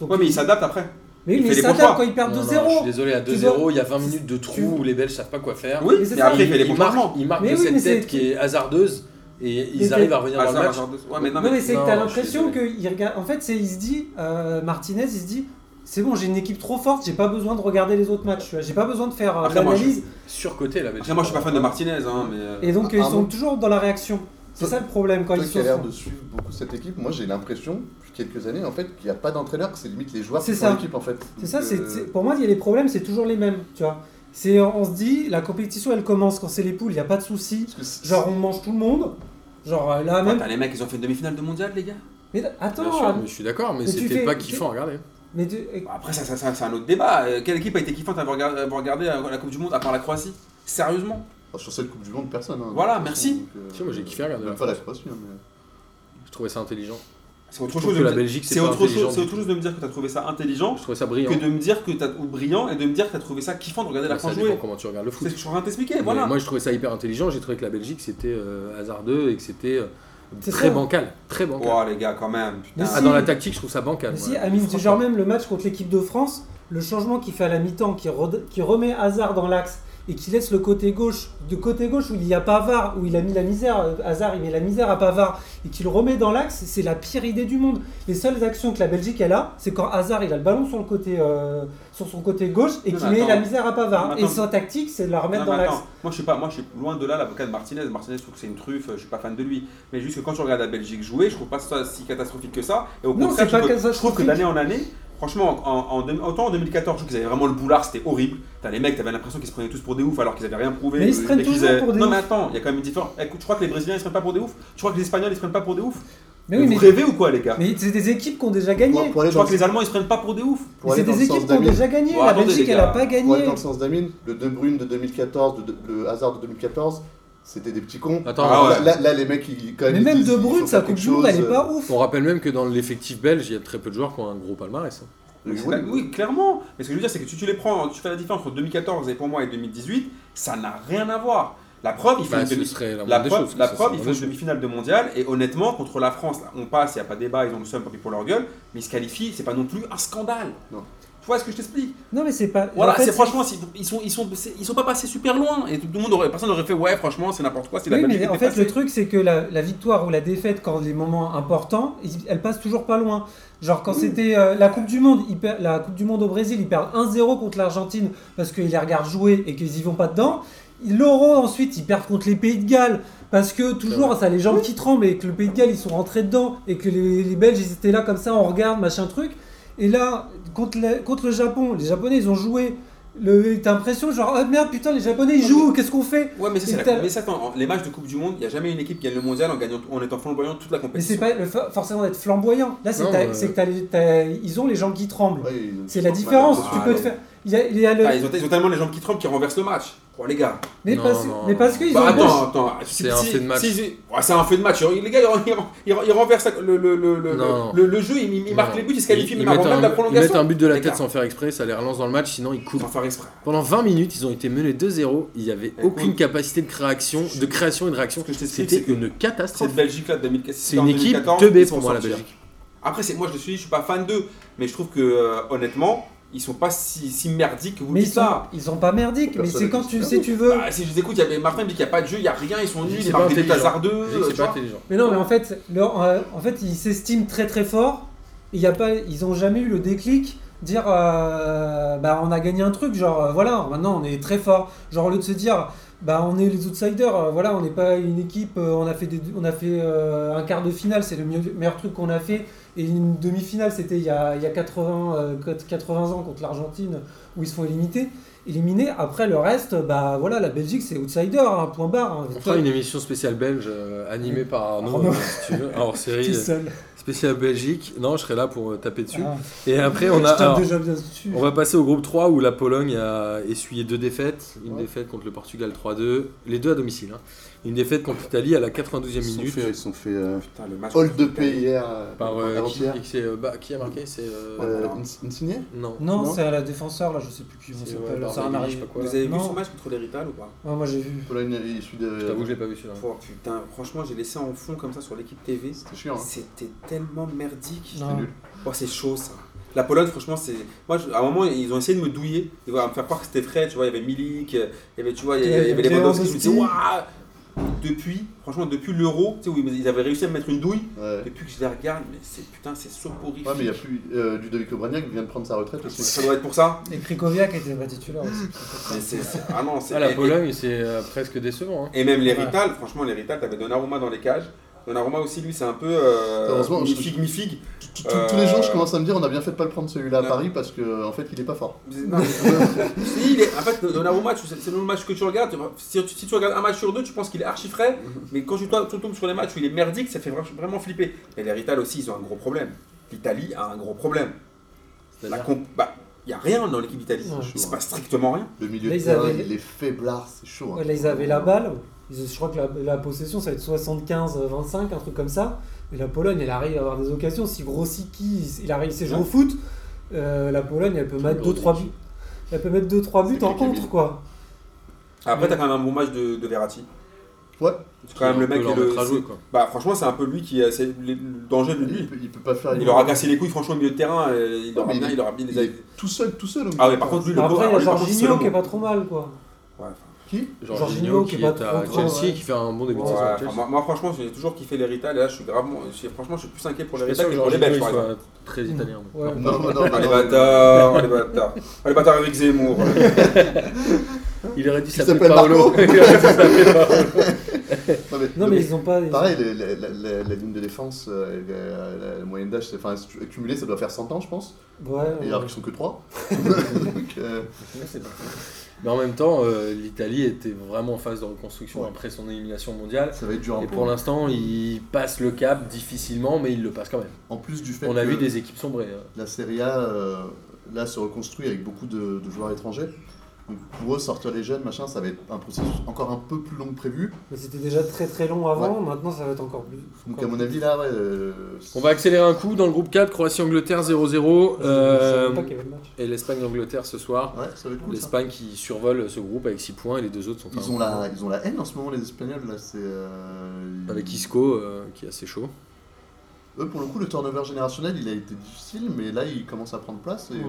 Speaker 4: Donc
Speaker 2: Ouais, mais
Speaker 4: il-
Speaker 2: ils s'adaptent après.
Speaker 4: mais oui,
Speaker 2: il
Speaker 4: mais
Speaker 2: fait les
Speaker 4: il
Speaker 2: bons
Speaker 4: s'adapte
Speaker 2: choix.
Speaker 4: quand ils perdent
Speaker 1: Non, non, Je suis
Speaker 4: 2-0.
Speaker 1: désolé, à
Speaker 4: Tu
Speaker 1: 2-0,
Speaker 4: dois-
Speaker 1: il y a 20 minutes de
Speaker 4: tu-
Speaker 1: trou où les Belges savent pas quoi faire.
Speaker 2: Oui,
Speaker 4: Mais c'est
Speaker 2: mais
Speaker 4: ça.
Speaker 2: après il
Speaker 1: ils,
Speaker 2: fait les
Speaker 1: ils
Speaker 2: bons
Speaker 1: marquent,
Speaker 2: changements.
Speaker 1: ils marquent
Speaker 4: Mais
Speaker 1: de
Speaker 4: oui, mais
Speaker 1: cette tête
Speaker 4: c'est-
Speaker 1: qui est hasardeuse et ils
Speaker 4: Mais
Speaker 1: arrivent
Speaker 4: c'est-
Speaker 1: à revenir dans le
Speaker 2: Hasard,
Speaker 1: match.
Speaker 2: hasard de- Ouais, mais non,
Speaker 4: Non,
Speaker 2: mais.
Speaker 4: mais c'est
Speaker 1: Non,
Speaker 4: que t'as
Speaker 1: je
Speaker 4: l'impression
Speaker 1: suis désolé.
Speaker 4: qu'il regarde. En fait, c'est il se dit, euh, Martinez, il se dit, c'est bon, j'ai une équipe trop forte, j'ai pas besoin de regarder les autres matchs, tu vois, j'ai pas besoin de faire euh,
Speaker 2: Après, moi, je-
Speaker 4: l'analyse.
Speaker 1: Surcoté la Belgique.
Speaker 2: Après, moi je suis pas fan de Martinez, hein, mais. euh,
Speaker 4: Et donc,
Speaker 3: Ah,
Speaker 4: ils
Speaker 3: ah
Speaker 4: sont
Speaker 3: bon
Speaker 4: toujours dans la réaction. C'est
Speaker 3: Toi-
Speaker 4: ça le problème quand
Speaker 3: Toi
Speaker 4: ils
Speaker 3: qui
Speaker 4: sont.
Speaker 3: as l'air de suivre beaucoup cette équipe, moi j'ai l'impression, depuis quelques années, en fait, qu'il n'y a pas d'entraîneur, que c'est limite les joueurs
Speaker 4: C'est
Speaker 3: qui
Speaker 4: ça.
Speaker 3: font l'équipe en fait.
Speaker 4: C'est ça,
Speaker 3: Donc,
Speaker 4: c'est-
Speaker 3: euh,
Speaker 4: c'est- pour moi, il y a les problèmes, c'est toujours les mêmes, tu vois. C'est, on se dit, la compétition, elle commence quand c'est les poules, il n'y a pas de souci.
Speaker 3: parce que c'est-
Speaker 4: Genre, on mange tout le monde. Genre, euh, là
Speaker 2: attends,
Speaker 4: même.
Speaker 2: T'as les mecs, ils ont fait une demi-finale de mondial, les gars.
Speaker 4: Mais
Speaker 1: Bien
Speaker 4: attends,
Speaker 1: sûr,
Speaker 4: hein,
Speaker 1: mais je suis d'accord, mais,
Speaker 4: Mais tu
Speaker 1: c'était
Speaker 4: fais-
Speaker 1: pas kiffant à regarder.
Speaker 4: mais tu- eh,
Speaker 2: Bah, Après, ça, ça, ça, c'est un autre débat. Euh, Quelle équipe a été kiffante à avoir regard- à avoir regardé à la Coupe du Monde, à part la Croatie Sérieusement
Speaker 3: Enfin, oh, sur cette Coupe du Monde, personne. hein.
Speaker 2: Voilà, merci.
Speaker 3: Donc, euh,
Speaker 1: Si, moi, j'ai kiffé regarder la
Speaker 3: Même pas la Croatie, hein, mais-
Speaker 1: Je trouvais ça intelligent.
Speaker 2: C'est autre
Speaker 1: Je
Speaker 2: chose
Speaker 1: trouve
Speaker 2: de
Speaker 1: que
Speaker 2: me
Speaker 1: la
Speaker 2: dire-
Speaker 1: Belgique, c'est
Speaker 2: c'est
Speaker 1: pas
Speaker 2: autre chose-
Speaker 1: intelligent.
Speaker 2: c'est
Speaker 1: du
Speaker 2: autre chose de me dire que t'as trouvé ça intelligent
Speaker 1: tout. Je trouvais ça brillant.
Speaker 2: que de me dire que t'as ou brillant et de me dire que t'as trouvé ça kiffant de regarder la
Speaker 1: Ouais, Ça
Speaker 2: France
Speaker 1: dépend
Speaker 2: jouer.
Speaker 1: comment tu regardes le
Speaker 2: C'est
Speaker 1: foot.
Speaker 2: ce que je suis en train de t'expliquer,
Speaker 1: Mais
Speaker 2: voilà.
Speaker 1: Moi, je trouvais ça hyper intelligent. J'ai trouvé que la Belgique, c'était euh, hasardeux et que c'était euh,
Speaker 4: C'est
Speaker 1: très
Speaker 4: ça.
Speaker 1: bancal. Très bancal.
Speaker 2: Oh les gars, quand même, putain.
Speaker 4: Mais
Speaker 1: Ah,
Speaker 4: si.
Speaker 1: dans la tactique, Euh, je trouve ça bancal.
Speaker 4: mais
Speaker 1: moi.
Speaker 4: si, à mine du
Speaker 1: Franchement.
Speaker 4: genre, même le match contre l'équipe de France, le changement qu'il fait à la mi-temps, qui, re- qui remet Hazard dans l'axe et qui laisse le côté gauche, de côté gauche où il y a Pavard, où il a mis la misère, euh, Hazard, il met la misère à Pavard et qu'il remet dans l'axe, c'est la pire idée du monde. Les seules actions que la Belgique elle a, c'est quand Hazard il a le ballon sur le côté, euh, sur son côté gauche et
Speaker 2: Non,
Speaker 4: qu'il
Speaker 2: mais
Speaker 4: met
Speaker 2: attends.
Speaker 4: la misère à
Speaker 2: Non,
Speaker 4: Pavard.
Speaker 2: mais
Speaker 4: Et
Speaker 2: attends.
Speaker 4: sa tactique, c'est de la remettre
Speaker 2: Non,
Speaker 4: dans
Speaker 2: mais
Speaker 4: l'axe.
Speaker 2: attends, moi je suis pas, moi je suis loin de là l'avocat de Martinez. Martinez, je trouve que c'est une truffe. euh, Je suis pas fan de lui. Mais juste que quand tu regardes la Belgique jouer, je trouve pas ça si catastrophique que ça. Et au
Speaker 4: Non,
Speaker 2: contraire,
Speaker 4: c'est pas
Speaker 2: je, trouve, je
Speaker 4: catastrophique.
Speaker 2: trouve que d'année en année, franchement, en, en- en deux- autant en 2014, je trouve qu'ils avaient vraiment le boulard, c'était horrible. T'as les mecs, t'avais l'impression qu'ils se prenaient tous pour des oufs alors qu'ils avaient rien prouvé.
Speaker 4: Mais ils se
Speaker 2: Et
Speaker 4: prennent
Speaker 2: qu'ils
Speaker 4: toujours
Speaker 2: avaient-
Speaker 4: pour des
Speaker 2: Non mais
Speaker 4: oufs.
Speaker 2: attends, il y a quand même une différence. Écoute, tu crois que les Brésiliens ils se prennent pas pour des oufs Tu crois que les Espagnols ils se prennent pas pour des oufs
Speaker 4: Mais oui,
Speaker 2: Vous
Speaker 4: mais,
Speaker 2: rêvez ou quoi les gars
Speaker 4: mais c'est des équipes qui ont déjà gagné.
Speaker 3: Pour- pour
Speaker 2: Je
Speaker 3: aller
Speaker 2: crois
Speaker 3: dans
Speaker 2: que
Speaker 3: le-
Speaker 2: les Allemands ils se prennent pas pour des oufs.
Speaker 3: pour
Speaker 4: c'est
Speaker 3: aller dans
Speaker 4: des
Speaker 3: le sens
Speaker 4: équipes qui ont
Speaker 3: d'Amine-
Speaker 4: déjà gagné.
Speaker 2: Bon,
Speaker 4: la
Speaker 2: attendez,
Speaker 4: Belgique,
Speaker 2: les
Speaker 4: elle a
Speaker 2: gars.
Speaker 4: pas
Speaker 3: Pour
Speaker 4: gagné.
Speaker 3: aller dans le sens d'Amine, le De Bruyne de 2014, le, le Hazard de 2014, c'était des petits cons.
Speaker 1: Attends,
Speaker 2: Ah ouais.
Speaker 3: là, là, là, les mecs, ils, quand même.
Speaker 4: Mais
Speaker 3: ils
Speaker 4: même
Speaker 3: disent,
Speaker 4: De
Speaker 3: il faut
Speaker 4: Bruyne, sa
Speaker 3: faire
Speaker 4: Coupe
Speaker 3: quelque
Speaker 4: du Monde, elle est
Speaker 3: chose. euh,
Speaker 4: pas ouf.
Speaker 1: On rappelle même que dans l'effectif belge, il y a très peu de joueurs qui ont un gros palmarès. hein.
Speaker 3: Oui,
Speaker 2: C'est
Speaker 3: oui.
Speaker 2: pas- oui, clairement. Mais ce que je veux dire, c'est que tu, tu les prends, tu fais la différence entre 2014 et pour moi et 2018, ça n'a rien à voir. La preuve, il fait
Speaker 1: Bah,
Speaker 2: une
Speaker 1: ce
Speaker 2: demi
Speaker 1: serait la,
Speaker 2: La
Speaker 1: moindre des
Speaker 2: preuve,
Speaker 1: choses,
Speaker 2: la
Speaker 1: ça,
Speaker 2: preuve,
Speaker 1: c'est la
Speaker 2: ils font une
Speaker 1: moindre des
Speaker 2: demi-finale de mondial et honnêtement, contre la France, là, on passe, il n'y a pas débat, ils ont le seum, tant pis pour leur gueule, mais ils se qualifient, c'est pas non plus un scandale.
Speaker 3: Non.
Speaker 2: Tu vois ce que je t'explique
Speaker 4: Non, mais c'est pas.
Speaker 2: Voilà,
Speaker 4: en fait,
Speaker 2: c'est franchement, c'est- ils sont, ils, sont, c'est- ils sont pas passés super loin et tout le monde aurait, personne n'aurait fait ouais, franchement, c'est n'importe quoi, c'est
Speaker 4: Oui,
Speaker 2: la Belgique
Speaker 4: mais en
Speaker 2: était
Speaker 4: fait,
Speaker 2: passée.
Speaker 4: le truc, c'est que la, la victoire ou la défaite, quand les moments importants, ils- elle passe toujours pas loin. Genre,
Speaker 2: Mm.
Speaker 4: quand c'était euh, la Coupe du Monde, ils per- la Coupe du Monde au Brésil, ils perdent 1-0 contre l'Argentine parce qu'ils les regardent jouer et qu'ils y vont pas dedans. L'Euro, ensuite, ils perdent contre les Pays de Galles parce que toujours, ça a les jambes qui tremblent et que le Pays de Galles, ils sont rentrés dedans et que les, les Belges, ils étaient là comme ça, on regarde, machin truc. Et là, contre, la- contre le Japon, les Japonais, ils ont joué. Le- T'as l'impression, genre, oh merde, putain, les Japonais, ils jouent, qu'est-ce qu'on fait
Speaker 2: Ouais, mais ça,
Speaker 4: Et
Speaker 2: c'est la-
Speaker 4: t'as-
Speaker 2: mais ça, attends, en- les matchs de Coupe du Monde, il n'y a jamais une équipe qui gagne le mondial en, gagnant, en étant flamboyant toute la
Speaker 4: Mais
Speaker 2: compétition.
Speaker 4: c'est pas le fa- forcément d'être flamboyant. Là, c'est
Speaker 1: Non,
Speaker 4: que t'as-
Speaker 1: euh,
Speaker 4: c'est que t'as les- t'as- ils ont les jambes qui tremblent.
Speaker 3: Ouais, bah, ils-
Speaker 4: C'est
Speaker 3: ils
Speaker 4: la
Speaker 3: sont
Speaker 4: différence.
Speaker 3: malades.
Speaker 4: tu peux te faire. Il y a, il y a le-
Speaker 2: Ah, ils, ont, ils ont tellement les jambes qui tremblent qu'ils renversent le match. Oh les gars.
Speaker 4: mais,
Speaker 1: Non,
Speaker 4: parce,
Speaker 1: non,
Speaker 4: mais
Speaker 1: non.
Speaker 4: parce qu'ils
Speaker 2: Bah
Speaker 4: ont.
Speaker 2: attends, attends.
Speaker 1: C'est un fait de match.
Speaker 2: si- si- ouais, c'est un fait de match. Les gars, ils, ils- ils renversent le, le, le, le,
Speaker 1: Non.
Speaker 2: le- le jeu, ils, ils
Speaker 1: Non.
Speaker 2: marquent les buts, ils se
Speaker 1: choses.
Speaker 2: qualifient, mais ils marquent
Speaker 1: mettent
Speaker 2: même
Speaker 1: un,
Speaker 2: la
Speaker 1: ils mettent
Speaker 2: prolongation.
Speaker 1: un but de la
Speaker 2: Les
Speaker 1: tête
Speaker 2: gars.
Speaker 1: sans faire exprès, ça les relance dans le match, sinon ils coupent.
Speaker 2: Sans faire exprès.
Speaker 1: Pendant 20 minutes, ils ont été menés 2-0, il n'y avait
Speaker 2: Eh, Écoute,
Speaker 1: aucune capacité de création, de création et de réaction.
Speaker 2: Ce que je t'explique,
Speaker 1: C'était
Speaker 2: c'est que
Speaker 1: une catastrophe.
Speaker 2: cette Belgique-là de 2014,
Speaker 1: C'est une équipe
Speaker 2: 2014,
Speaker 1: teubée
Speaker 2: ils sont
Speaker 1: pour moi, la
Speaker 2: sortis. hein.
Speaker 1: Belgique.
Speaker 2: Après, c'est moi je le suis, je suis pas fan d'eux, mais je trouve que euh, honnêtement, ils sont pas si, si merdiques que vous
Speaker 4: Mais ils
Speaker 2: dites
Speaker 4: sont,
Speaker 2: ça.
Speaker 4: ils sont pas merdiques, mais
Speaker 3: Personne
Speaker 4: c'est
Speaker 3: n'est
Speaker 4: quand tu,
Speaker 3: super
Speaker 4: si tu veux.
Speaker 2: Bah, si je les écoute, il y avait Martin il dit qu'il n'y a pas de jeu, il n'y a rien, ils sont
Speaker 1: Je dis que
Speaker 2: nuls, ils
Speaker 1: c'est pas
Speaker 2: partent des buts
Speaker 1: intelligent.
Speaker 2: hasardeux.
Speaker 1: Je dis que
Speaker 2: tu
Speaker 1: c'est pas
Speaker 2: vois.
Speaker 1: intelligent.
Speaker 4: Mais non, mais en fait, leur- euh, en fait ils s'estiment très très fort. Il y a pas, ils ont jamais eu le déclic dire euh, bah on a gagné un truc genre euh, voilà maintenant on est très fort genre au lieu de se dire bah on est les outsiders euh, voilà on n'est pas une équipe euh, on a fait des- on a fait euh, un quart de finale c'est le mieux- meilleur truc qu'on a fait et une demi-finale c'était il y a, il y a 80 euh, quatre- 80 ans contre l'Argentine où ils se font éliminer éliminer après le reste bah voilà la Belgique c'est outsider hein, point barre hein.
Speaker 1: On fera une émission spéciale belge euh, animée par Arnaud,
Speaker 4: Arnaud.
Speaker 1: euh, si tu veux, hors
Speaker 4: Tout
Speaker 1: série euh,
Speaker 4: seul.
Speaker 1: spéciale Belgique. Non, je serai là pour euh, taper dessus.
Speaker 4: Ah.
Speaker 1: Et après, on a.
Speaker 4: Je tape
Speaker 1: alors,
Speaker 4: déjà bien dessus.
Speaker 1: On va passer au groupe 3 où la Pologne a essuyé deux défaites. Une
Speaker 4: Ouais.
Speaker 1: défaite contre le Portugal 3-2, les deux à domicile. hein. Une défaite contre l'Italie à la 92e
Speaker 3: Ils se sont
Speaker 1: minute.
Speaker 3: fait, ils se sont fait euh,
Speaker 2: Putain, le match.
Speaker 3: hold up hier. euh,
Speaker 1: Par euh, qui,
Speaker 3: avant-hier.
Speaker 1: qui c'est, euh, bah, qui a marqué C'est. euh,
Speaker 3: Euh, Ins- Insigne
Speaker 1: Non.
Speaker 4: Non,
Speaker 3: Non.
Speaker 4: c'est à la défenseur, là, je sais plus qui on
Speaker 1: C'est,
Speaker 4: s'appelle.
Speaker 1: ouais, Barbieri,
Speaker 4: c'est un
Speaker 1: je sais
Speaker 4: arrière.
Speaker 1: pas quoi.
Speaker 2: Vous avez vu
Speaker 4: Non.
Speaker 2: ce match contre l'Hérital ou pas
Speaker 4: Ouais, moi, j'ai vu.
Speaker 3: Pologne issue de.
Speaker 1: Je t'avoue que je l'ai pas vu celui-là.
Speaker 2: Oh, Putain, franchement, j'ai laissé en fond comme ça sur l'équipe TV.
Speaker 3: C'est chiant. hein.
Speaker 2: C'était tellement merdique.
Speaker 4: Non.
Speaker 3: nul.
Speaker 2: Oh, c'est chaud ça. La Pologne, franchement, c'est. Moi, je- à un moment, ils ont essayé de me douiller, de me faire croire que c'était frais. Tu vois, il y avait Milik, euh, il y avait, tu vois, il y avait, il y avait
Speaker 4: Lewandowski.
Speaker 2: Lewandowski. Je me disais, waouh Depuis, franchement, depuis l'Euro, tu sais, où ils avaient réussi à me mettre une douille,
Speaker 3: Ouais.
Speaker 2: depuis que je les regarde, mais c'est putain, c'est soporifique.
Speaker 3: Ouais, mais il y a plus. euh, Ludovic Obraniak vient de prendre sa retraite aussi.
Speaker 2: Ça doit être pour ça.
Speaker 4: Et Krikoviak était pas titulaire aussi.
Speaker 2: Mais c'est. c'est- Ah non, c'est.
Speaker 1: Ah, la
Speaker 2: et-
Speaker 1: Pologne, c'est euh, presque décevant. hein.
Speaker 2: Et même l'hérital, franchement, l'hérital, t'avais Donnarumma dans les cages. Donnarumma aussi, lui, c'est un peu. Euh,
Speaker 3: Heureusement, je-
Speaker 2: mi-figue, mi-figue.
Speaker 3: Tous- tous- Tous les jours, je commence à me dire on a bien fait de pas le prendre celui-là à
Speaker 2: Non.
Speaker 3: Paris parce que en fait, il est pas fort.
Speaker 2: Non, mais- si, il est- en fait, Donnarumma, tu- c'est le match que tu regardes. tu vois, Si tu, si tu regardes un match sur deux, tu penses qu'il est archi frais.
Speaker 3: Mhm.
Speaker 2: Mais quand tu, toi, tu tombes sur les matchs où il est merdique, ça fait vra- vraiment flipper. Et l'hérital aussi, ils ont un gros problème. L'Italie a un gros problème. bah, Il
Speaker 1: C'est-à-dire
Speaker 2: n'y a rien dans l'équipe d'Italie.
Speaker 4: Ouais.
Speaker 2: Il se passe strictement rien.
Speaker 3: hein. Le milieu
Speaker 4: Là,
Speaker 3: de
Speaker 4: ils
Speaker 3: terrain,
Speaker 4: avaient-
Speaker 3: il est faiblard, c'est chaud. hein.
Speaker 4: Ouais, là, ils avaient la balle. Ils- je crois que la, la possession, ça va être 75-25, un truc comme ça. Mais la Pologne, elle arrive à avoir des occasions. Si Grossicki, il arrive, il sait jouer au foot, euh, la Pologne, elle peut mettre 2-3 buts. Elle peut mettre 2-3 buts
Speaker 3: C'est
Speaker 4: en
Speaker 3: qui qui est
Speaker 4: contre,
Speaker 3: mis
Speaker 4: quoi.
Speaker 2: Après,
Speaker 4: Ouais.
Speaker 2: t'as quand même un bon match de, de Verratti.
Speaker 3: Ouais.
Speaker 2: C'est quand même le
Speaker 1: on peut
Speaker 2: mec
Speaker 1: leur
Speaker 2: qui est le-
Speaker 1: mettre à jouer, quoi.
Speaker 2: Bah, franchement, c'est un peu lui qui. euh, C'est le le danger de lui.
Speaker 3: Il, peut, il peut pas faire.
Speaker 2: Il aura cassé les couilles, franchement, au milieu de terrain. euh, Il aura
Speaker 3: mais il
Speaker 2: bien,
Speaker 3: est-
Speaker 2: il aura bien
Speaker 3: Il
Speaker 2: les
Speaker 3: est tout seul, tout seul. au
Speaker 2: Ah
Speaker 3: milieu
Speaker 2: ouais,
Speaker 3: de
Speaker 2: par
Speaker 3: terrain.
Speaker 2: contre, lui, le
Speaker 4: Après, il y a
Speaker 2: alors, lui, par contre, c'est le
Speaker 4: Jorginho qui est
Speaker 2: bon.
Speaker 4: pas trop mal, quoi.
Speaker 2: Ouais, enfin,
Speaker 3: qui
Speaker 1: Jorginho
Speaker 4: Jorginho
Speaker 1: qui
Speaker 4: qui
Speaker 1: est
Speaker 4: bat
Speaker 1: à
Speaker 4: contre-
Speaker 1: Chelsea
Speaker 4: ouais.
Speaker 1: qui fait un bon début de
Speaker 4: Ouais,
Speaker 1: saison.
Speaker 2: Ouais,
Speaker 1: à Chelsea.
Speaker 2: enfin, moi, moi, franchement, j'ai toujours kiffé l'héritage. Et là, je suis gravement. je suis- franchement, je suis plus inquiet pour
Speaker 1: Je suis pas
Speaker 2: l'héritage
Speaker 1: sûr
Speaker 2: que
Speaker 1: que
Speaker 2: pour les Belges,
Speaker 1: Jorginho
Speaker 2: par exemple.
Speaker 1: soit très
Speaker 3: Mmh.
Speaker 1: italien.
Speaker 4: Ouais.
Speaker 1: Non.
Speaker 3: Non, non, non,
Speaker 2: Ah, les
Speaker 3: non.
Speaker 2: bâtards, oh, les bâtards. Ah, les bâtards avec Zemmour.
Speaker 1: Il aurait dit
Speaker 3: Qui
Speaker 1: ça s'appelle
Speaker 3: s'appelle
Speaker 1: Paolo.
Speaker 3: Marco.
Speaker 1: Il aurait dit, s'appelle Paolo.
Speaker 3: Non,
Speaker 4: Non, mais ils ont pas. ils-
Speaker 3: Pareil, les- les- la, la- la ligne de défense, euh, la, la- la moyenne d'âge, c'est- enfin, si tu- cumulée, ça doit faire 100 ans, je pense.
Speaker 4: Ouais,
Speaker 3: Et
Speaker 4: ouais.
Speaker 3: alors qu'ils sont que 3. Donc, euh,
Speaker 1: Mais en même temps, euh, l'Italie était vraiment en phase de reconstruction
Speaker 3: Ouais.
Speaker 1: après son élimination mondiale.
Speaker 3: ça va être dur
Speaker 1: Et
Speaker 3: un peu.
Speaker 1: pour l'instant, il passe le cap difficilement, mais il le passe quand même.
Speaker 3: En plus du fait
Speaker 1: On a
Speaker 3: que
Speaker 1: vu des équipes sombrer. hein.
Speaker 3: la Serie A euh, là, se reconstruit avec beaucoup de, de joueurs étrangers. Donc pour eux, sortir les jeunes, machin, ça va être un processus encore un peu plus long que prévu.
Speaker 4: Mais c'était déjà très très long avant, maintenant ça va être encore plus.
Speaker 3: Donc
Speaker 4: encore
Speaker 3: à mon
Speaker 4: plus.
Speaker 3: avis, là, ouais, euh,
Speaker 1: On va accélérer un coup dans le groupe 4, Croatie-Angleterre 0-0.
Speaker 4: Je
Speaker 1: euh,
Speaker 4: savais pas qu'il y avait le match.
Speaker 1: et l'Espagne-Angleterre ce soir.
Speaker 3: ouais, ça va être cool. ça.
Speaker 1: L'Espagne qui survole ce groupe avec 6 points et les deux autres sont
Speaker 3: Ils
Speaker 1: un-
Speaker 3: ont, la, ils ont la haine en ce moment, les Espagnols. Là, c'est, euh, ils-
Speaker 1: avec Isco euh, qui est assez chaud.
Speaker 3: Eux, pour le coup, le turnover générationnel, il a été difficile, mais là, il commence à prendre place. Et...
Speaker 4: Ouais.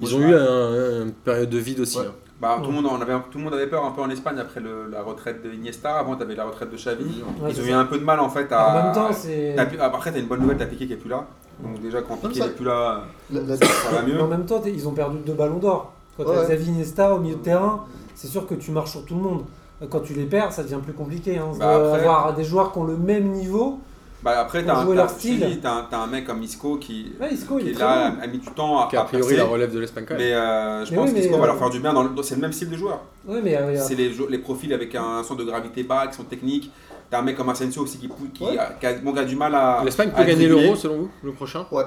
Speaker 1: Ils
Speaker 2: Ouais,
Speaker 1: ont
Speaker 2: je
Speaker 1: eu
Speaker 2: sais
Speaker 1: un- une période de vide aussi.
Speaker 3: Ouais.
Speaker 1: hein.
Speaker 2: Bah, tout, le monde, en avait, tout le monde avait peur un peu en Espagne après le- la retraite de Iniesta. Avant, t'avais la retraite de Xavi.
Speaker 4: Ouais,
Speaker 2: Ils
Speaker 4: c'est
Speaker 2: ont eu
Speaker 4: ça.
Speaker 2: un peu de mal en fait à.
Speaker 4: En même temps, c'est.
Speaker 2: T'as pu- ah, Après, t'as une bonne nouvelle, t'as Piqué qui est plus là. Donc, déjà, quand
Speaker 3: Comme
Speaker 2: Piqué
Speaker 3: ça.
Speaker 2: n'est plus là,
Speaker 3: La- la-
Speaker 2: ça va
Speaker 4: Mais
Speaker 2: mieux.
Speaker 4: en même temps, t'es- ils ont perdu deux ballons d'or. Quand
Speaker 3: Ouais, ouais.
Speaker 4: t'as Xavi Iniesta au milieu de terrain, c'est sûr que tu marches sur tout le monde. Quand tu les perds, ça devient plus compliqué. Hein.
Speaker 2: Bah,
Speaker 4: De-
Speaker 2: après-
Speaker 4: Avoir des joueurs qui ont le même niveau.
Speaker 2: Bah, après,
Speaker 4: Ils
Speaker 2: t'as
Speaker 4: ont
Speaker 2: un,
Speaker 4: joué
Speaker 2: t'as-
Speaker 4: leur style.
Speaker 2: je te dis, t'as un- t'as un mec comme Isco qui,
Speaker 4: Ouais, Isco, il
Speaker 2: qui
Speaker 4: est
Speaker 2: est
Speaker 4: très
Speaker 2: là,
Speaker 4: bon.
Speaker 2: a mis du temps à,
Speaker 1: Donc, a
Speaker 2: à
Speaker 1: priori,
Speaker 2: percer.
Speaker 1: la relève de l'Espagne quand même.
Speaker 2: Mais euh, je
Speaker 4: Mais
Speaker 2: pense
Speaker 4: oui, mais,
Speaker 2: qu'Isco va
Speaker 4: euh,
Speaker 2: leur faire du bien. dans le- C'est le même style de joueur.
Speaker 4: Ouais, mais euh,
Speaker 2: C'est les, jou- les profils avec un centre de gravité bas, qui sont techniques. T'as un mec comme Asensio aussi qui, pou- qui,
Speaker 3: Ouais.
Speaker 2: a, qui a- bon, qui a du mal à.
Speaker 1: L'Espagne peut
Speaker 2: à
Speaker 1: gagner
Speaker 2: dribbler.
Speaker 1: l'euro selon vous, le prochain
Speaker 3: Ouais,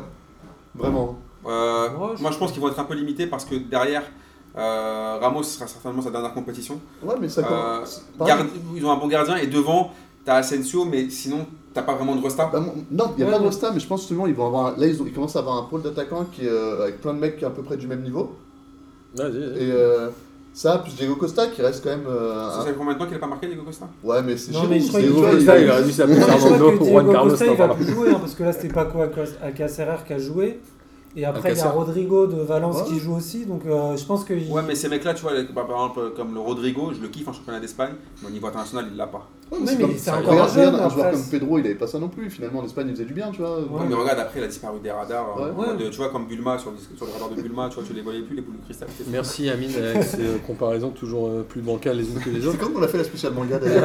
Speaker 3: vraiment.
Speaker 2: Euh,
Speaker 4: Ouais, je-
Speaker 2: moi, je pense qu'ils vont être un peu limités parce que derrière, euh, Ramos sera certainement sa dernière compétition.
Speaker 3: Ouais, mais ça
Speaker 2: Euh,
Speaker 3: commence. pareil.
Speaker 2: Gard- Ils ont un bon gardien et devant, t'as Asensio, mais sinon, t'as pas vraiment de resta.
Speaker 3: Bah, mon- non, il n'y a
Speaker 4: Ouais,
Speaker 3: pas de
Speaker 4: ouais.
Speaker 3: resta, mais je pense justement ils vont avoir. un- Là, ils, ont- ils commencent à avoir un pôle d'attaquants qui est, euh, avec plein de mecs à peu près du même niveau.
Speaker 1: Vas-y, vas-y.
Speaker 3: Et euh, ça, plus Diego Costa qui reste quand même. euh,
Speaker 2: Ça
Speaker 3: un-
Speaker 2: fait combien de temps qu'il a pas marqué, Diego Costa
Speaker 3: Ouais, mais c'est
Speaker 4: Non,
Speaker 3: Giroud,
Speaker 4: mais je
Speaker 3: c'est-
Speaker 4: crois
Speaker 3: tu
Speaker 4: qu'il
Speaker 3: vois,
Speaker 4: joue-
Speaker 3: il-
Speaker 1: Ça, il aurait dû
Speaker 4: Non, mais
Speaker 1: s'appeler
Speaker 4: je crois
Speaker 1: Fernando
Speaker 4: que
Speaker 1: pour Juan
Speaker 4: Diego
Speaker 1: Carlos.
Speaker 4: Costa, il va
Speaker 1: Navarro.
Speaker 4: plus jouer hein, parce que là, c'était pas quoi à Cacerer qui a joué. Et après, il y a
Speaker 1: Alcacer.
Speaker 4: Rodrigo de Valence
Speaker 3: Ouais.
Speaker 4: qui joue aussi. Donc euh, je pense que. il-
Speaker 2: Ouais, mais ces mecs-là, tu vois, les- bah, par exemple, comme le Rodrigo, je le kiffe en championnat d'Espagne, mais au niveau international, il l'a pas.
Speaker 3: Ouais,
Speaker 4: mais
Speaker 3: c'est
Speaker 4: il-
Speaker 3: comme-
Speaker 4: c'est
Speaker 3: regarde,
Speaker 4: encore un jeune,
Speaker 3: regarde, un joueur
Speaker 4: après,
Speaker 3: comme
Speaker 4: c'est-
Speaker 3: Pedro, il avait pas ça non plus. Finalement, en Espagne, il faisait du bien, tu vois.
Speaker 4: Ouais.
Speaker 2: Ouais, mais regarde, après, il a disparu des radars. euh,
Speaker 4: Ouais.
Speaker 2: de- tu vois, comme Bulma, sur, le disque- sur le radar de Bulma, tu vois, tu les voyais plus, les boules de cristal. c'était-
Speaker 1: Merci Amine avec ces euh, comparaisons toujours euh, plus bancales les unes que les
Speaker 3: C'est
Speaker 1: autres.
Speaker 3: quand on a fait la spéciale manga d'ailleurs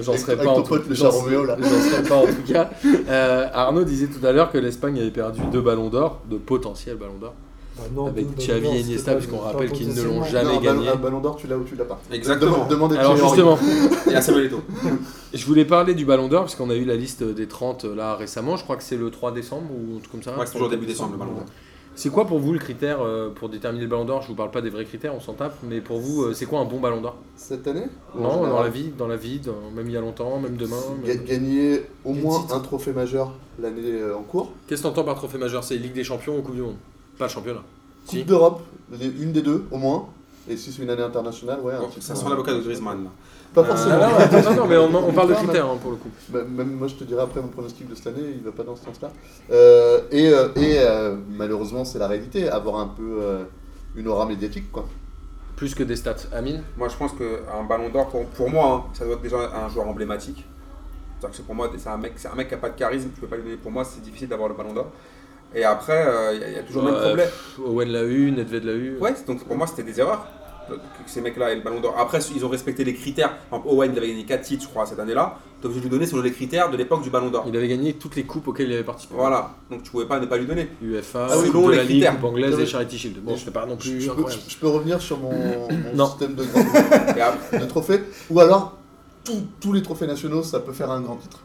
Speaker 1: J'en
Speaker 3: Avec
Speaker 1: serais
Speaker 3: avec
Speaker 1: pas en
Speaker 3: ton
Speaker 1: tout-
Speaker 3: pote le
Speaker 1: j'en-
Speaker 3: chat Roméo là.
Speaker 1: J'en serais pas en tout cas. Euh, Arnaud disait tout à l'heure que l'Espagne avait perdu deux ballons d'or, de potentiels ballons d'or,
Speaker 4: Bah non,
Speaker 1: avec
Speaker 4: Ballon d'Or,
Speaker 1: Xavi et
Speaker 4: c'était
Speaker 1: Iniesta,
Speaker 4: pas-
Speaker 1: puisqu'on
Speaker 4: c'était pas
Speaker 1: rappelle qu'ils ne l'ont
Speaker 4: potentiellement.
Speaker 1: jamais
Speaker 3: Non, un ballon-
Speaker 1: gagné.
Speaker 3: Un ballon d'or, tu l'as ou tu l'as pas.
Speaker 2: Exactement.
Speaker 3: Demande- Demande à
Speaker 1: Alors
Speaker 3: Thierry Henry.
Speaker 1: justement,
Speaker 2: Et à Samuel Eto'o.
Speaker 1: je voulais parler du ballon d'or, puisqu'on a eu la liste des 30 là récemment, je crois que c'est le 3 décembre ou un truc comme ça.
Speaker 2: Ouais, c'est Hein, toujours début décembre, le ballon d'or.
Speaker 1: C'est quoi pour vous le critère euh, pour déterminer le ballon d'or Je vous parle pas des vrais critères, on s'en tape, mais pour vous, euh, c'est quoi un bon ballon d'or
Speaker 3: Cette année Ou en
Speaker 1: Non,
Speaker 3: général
Speaker 1: dans la vie, dans la vie, dans- même il y a longtemps, même demain.
Speaker 3: Ga-
Speaker 1: même-
Speaker 3: Gagner au
Speaker 4: Les
Speaker 3: moins
Speaker 4: titres.
Speaker 3: un trophée majeur l'année euh, en cours.
Speaker 1: Qu'est-ce que t'entends par trophée majeur C'est Ligue des Champions ou Coupe du Monde Pas le championnat. Si.
Speaker 3: Coupe d'Europe, les- une des deux au moins. Et si c'est une année internationale,
Speaker 1: Oh,
Speaker 3: ouais. un
Speaker 2: Bon,
Speaker 3: titre.
Speaker 2: Ça sent l'avocat de Griezmann, là.
Speaker 3: Pas
Speaker 1: Euh,
Speaker 3: forcément.
Speaker 1: non, non, non, non, mais on, on parle de critères hein, pour le coup.
Speaker 3: Bah, même moi, je te dirai après mon pronostic de cette année, il va pas dans ce sens-là. Euh, et euh, et euh, malheureusement, c'est la réalité, avoir un peu euh, une aura médiatique, quoi.
Speaker 1: Plus que des stats. Amine
Speaker 2: Moi, je pense qu'un ballon d'or, pour, pour moi, hein, ça doit être déjà un joueur emblématique. C'est-à-dire que c'est pour moi, c'est un mec, c'est un mec qui n'a pas de charisme, tu peux pas lui donner. Pour moi, c'est difficile d'avoir le ballon d'or. Et après, euh, il y a- il y, a toujours le
Speaker 1: Euh,
Speaker 2: même problème.
Speaker 1: pff, Owen l'a eu, Nedved l'a eu.
Speaker 2: Ouais, donc pour moi, c'était des erreurs donc, que ces mecs-là aient le ballon d'or. Après, ils ont respecté les critères. Par exemple, Owen, il avait gagné 4 titres, je crois, cette année-là. Donc, je lui donner selon les critères de l'époque du ballon d'or.
Speaker 1: Il avait gagné toutes les coupes auxquelles il avait participé.
Speaker 2: Voilà, donc tu pouvais pas ne pas lui donner.
Speaker 1: UFA,
Speaker 2: Ah oui,
Speaker 1: Coupe
Speaker 2: selon
Speaker 1: de
Speaker 2: les
Speaker 1: la Ligue,
Speaker 2: critères.
Speaker 1: Coupe anglaise
Speaker 3: Non,
Speaker 1: et
Speaker 3: mais-
Speaker 1: Charity Shield. Bon,
Speaker 3: je-
Speaker 1: c'était pas non plus
Speaker 3: Je, je peux,
Speaker 1: incroyable.
Speaker 3: je peux revenir sur mon, mon
Speaker 1: Non.
Speaker 3: système de, grand-
Speaker 2: Et après,
Speaker 3: de trophées. Ou alors, tous- tous les trophées nationaux, ça peut faire un grand titre.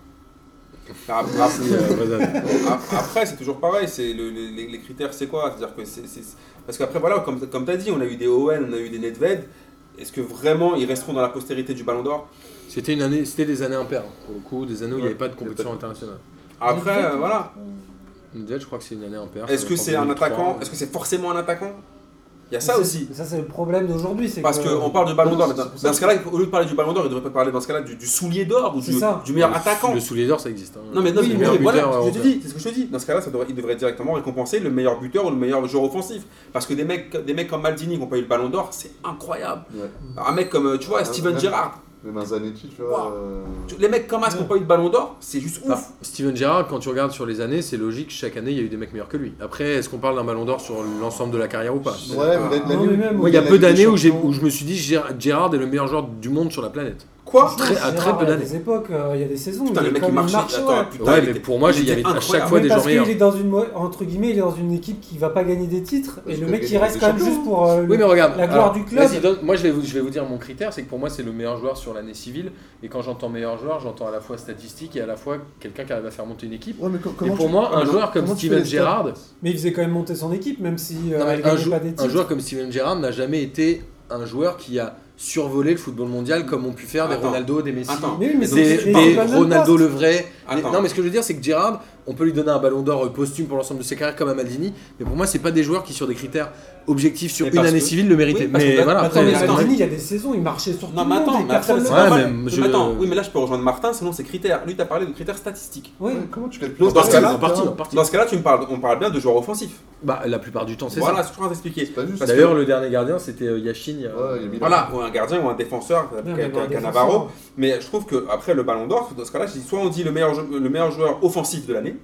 Speaker 2: après-
Speaker 1: Merci, euh, Bazan.
Speaker 2: Ap- Après, c'est toujours pareil. C'est le- le- les, les critères, c'est quoi C'est-à-dire que c'est, c'est- parce qu'après voilà, comme comme t'as dit, on a eu des Owen, on a eu des Nedved. Est-ce que vraiment ils resteront dans la postérité du Ballon d'Or
Speaker 1: C'était une année, c'était des années impaires. hein. Pour le coup, des années où il n'y
Speaker 2: Ouais.
Speaker 1: avait pas de compétition internationale.
Speaker 2: Après, euh, voilà.
Speaker 1: Nedved, je crois que c'est une année impaire.
Speaker 2: Est-ce que c'est un
Speaker 1: 2003,
Speaker 2: attaquant
Speaker 1: euh,
Speaker 2: Est-ce que c'est forcément un attaquant Il y a
Speaker 4: Mais
Speaker 2: ça
Speaker 4: c'est-
Speaker 2: aussi.
Speaker 4: Ça, c'est le problème d'aujourd'hui. c'est
Speaker 2: Parce
Speaker 4: que-
Speaker 2: qu'on parle de Ballon d'Or, mais
Speaker 3: c'est
Speaker 2: dans,
Speaker 3: pour ça
Speaker 2: dans ce cas-là, au lieu de parler du Ballon d'Or, il devrait pas parler dans ce cas-là du, du soulier d'or ou
Speaker 4: C'est
Speaker 2: du,
Speaker 4: ça.
Speaker 2: du meilleur
Speaker 1: le-
Speaker 2: attaquant.
Speaker 1: Le soulier d'or, ça existe. hein.
Speaker 2: Non mais, non,
Speaker 1: Le
Speaker 2: mais-
Speaker 1: meilleur
Speaker 2: mais voilà,
Speaker 1: buteur,
Speaker 2: je te
Speaker 1: euh,
Speaker 2: dis, c'est ce que je te dis. Dans ce cas-là, ça devrait- il devrait directement récompenser le meilleur buteur ou le meilleur joueur offensif. Parce que des mecs, des mecs comme Maldini qui n'ont pas eu le ballon d'or, c'est incroyable.
Speaker 3: Ouais.
Speaker 2: Un mec comme, tu vois,
Speaker 3: Ouais,
Speaker 2: Steven
Speaker 3: ouais.
Speaker 2: Gerrard.
Speaker 3: Même un Zanetti, tu vois.
Speaker 2: Wow.
Speaker 3: euh,
Speaker 2: Tu- Les mecs comme As qui n'ont pas eu le ballon d'or, c'est juste ouf.
Speaker 1: Ah, Steven Gerrard, quand tu regardes sur les années, c'est logique, chaque année il y a eu des mecs meilleurs que lui. Après, est-ce qu'on parle d'un ballon d'or sur l'ensemble de la carrière ou pas
Speaker 3: Ouais, mais l'année-
Speaker 4: Non, mais
Speaker 3: l'année-
Speaker 4: même,
Speaker 1: Moi, il y a
Speaker 3: l'année
Speaker 1: peu
Speaker 3: des
Speaker 1: d'années où, j'ai-
Speaker 3: champions-
Speaker 1: où je me suis dit Ger- Gerrard est le meilleur joueur du monde sur la planète.
Speaker 2: Quoi
Speaker 1: très- à
Speaker 4: Gérard,
Speaker 1: très peu
Speaker 4: il y a
Speaker 1: d'années.
Speaker 4: des époques, euh, il y a des saisons.
Speaker 2: Putain,
Speaker 4: il
Speaker 2: le
Speaker 4: est
Speaker 2: mec
Speaker 4: comme
Speaker 2: il marchait.
Speaker 4: marchait,
Speaker 2: Attends,
Speaker 4: ouais.
Speaker 2: putain,
Speaker 1: ouais,
Speaker 2: il
Speaker 1: mais
Speaker 2: était-
Speaker 1: pour moi,
Speaker 2: il
Speaker 1: il y
Speaker 2: était
Speaker 1: avait à chaque
Speaker 2: incroyable.
Speaker 1: fois
Speaker 4: Mais
Speaker 1: des
Speaker 4: parce
Speaker 1: gens meilleurs.
Speaker 4: qu'il est dans une mau- entre guillemets, il est dans une équipe qui va pas gagner des titres et
Speaker 3: Parce
Speaker 4: le
Speaker 3: que
Speaker 4: mec il
Speaker 3: gagner
Speaker 4: reste
Speaker 3: des
Speaker 4: quand même
Speaker 3: champions.
Speaker 4: juste pour euh,
Speaker 1: Oui, mais regarde.
Speaker 4: la gloire du club.
Speaker 1: vas-y, donne- moi, je vais, vous, je vais vous dire mon critère c'est que pour moi, c'est le meilleur joueur sur l'année civile. Et quand j'entends meilleur joueur, j'entends à la fois statistique et à la fois quelqu'un qui arrive à faire monter une équipe.
Speaker 3: Ouais, mais co-
Speaker 1: Et
Speaker 3: comment
Speaker 1: pour
Speaker 3: tu-
Speaker 1: moi, un
Speaker 3: comment-
Speaker 1: joueur comme
Speaker 3: comment tu fais
Speaker 1: Steven
Speaker 3: les stats
Speaker 1: Gerrard,
Speaker 4: Mais il faisait quand même monter son équipe, même si euh,
Speaker 1: Non, mais
Speaker 4: elle
Speaker 1: un,
Speaker 4: gagnait
Speaker 1: jou-
Speaker 4: pas des
Speaker 1: un
Speaker 4: titres.
Speaker 1: joueur comme Steven Gerrard n'a jamais été un joueur qui a survolé le football mondial comme ont pu faire des
Speaker 2: Attends.
Speaker 1: Ronaldo, des Messi,
Speaker 2: Attends.
Speaker 4: Mais oui,
Speaker 1: des,
Speaker 4: mais c'est- mais c'est
Speaker 1: des
Speaker 4: pas le même
Speaker 1: Ronaldo
Speaker 4: poste.
Speaker 1: le vrai. Des-
Speaker 2: Attends.
Speaker 1: non, mais ce que je veux dire, c'est que Gerrard, on peut lui donner un ballon d'or euh, posthume pour l'ensemble de ses carrières comme à Maldini, mais pour moi, c'est pas des joueurs qui, sur des critères objectifs sur
Speaker 2: Mais
Speaker 1: une
Speaker 2: parce
Speaker 1: année
Speaker 2: que-
Speaker 1: civile, le méritaient.
Speaker 2: oui, parce
Speaker 1: mais
Speaker 2: que-
Speaker 1: voilà,
Speaker 4: Attends,
Speaker 1: après,
Speaker 4: mais
Speaker 1: c'est
Speaker 2: attends.
Speaker 1: vrai.
Speaker 4: Maldini, il y a des saisons, il marchait sur tout
Speaker 2: Non,
Speaker 4: le
Speaker 2: mais
Speaker 4: monde.
Speaker 2: attends,
Speaker 4: et
Speaker 2: mais après,
Speaker 4: personne
Speaker 2: c'est
Speaker 4: le-
Speaker 1: Ouais,
Speaker 2: pas
Speaker 1: mais
Speaker 2: mal. Mais
Speaker 1: je-
Speaker 2: attends, oui, mais là, je peux rejoindre Martin selon ses critères. Lui, t'as parlé de critères statistiques.
Speaker 4: Oui.
Speaker 3: Ouais, Comment tu calcules
Speaker 2: Dans
Speaker 3: les
Speaker 2: ce
Speaker 3: stats
Speaker 2: cas-là,
Speaker 1: en partie, en
Speaker 3: hein
Speaker 1: partie.
Speaker 2: Dans ce cas-là, tu me parles, on parle bien de joueurs offensifs.
Speaker 1: Bah, la plupart du temps, c'est
Speaker 2: Voilà, ce que je suis en train d'expliquer.
Speaker 3: C'est pas juste.
Speaker 1: ça. D'ailleurs, le dernier gardien, c'était euh, Yashin. il y a-
Speaker 3: Ouais, il y a Milan.
Speaker 2: Voilà, ou un gardien ou un défenseur, euh,
Speaker 4: Ouais, mais
Speaker 2: qu'un-
Speaker 4: dans
Speaker 2: qu'un
Speaker 4: la
Speaker 2: qu'un
Speaker 4: défense,
Speaker 2: Navarro. Mais je trouve que après le Ballon d'Or, dans ce cas-là, je dis soit on dit le meilleur, jeu- le meilleur joueur offensif de l'année,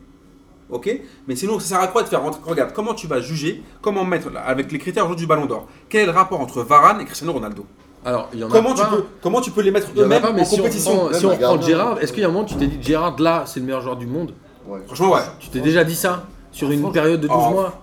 Speaker 2: ok Mais sinon, ça sert à quoi de faire rentrer Regarde, comment tu vas juger, comment mettre, là, avec les critères aujourd'hui du Ballon d'or, quel est le rapport entre Varane et Cristiano Ronaldo
Speaker 1: Alors, il y en a
Speaker 2: comment tu,
Speaker 1: pas.
Speaker 2: peux, comment tu peux les mettre
Speaker 1: Il y en a
Speaker 2: eux-mêmes
Speaker 1: pas, mais
Speaker 2: en
Speaker 1: si on
Speaker 2: compétition
Speaker 1: prend- si on
Speaker 3: Même un
Speaker 1: reprend
Speaker 3: gardien.
Speaker 1: Gerrard, est-ce qu'il y a un moment, tu t'es dit Gerrard, là, c'est le meilleur joueur du monde
Speaker 3: Ouais.
Speaker 2: Franchement, ouais.
Speaker 1: Tu t'es déjà dit ça sur une
Speaker 4: franchement,
Speaker 1: période de 12
Speaker 2: oh,
Speaker 1: mois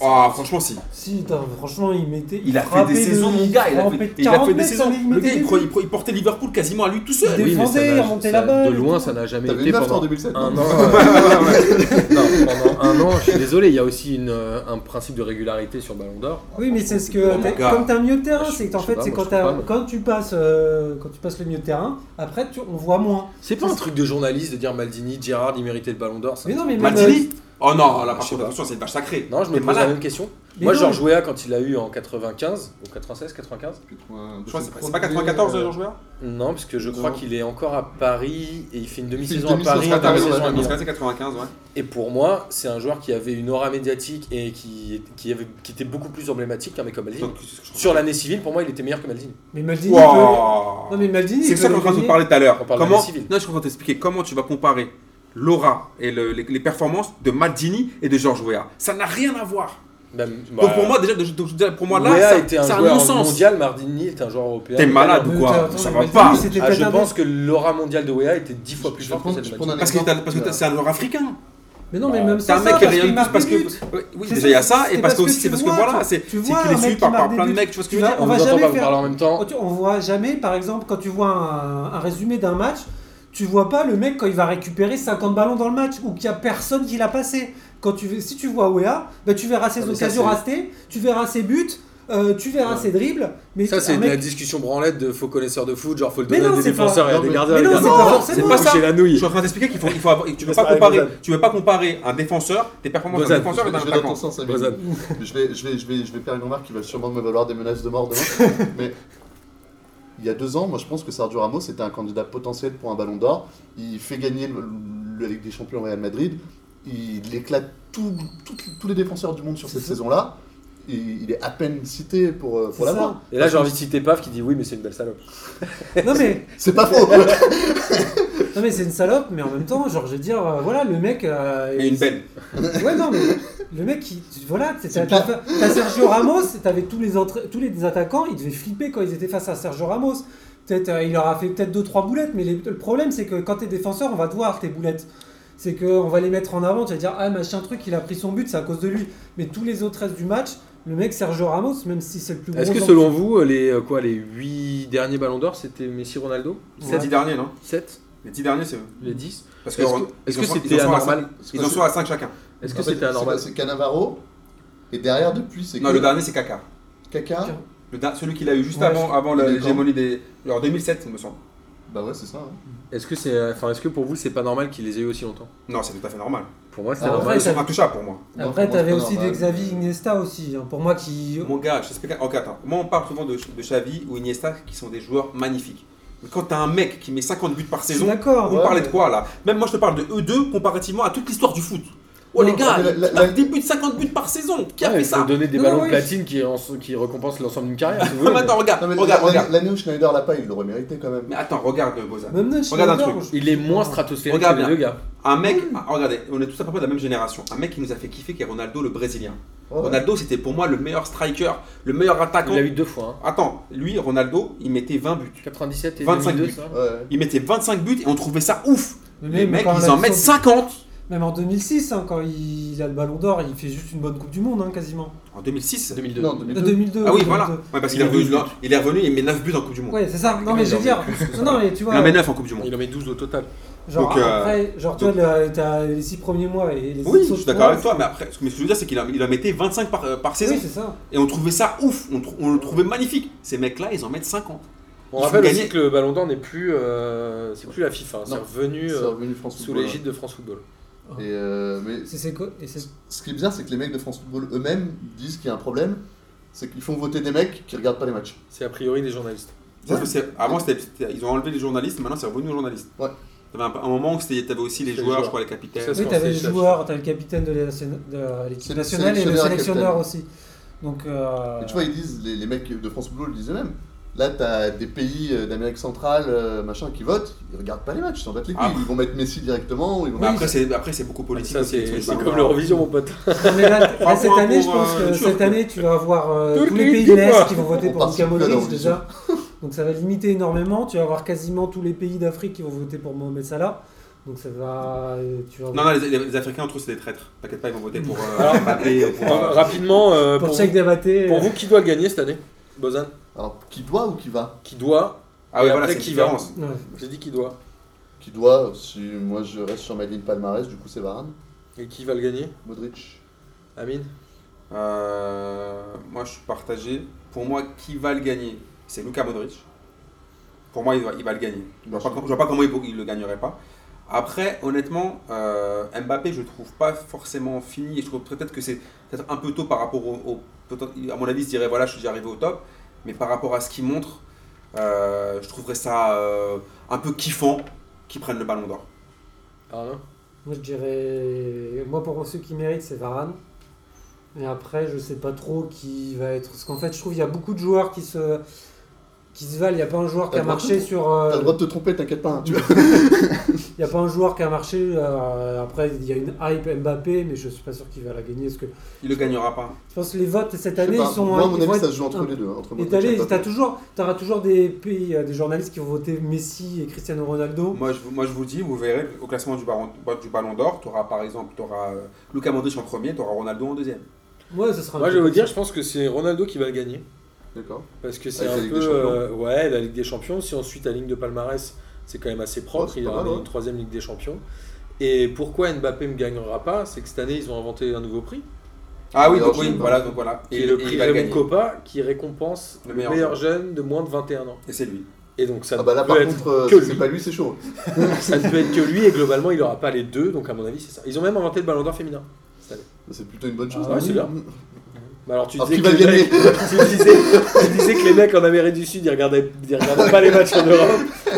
Speaker 2: Ah, franchement, si.
Speaker 4: Si, putain, franchement, il mettait.
Speaker 2: Il a fait
Speaker 4: frappait
Speaker 2: des
Speaker 4: de-
Speaker 2: saisons, mon gars. Il a
Speaker 4: frappait
Speaker 2: fait, il a fait
Speaker 4: 40
Speaker 2: des
Speaker 4: mètres,
Speaker 2: saisons.
Speaker 4: il
Speaker 2: Le
Speaker 4: mettait
Speaker 2: gars, il,
Speaker 4: des
Speaker 2: pro-
Speaker 4: buts.
Speaker 2: il pro- il portait Liverpool quasiment à lui tout
Speaker 4: Il
Speaker 2: seul.
Speaker 1: mais ça
Speaker 4: défendait,
Speaker 1: n'a-
Speaker 4: il remontait
Speaker 1: ça-
Speaker 4: la balle
Speaker 1: De
Speaker 4: et
Speaker 1: loin,
Speaker 4: tout.
Speaker 1: ça n'a jamais
Speaker 3: T'avais
Speaker 1: été
Speaker 3: une after en
Speaker 1: pendant
Speaker 3: 2007.
Speaker 1: un
Speaker 3: non
Speaker 1: an. euh, non, pendant un an, je suis désolé, il y a aussi une, euh, un principe de régularité sur Ballon d'Or.
Speaker 4: Oui, mais c'est ce
Speaker 2: Oh,
Speaker 4: que.
Speaker 2: mon
Speaker 4: t'as-
Speaker 2: gars.
Speaker 4: Comme t'as un milieu de terrain,
Speaker 1: Je-
Speaker 4: c'est que en
Speaker 1: je sais
Speaker 4: fait,
Speaker 1: pas,
Speaker 4: c'est
Speaker 1: moi,
Speaker 4: quand,
Speaker 1: je trouve
Speaker 4: t'as-
Speaker 1: pas, moi.
Speaker 4: quand tu passes, euh, quand tu passes le milieu de terrain, après, tu, on voit moins.
Speaker 1: C'est pas un truc de journaliste de dire Maldini, Gerrard, il méritait le Ballon d'or. ça.
Speaker 4: Mais non, mais même,
Speaker 2: Maldini Oh non, là,
Speaker 1: Je
Speaker 2: par
Speaker 1: sais
Speaker 2: contre,
Speaker 1: pas.
Speaker 2: attention, c'est une vache sacrée.
Speaker 1: Non, je me
Speaker 2: T'es
Speaker 1: pose
Speaker 2: malade.
Speaker 1: la même question.
Speaker 4: Mais
Speaker 1: Moi,
Speaker 4: non,
Speaker 1: Georges Weah, quand il l'a eu en 95, ou 96, 95
Speaker 2: Je crois que c'est c'est pas 94, Georges Weah
Speaker 1: Non, parce que je crois
Speaker 3: Non.
Speaker 1: qu'il est encore à Paris et il fait une
Speaker 3: Il
Speaker 1: demi-saison
Speaker 3: fait
Speaker 1: à
Speaker 3: une
Speaker 1: Paris,
Speaker 3: demi-saison
Speaker 1: une
Speaker 2: ah,
Speaker 3: à Paris,
Speaker 1: demi-saison à
Speaker 3: ouais,
Speaker 1: Milan.
Speaker 2: Parce que c'est 95, ouais.
Speaker 1: Et pour moi, c'est un joueur qui avait une aura médiatique et qui, qui, avait, qui était beaucoup plus emblématique qu'un mec comme Maldini.
Speaker 2: Donc, c'est ce que je crois.
Speaker 1: Sur l'année civile, pour moi, il était meilleur que Maldini.
Speaker 4: Mais Maldini.
Speaker 2: Wow.
Speaker 4: peut- Non, mais Maldini.
Speaker 2: C'est
Speaker 4: il
Speaker 2: ça
Speaker 4: peut
Speaker 2: qu'on est en train de
Speaker 4: gagner.
Speaker 2: te parler tout à l'heure.
Speaker 1: On parle
Speaker 2: Comment
Speaker 1: d'année civile.
Speaker 2: Non, je suis en train de t'expliquer comment tu vas comparer l'aura et le- les, les performances de Maldini et de Georges Weah. Ça n'a rien à voir.
Speaker 1: Même-
Speaker 2: donc
Speaker 1: bah,
Speaker 2: pour moi, déjà, de- de- déjà, pour moi
Speaker 1: Weah
Speaker 2: là, ça-
Speaker 1: était un
Speaker 2: c'est un
Speaker 1: joueur
Speaker 2: non-sens.
Speaker 1: mondial, Mardini était un joueur européen.
Speaker 2: T'es malade
Speaker 4: Mais
Speaker 2: ou quoi
Speaker 4: attends,
Speaker 2: Ça
Speaker 4: mais
Speaker 2: va
Speaker 4: Maldini,
Speaker 2: pas.
Speaker 4: c'était
Speaker 1: Ah,
Speaker 4: peut-être
Speaker 1: je
Speaker 4: un
Speaker 1: pense que l'aura mondiale de Weah était dix fois plus
Speaker 3: Je
Speaker 1: forte que
Speaker 3: prends-
Speaker 1: celle de
Speaker 3: je prends
Speaker 1: Maldini.
Speaker 2: Parce que t'as- parce que t'as- c'est un joueur africain.
Speaker 4: Mais non, mais même
Speaker 2: T'as
Speaker 4: ça,
Speaker 2: un mec qui
Speaker 4: parce
Speaker 2: rien
Speaker 4: qu'il
Speaker 2: de plus
Speaker 4: marque
Speaker 2: parce
Speaker 4: des
Speaker 2: que.
Speaker 4: buts.
Speaker 2: Oui, oui,
Speaker 4: C'est
Speaker 2: déjà il y a
Speaker 4: ça,
Speaker 2: ça, et
Speaker 4: c'est
Speaker 2: parce que
Speaker 4: parce
Speaker 2: aussi, c'est
Speaker 4: que tu
Speaker 2: parce que
Speaker 4: vois,
Speaker 2: voilà,
Speaker 4: toi,
Speaker 2: c'est
Speaker 4: tu
Speaker 2: c'est
Speaker 4: vois
Speaker 2: qu'il est
Speaker 4: un mec
Speaker 2: suivi
Speaker 4: qui
Speaker 2: par par
Speaker 4: marque
Speaker 2: plein de
Speaker 4: des buts.
Speaker 2: mecs, tu vois ce que
Speaker 4: Tu
Speaker 2: je veux
Speaker 4: vois,
Speaker 2: dire
Speaker 1: On
Speaker 4: on
Speaker 1: vous
Speaker 4: va
Speaker 1: entend
Speaker 4: jamais
Speaker 1: pas vous
Speaker 4: faire-
Speaker 1: parler en même
Speaker 4: Oh,
Speaker 1: temps.
Speaker 4: tu- On voit jamais, par exemple, quand tu vois un, un résumé d'un match, tu vois pas le mec quand il va récupérer 50 ballons dans le match ou qu'il y a personne qui l'a passé. Quand tu, si tu vois Wea, bah, tu verras ses
Speaker 1: Ah, mais ça,
Speaker 4: occasions
Speaker 1: c'est-
Speaker 4: ratées, tu verras ses buts, euh, tu verras
Speaker 1: Ouais.
Speaker 4: ses dribbles. Mais
Speaker 1: Ça, c'est
Speaker 4: un
Speaker 1: de
Speaker 4: mec-
Speaker 1: la discussion branlette de faux connaisseurs de foot, genre faut le
Speaker 4: Mais
Speaker 1: donner à
Speaker 4: non,
Speaker 1: des
Speaker 4: c'est pas-
Speaker 1: défenseurs et à
Speaker 3: non,
Speaker 1: des
Speaker 3: mais-
Speaker 1: gardiens.
Speaker 4: Mais
Speaker 1: les
Speaker 4: non,
Speaker 1: gardiens.
Speaker 4: c'est pas
Speaker 2: c'est
Speaker 4: forcément.
Speaker 2: pas ça.
Speaker 1: Toucher la
Speaker 2: Je
Speaker 1: nouille.
Speaker 2: suis en train de t'expliquer qu'il faut, il faut avoir- tu peux
Speaker 1: vas
Speaker 2: pas
Speaker 1: parler
Speaker 2: comparer,
Speaker 1: Lausanne.
Speaker 2: tu peux pas comparer un défenseur, tes performances d'un
Speaker 1: Lausanne,
Speaker 2: défenseur et d'un
Speaker 3: Je vais dans ton
Speaker 2: attaquant.
Speaker 3: sens, Amine.
Speaker 1: Brezan.
Speaker 3: je vais, je, vais, je, vais, je vais faire une remarque qui va sûrement me valoir des menaces de mort demain. mais il y a deux ans, moi je pense que Sergio Ramos était un candidat potentiel pour un ballon d'or. Il fait gagner le, le- la Ligue des Champions au Real Madrid. Il éclate tout- tout- tous les défenseurs du monde sur
Speaker 4: C'est
Speaker 3: cette
Speaker 4: ça.
Speaker 3: saison-là. Et Il est à peine cité pour, euh,
Speaker 4: C'est
Speaker 3: pour
Speaker 4: ça.
Speaker 3: l'avoir.
Speaker 1: Et là, j'ai envie de citer Paf qui dit oui, mais c'est une belle salope.
Speaker 4: Non mais,
Speaker 3: C'est pas faux
Speaker 4: non, mais c'est une salope, mais en même temps, genre je veux dire, euh, voilà, le mec. euh,
Speaker 2: Et une belle.
Speaker 4: Ouais, non, mais le mec, il, voilà, t'as-
Speaker 3: C'est
Speaker 4: t'as t'as Sergio Ramos, t'avais tous les, entra- tous les attaquants, ils devaient flipper quand ils étaient face à Sergio Ramos. Peut-être, euh, il leur a fait peut-être deux trois boulettes, mais les- le problème, c'est que quand t'es défenseur, on va te voir tes boulettes. C'est qu'on va les mettre en avant, tu vas dire, ah machin truc, il a pris son but, c'est à cause de lui. Mais tous les autres restes du match, le mec Sergio Ramos, même si c'est le plus gros.
Speaker 1: Est-ce que
Speaker 4: enjeu-
Speaker 1: selon vous, les euh, quoi, les 8 derniers ballons d'or, c'était Messi Ronaldo
Speaker 2: C'est les
Speaker 4: Ouais.
Speaker 2: 10 derniers, non
Speaker 1: 7
Speaker 2: Les 10 derniers, c'est
Speaker 1: Les 10
Speaker 2: Parce
Speaker 1: Est-ce
Speaker 2: Ron-
Speaker 1: que- est-ce
Speaker 2: ils
Speaker 1: que
Speaker 2: en sont-
Speaker 1: c'était
Speaker 2: ils en sont à
Speaker 1: anormal
Speaker 2: cinq- Ils en sont à Ah, bah, 5 chacun.
Speaker 1: Est-ce
Speaker 3: En
Speaker 1: que
Speaker 3: fait,
Speaker 1: c'était
Speaker 3: c'est-
Speaker 1: anormal
Speaker 3: C'est Canavaro. Et derrière, depuis, c'est
Speaker 2: Non,
Speaker 3: que
Speaker 2: le dernier, c'est Kaka.
Speaker 3: Kaka.
Speaker 2: Le da- celui qu'il a eu juste
Speaker 4: Ouais,
Speaker 2: avant, avant la-
Speaker 3: Il est
Speaker 2: l'hégémonie des. Alors 2007, il me semble.
Speaker 3: Bah ouais, c'est ça. hein.
Speaker 1: Est-ce que c'est, enfin, est-ce que pour vous, c'est pas normal qu'il les ait eu aussi longtemps
Speaker 2: Non, c'est tout à fait normal.
Speaker 1: Pour moi, c'est
Speaker 3: Ah,
Speaker 1: normal.
Speaker 4: ouais.
Speaker 2: Ils sont intouchables pour moi.
Speaker 3: Non, bah,
Speaker 4: Après,
Speaker 3: pour moi,
Speaker 4: t'avais
Speaker 3: c'est pas
Speaker 4: aussi des
Speaker 3: normal.
Speaker 4: Xavi Iniesta aussi, hein, pour moi qui.
Speaker 2: Mon gars, je t'explique. Ok, attends. Moi, on parle souvent de, de Xavi ou Iniesta qui sont des joueurs magnifiques. Mais quand t'as un mec qui met 50 buts par
Speaker 4: Je suis
Speaker 2: saison,
Speaker 4: d'accord.
Speaker 2: on
Speaker 3: Ouais,
Speaker 2: parlait de
Speaker 3: mais-
Speaker 2: quoi là Même moi, je te parle de eux deux comparativement à toute l'histoire du foot. Oh
Speaker 4: Non,
Speaker 2: les gars,
Speaker 3: mais la- la-
Speaker 2: t'as
Speaker 3: la-
Speaker 2: des buts de 50 buts par saison. Qui a
Speaker 1: Ouais,
Speaker 2: fait
Speaker 1: il faut
Speaker 2: ça
Speaker 1: donner des
Speaker 4: Non,
Speaker 1: ballons
Speaker 4: oui.
Speaker 1: de platine qui, en- qui récompensent l'ensemble d'une carrière. si vous
Speaker 2: Non,
Speaker 1: voulez,
Speaker 2: mais Ah, attends, regarde,
Speaker 3: Non,
Speaker 1: Oh,
Speaker 3: mais
Speaker 2: regarde,
Speaker 3: la-
Speaker 2: regarde.
Speaker 3: L'année où Schneider l'a pas, il l'aurait mérité quand même.
Speaker 2: Mais attends, regarde, Bozan.
Speaker 4: Même
Speaker 2: Regarde un truc.
Speaker 1: mais Il est moins stratosphérique
Speaker 2: Regarde
Speaker 1: que les
Speaker 2: bien.
Speaker 1: deux gars.
Speaker 2: Un mec,
Speaker 4: Hmm.
Speaker 2: ah, regardez, on est tous à peu près de la même génération. Un mec qui nous a fait kiffer, qui est Ronaldo, le Brésilien.
Speaker 3: Oh, Ouais.
Speaker 2: Ronaldo, c'était pour moi le meilleur striker, le meilleur attaquant.
Speaker 1: Il a eu deux fois. hein.
Speaker 2: Attends, lui, Ronaldo, il mettait 20 buts.
Speaker 1: 97 et
Speaker 2: 25
Speaker 1: 2002,
Speaker 2: buts.
Speaker 1: ça.
Speaker 3: Ouais.
Speaker 2: Il mettait 25 buts et on trouvait ça ouf.
Speaker 4: Mais
Speaker 2: Les
Speaker 4: même
Speaker 2: mecs,
Speaker 4: quand
Speaker 2: ils
Speaker 4: la
Speaker 2: en mettent
Speaker 4: leçon-
Speaker 2: 50.
Speaker 4: Même en 2006, hein, quand il, il a le ballon d'or, il fait juste une bonne Coupe du Monde, hein, quasiment. Euh,
Speaker 2: En 2006
Speaker 1: 2002.
Speaker 3: Non,
Speaker 4: De
Speaker 3: 2002.
Speaker 4: 2002.
Speaker 2: Ah oui,
Speaker 4: 2002.
Speaker 2: voilà. Ouais, parce
Speaker 1: Il
Speaker 2: qu'il est,
Speaker 1: a
Speaker 2: revenu,
Speaker 1: douze
Speaker 2: là, il est revenu, il met 9 buts en Coupe du Monde.
Speaker 4: Ouais, c'est ça. Non, mais je veux dire. Non, mais tu
Speaker 2: Il
Speaker 4: vois.
Speaker 2: en met 9 en Coupe du Monde.
Speaker 1: Il en met 12 au total.
Speaker 4: Genre,
Speaker 2: Donc, euh,
Speaker 4: après, genre, toi, le- t'as les 6 premiers mois et les
Speaker 2: Oui,
Speaker 4: autres
Speaker 2: je suis
Speaker 4: autres
Speaker 2: d'accord
Speaker 4: mois,
Speaker 2: avec toi, mais après, ce que ce que je veux dire, c'est qu'il en, il en mettait 25 par, euh, par saison.
Speaker 4: Oui, c'est ça.
Speaker 2: et on trouvait ça ouf, on, trou- on le trouvait magnifique. Ces mecs-là, ils en mettent 50.
Speaker 1: On
Speaker 2: Il faut
Speaker 1: rappelle
Speaker 2: gagner.
Speaker 1: aussi que le Ballon d'Or n'est plus, euh, c'est plus la FIFA. hein. C'est
Speaker 3: Non.
Speaker 1: revenu
Speaker 3: C'est
Speaker 1: euh,
Speaker 3: revenu France
Speaker 1: sous
Speaker 3: Football,
Speaker 1: l'égide de France Football.
Speaker 3: ouais. Et euh, mais
Speaker 4: C'est- C'est quoi et c'est-
Speaker 3: ce qui est bien, c'est que les mecs de France Football eux-mêmes disent qu'il y a un problème, c'est qu'ils font voter des mecs qui regardent pas les matchs.
Speaker 1: C'est a priori des journalistes.
Speaker 2: Parce que c'est- Avant, c'était- c'était- ils ont enlevé les journalistes, maintenant c'est revenu aux journalistes.
Speaker 3: Ouais.
Speaker 2: T'avais un, un moment où c'était- t'avais aussi les
Speaker 1: C'est les
Speaker 2: joueurs,
Speaker 1: joueurs.
Speaker 2: je crois, les capitaines.
Speaker 1: C'est ça.
Speaker 4: Oui,
Speaker 1: qu'on
Speaker 4: t'avais
Speaker 1: sait,
Speaker 4: le
Speaker 1: ça, je
Speaker 4: joueur, t'as le capitaine de la- de l'équipe
Speaker 3: C'est le
Speaker 4: nationale et le
Speaker 3: sélectionneur et
Speaker 4: sélectionneur
Speaker 3: capitaine.
Speaker 4: aussi. Donc, euh,
Speaker 3: Mais tu vois, ils disent, les, les mecs de France Football le disent eux-mêmes. Là, t'as des pays euh, d'Amérique centrale, euh, machin, qui votent, ils regardent pas les matchs, ils s'en battent les couilles.
Speaker 2: Ah.
Speaker 3: Ils vont mettre Messi directement, ou ils vont
Speaker 2: Mais
Speaker 1: Bah
Speaker 3: mettre-
Speaker 2: après, c'est- après, c'est beaucoup politique.
Speaker 1: Ça,
Speaker 2: aussi, les
Speaker 1: c'est
Speaker 2: trucs
Speaker 1: c'est
Speaker 2: du
Speaker 1: comme
Speaker 2: genre.
Speaker 1: l'Eurovision, mon pote.
Speaker 4: non, mais là, là, cette
Speaker 2: points
Speaker 4: année, je
Speaker 2: pour,
Speaker 4: pense
Speaker 2: euh,
Speaker 4: que
Speaker 2: Turc.
Speaker 4: cette année, tu vas avoir euh,
Speaker 1: Turc,
Speaker 4: tous les
Speaker 1: Turc,
Speaker 4: pays de l'Est
Speaker 1: Turc.
Speaker 4: qui vont voter
Speaker 3: On
Speaker 4: pour Luka
Speaker 3: participe à
Speaker 4: Modric
Speaker 3: l'Eurovision.
Speaker 4: déjà. Donc ça va limiter énormément. Tu vas avoir quasiment tous les pays d'Afrique qui vont voter pour Mohamed Salah. Donc ça va. euh, Tu vas
Speaker 2: Non, non, les, les Africains, entre eux, c'est des traîtres. T'inquiète pas, ils vont voter pour euh,
Speaker 1: Alors-
Speaker 2: Mbappé, pour.
Speaker 1: Euh,
Speaker 2: euh,
Speaker 1: Rapidement, euh,
Speaker 4: pour
Speaker 1: pour,
Speaker 4: Cheikh
Speaker 1: vous,
Speaker 4: Diabaté.
Speaker 1: pour
Speaker 4: euh,
Speaker 1: vous, qui doit gagner cette année Bozan
Speaker 3: Alors, qui doit ou qui va
Speaker 1: Qui doit
Speaker 2: Ah ouais,
Speaker 1: Et
Speaker 2: voilà,
Speaker 1: après,
Speaker 2: c'est une
Speaker 1: qui va
Speaker 2: différence.
Speaker 4: ouais.
Speaker 1: J'ai dit qui doit.
Speaker 3: Qui doit, si moi je reste sur ma ligne palmarès, du coup c'est Varane,
Speaker 1: Et qui va le gagner
Speaker 3: Modric.
Speaker 1: Amine
Speaker 2: Euh, moi, je suis partagé. Pour moi, qui va le gagner C'est Luka Modric. Pour moi, il va, il va le gagner. Je vois pas, com- je vois pas comment il, il le gagnerait pas. Après, honnêtement, euh, Mbappé, je le trouve pas forcément fini. Et je trouve peut-être que c'est peut-être un peu tôt par rapport au. au- peut-être- à mon avis, il se dirait voilà, je suis déjà arrivé au top. Mais par rapport à ce qu'il montre, euh, je trouverais ça euh, un peu kiffant qu'il prenne le ballon d'or.
Speaker 1: Arnaud
Speaker 4: Moi, je dirais. Moi, pour ceux qui méritent, c'est Varane. Et après, je sais pas trop qui va être. Parce qu'en fait, je trouve qu'il y a beaucoup de joueurs qui se, qui se valent. Il n'y a pas un joueur qui
Speaker 3: T'as
Speaker 4: a
Speaker 3: le droit de
Speaker 4: marché
Speaker 3: te-
Speaker 4: sur.
Speaker 3: T'as
Speaker 4: euh,
Speaker 3: le droit de te tromper, t'inquiète pas. hein, tu vois.
Speaker 4: Il n'y a pas un joueur qui a marché. euh, Après, il y a une hype Mbappé, mais je suis pas sûr qu'il va la gagner. Parce que
Speaker 2: Il le gagnera pas.
Speaker 4: je pense que les votes cette
Speaker 3: Je sais
Speaker 4: année,
Speaker 3: pas,
Speaker 4: ils sont.
Speaker 3: Moi, à mon
Speaker 4: ils vont
Speaker 3: avis,
Speaker 4: être
Speaker 3: ça se joue entre
Speaker 4: un-
Speaker 3: les deux. Entre
Speaker 4: Et
Speaker 3: Modric
Speaker 4: t'as les-
Speaker 3: et Mbappé.
Speaker 4: t'as toujours, t'auras toujours des pays, euh, des journalistes qui vont voter Messi et Cristiano Ronaldo.
Speaker 2: Moi je, vous- moi, je vous dis, vous verrez au classement du, baron- bah, du ballon d'or, tu auras par exemple t'auras, euh, Luka Modric en premier, tu auras Ronaldo en deuxième.
Speaker 4: Moi, ce sera. un
Speaker 1: Moi, je
Speaker 4: peu-
Speaker 1: vais vous dire, je pense que c'est Ronaldo qui va le gagner.
Speaker 3: D'accord.
Speaker 1: Parce que c'est
Speaker 3: Avec la
Speaker 1: un
Speaker 3: Ligue
Speaker 1: peu.
Speaker 3: des Champions.
Speaker 1: euh, ouais, la Ligue des Champions. Si ensuite la ligne de palmarès, c'est quand même assez
Speaker 3: Ouais,
Speaker 1: propre.
Speaker 3: c'est
Speaker 1: il
Speaker 3: pas
Speaker 1: aura
Speaker 3: mal, hein.
Speaker 1: une
Speaker 3: ouais.
Speaker 1: troisième Ligue des Champions. Et pourquoi Mbappé ne gagnera pas C'est que cette année, ils ont inventé un nouveau prix.
Speaker 2: Ah oui,
Speaker 3: Et
Speaker 2: donc
Speaker 3: alors,
Speaker 2: oui,
Speaker 3: je-
Speaker 2: voilà, donc voilà.
Speaker 1: hein. qui est le
Speaker 2: et
Speaker 1: prix
Speaker 2: il va le
Speaker 1: Raymond
Speaker 2: gagner.
Speaker 1: Coppa, qui récompense le meilleur, jeune de moins de 21 ans.
Speaker 2: Et c'est lui.
Speaker 1: Et donc, ça
Speaker 3: Ah bah là,
Speaker 1: ne
Speaker 3: par
Speaker 1: peut être
Speaker 3: contre, euh,
Speaker 1: que
Speaker 3: si c'est
Speaker 1: lui.
Speaker 3: pas lui, c'est chaud.
Speaker 1: ça ne peut être que lui et globalement il n'aura pas les deux donc à mon avis c'est ça. Ils ont même inventé le ballon d'or féminin.
Speaker 3: C'est plutôt une bonne Mm, chose.
Speaker 1: Ah ouais,
Speaker 3: non
Speaker 1: c'est bien. Mais alors tu
Speaker 3: Alors,
Speaker 1: disais,
Speaker 3: qui
Speaker 1: que
Speaker 3: va
Speaker 1: les
Speaker 3: gagner
Speaker 1: mecs, tu, disais, tu disais que les mecs en Amérique du Sud ils regardaient, ils regardaient pas les matchs en Europe.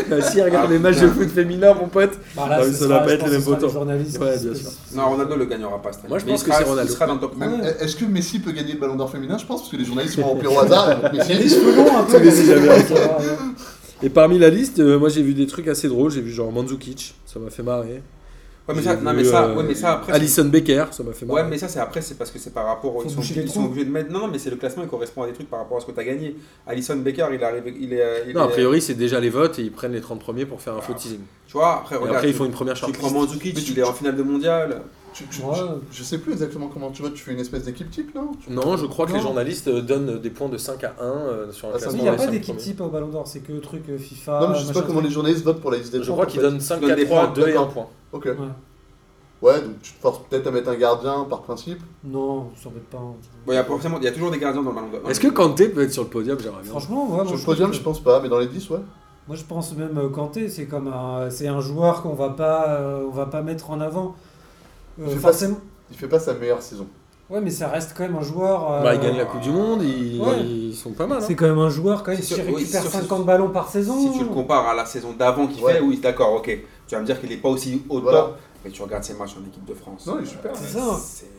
Speaker 1: Bah, si ils regardent
Speaker 2: Ah,
Speaker 1: les matchs de
Speaker 2: putain.
Speaker 1: foot féminin mon pote.
Speaker 4: Bah là,
Speaker 1: Ah oui,
Speaker 4: ce
Speaker 1: ça
Speaker 4: sera-
Speaker 1: va pas
Speaker 4: je
Speaker 1: être
Speaker 4: pense
Speaker 1: les
Speaker 4: que ce sera
Speaker 1: mêmes
Speaker 4: les journalistes
Speaker 1: Ouais,
Speaker 4: qui-
Speaker 1: bien
Speaker 4: qui-
Speaker 1: sûr.
Speaker 2: Non, Ronaldo le gagnera pas cette année.
Speaker 1: Moi, je
Speaker 2: Mais
Speaker 1: pense
Speaker 2: il
Speaker 1: que
Speaker 2: sera-
Speaker 1: c'est Ronaldo. Ah
Speaker 2: Il sera dans le top 5.
Speaker 4: Ouais.
Speaker 3: Est-ce que Messi peut gagner le ballon d'or féminin Je pense, parce que les journalistes vont remplir au hasard.
Speaker 4: Il y a
Speaker 3: Messi,
Speaker 4: des cheveux longs un peu.
Speaker 1: Mais c'est
Speaker 4: mais-
Speaker 1: jamais-
Speaker 4: ça va, ouais.
Speaker 1: Et parmi la liste, euh, moi j'ai vu des trucs assez drôles. J'ai vu genre Mandzukic, ça m'a fait marrer.
Speaker 2: Ouais, mais ça,
Speaker 1: J'ai
Speaker 2: non,
Speaker 1: vu,
Speaker 2: mais ça,
Speaker 1: euh,
Speaker 2: ouais, mais ça après. c'est-
Speaker 1: Alison Becker, ça m'a fait marrer.
Speaker 2: Ouais, mais ça, c'est après, c'est parce que c'est par rapport.
Speaker 4: Faut
Speaker 2: Ils sont,
Speaker 4: boucher les
Speaker 2: ils
Speaker 4: trous.
Speaker 2: sont obligés de mettre. Non, non, mais c'est le classement, il correspond à des trucs par rapport à ce que tu as gagné. Alison Baker, il arrive. Il est, euh, il
Speaker 1: Non, a
Speaker 2: est-
Speaker 1: priori c'est déjà les votes et ils prennent les 30 premiers pour faire un faux teasing.
Speaker 2: Tu vois, après,
Speaker 1: Et
Speaker 2: Ah. regarde.
Speaker 1: après ils
Speaker 2: tu-
Speaker 1: font une première
Speaker 2: tu
Speaker 1: charte.
Speaker 2: prends Mandzukic,
Speaker 3: Mais tu-
Speaker 2: il est en finale de mondial.
Speaker 3: tu- tu-
Speaker 4: Ouais.
Speaker 3: je- Je sais plus exactement comment tu vois. Tu fais une espèce d'équipe type, non Tu-
Speaker 1: Non, je crois que
Speaker 4: Non.
Speaker 1: les journalistes euh, donnent des points de 5 à 1 euh, sur un
Speaker 3: Ah, ça
Speaker 4: Oui,
Speaker 1: classement.
Speaker 4: Il n'y a
Speaker 1: des
Speaker 4: pas
Speaker 1: cinq
Speaker 4: d'équipe
Speaker 1: premiers.
Speaker 4: type au Ballon d'Or, c'est que truc euh, FIFA.
Speaker 3: Non, mais je sais pas
Speaker 4: machin,
Speaker 3: comment les
Speaker 4: truc.
Speaker 3: journalistes votent pour la liste des
Speaker 1: Je
Speaker 3: champs,
Speaker 1: crois
Speaker 3: en
Speaker 1: qu'ils
Speaker 3: fait.
Speaker 1: donnent 5
Speaker 2: Donne
Speaker 1: à
Speaker 2: des
Speaker 1: 3,
Speaker 2: points,
Speaker 1: 2 et 1
Speaker 3: d'accord.
Speaker 1: point.
Speaker 3: Ok.
Speaker 4: Ouais.
Speaker 3: Ouais, donc tu te forces peut-être à mettre un gardien par principe.
Speaker 4: Non, ça s'embête pas. hein.
Speaker 3: Ah,
Speaker 2: Bon, il y a forcément. Il y a toujours des gardiens dans le ballon d'or.
Speaker 1: Est-ce que Kanté peut être sur le podium J'aimerais bien.
Speaker 4: Franchement, ouais, moi,
Speaker 3: Sur
Speaker 4: Ah, je
Speaker 3: le podium,
Speaker 4: trouve
Speaker 3: je
Speaker 4: que-
Speaker 3: pense pas, mais dans les 10, ouais.
Speaker 4: moi, je pense même euh, Kanté, c'est comme un, c'est un joueur qu'on va pas, euh, on va pas mettre en avant. Euh,
Speaker 3: Je sais pas
Speaker 4: forcément.
Speaker 3: Il fait pas sa meilleure saison.
Speaker 4: Ouais, mais ça reste quand même un joueur. euh,
Speaker 1: Bah, ils gagnent la Coupe du Monde, ils,
Speaker 4: Ouais.
Speaker 1: ils sont pas mal. hein.
Speaker 4: C'est quand même un joueur quand même
Speaker 2: C'est sûr,
Speaker 4: qui
Speaker 2: oui, c'est
Speaker 4: récupère
Speaker 2: sûr, c'est
Speaker 4: 50
Speaker 2: sûr.
Speaker 4: ballons par saison.
Speaker 2: Si tu le compares à la saison d'avant qu'il
Speaker 3: Ouais.
Speaker 2: fait, oui, d'accord, ok. Tu vas me dire qu'il n'est pas aussi au
Speaker 3: Voilà.
Speaker 2: top, mais tu regardes ses matchs en équipe de France.
Speaker 3: Non, il est super.
Speaker 4: C'est ça.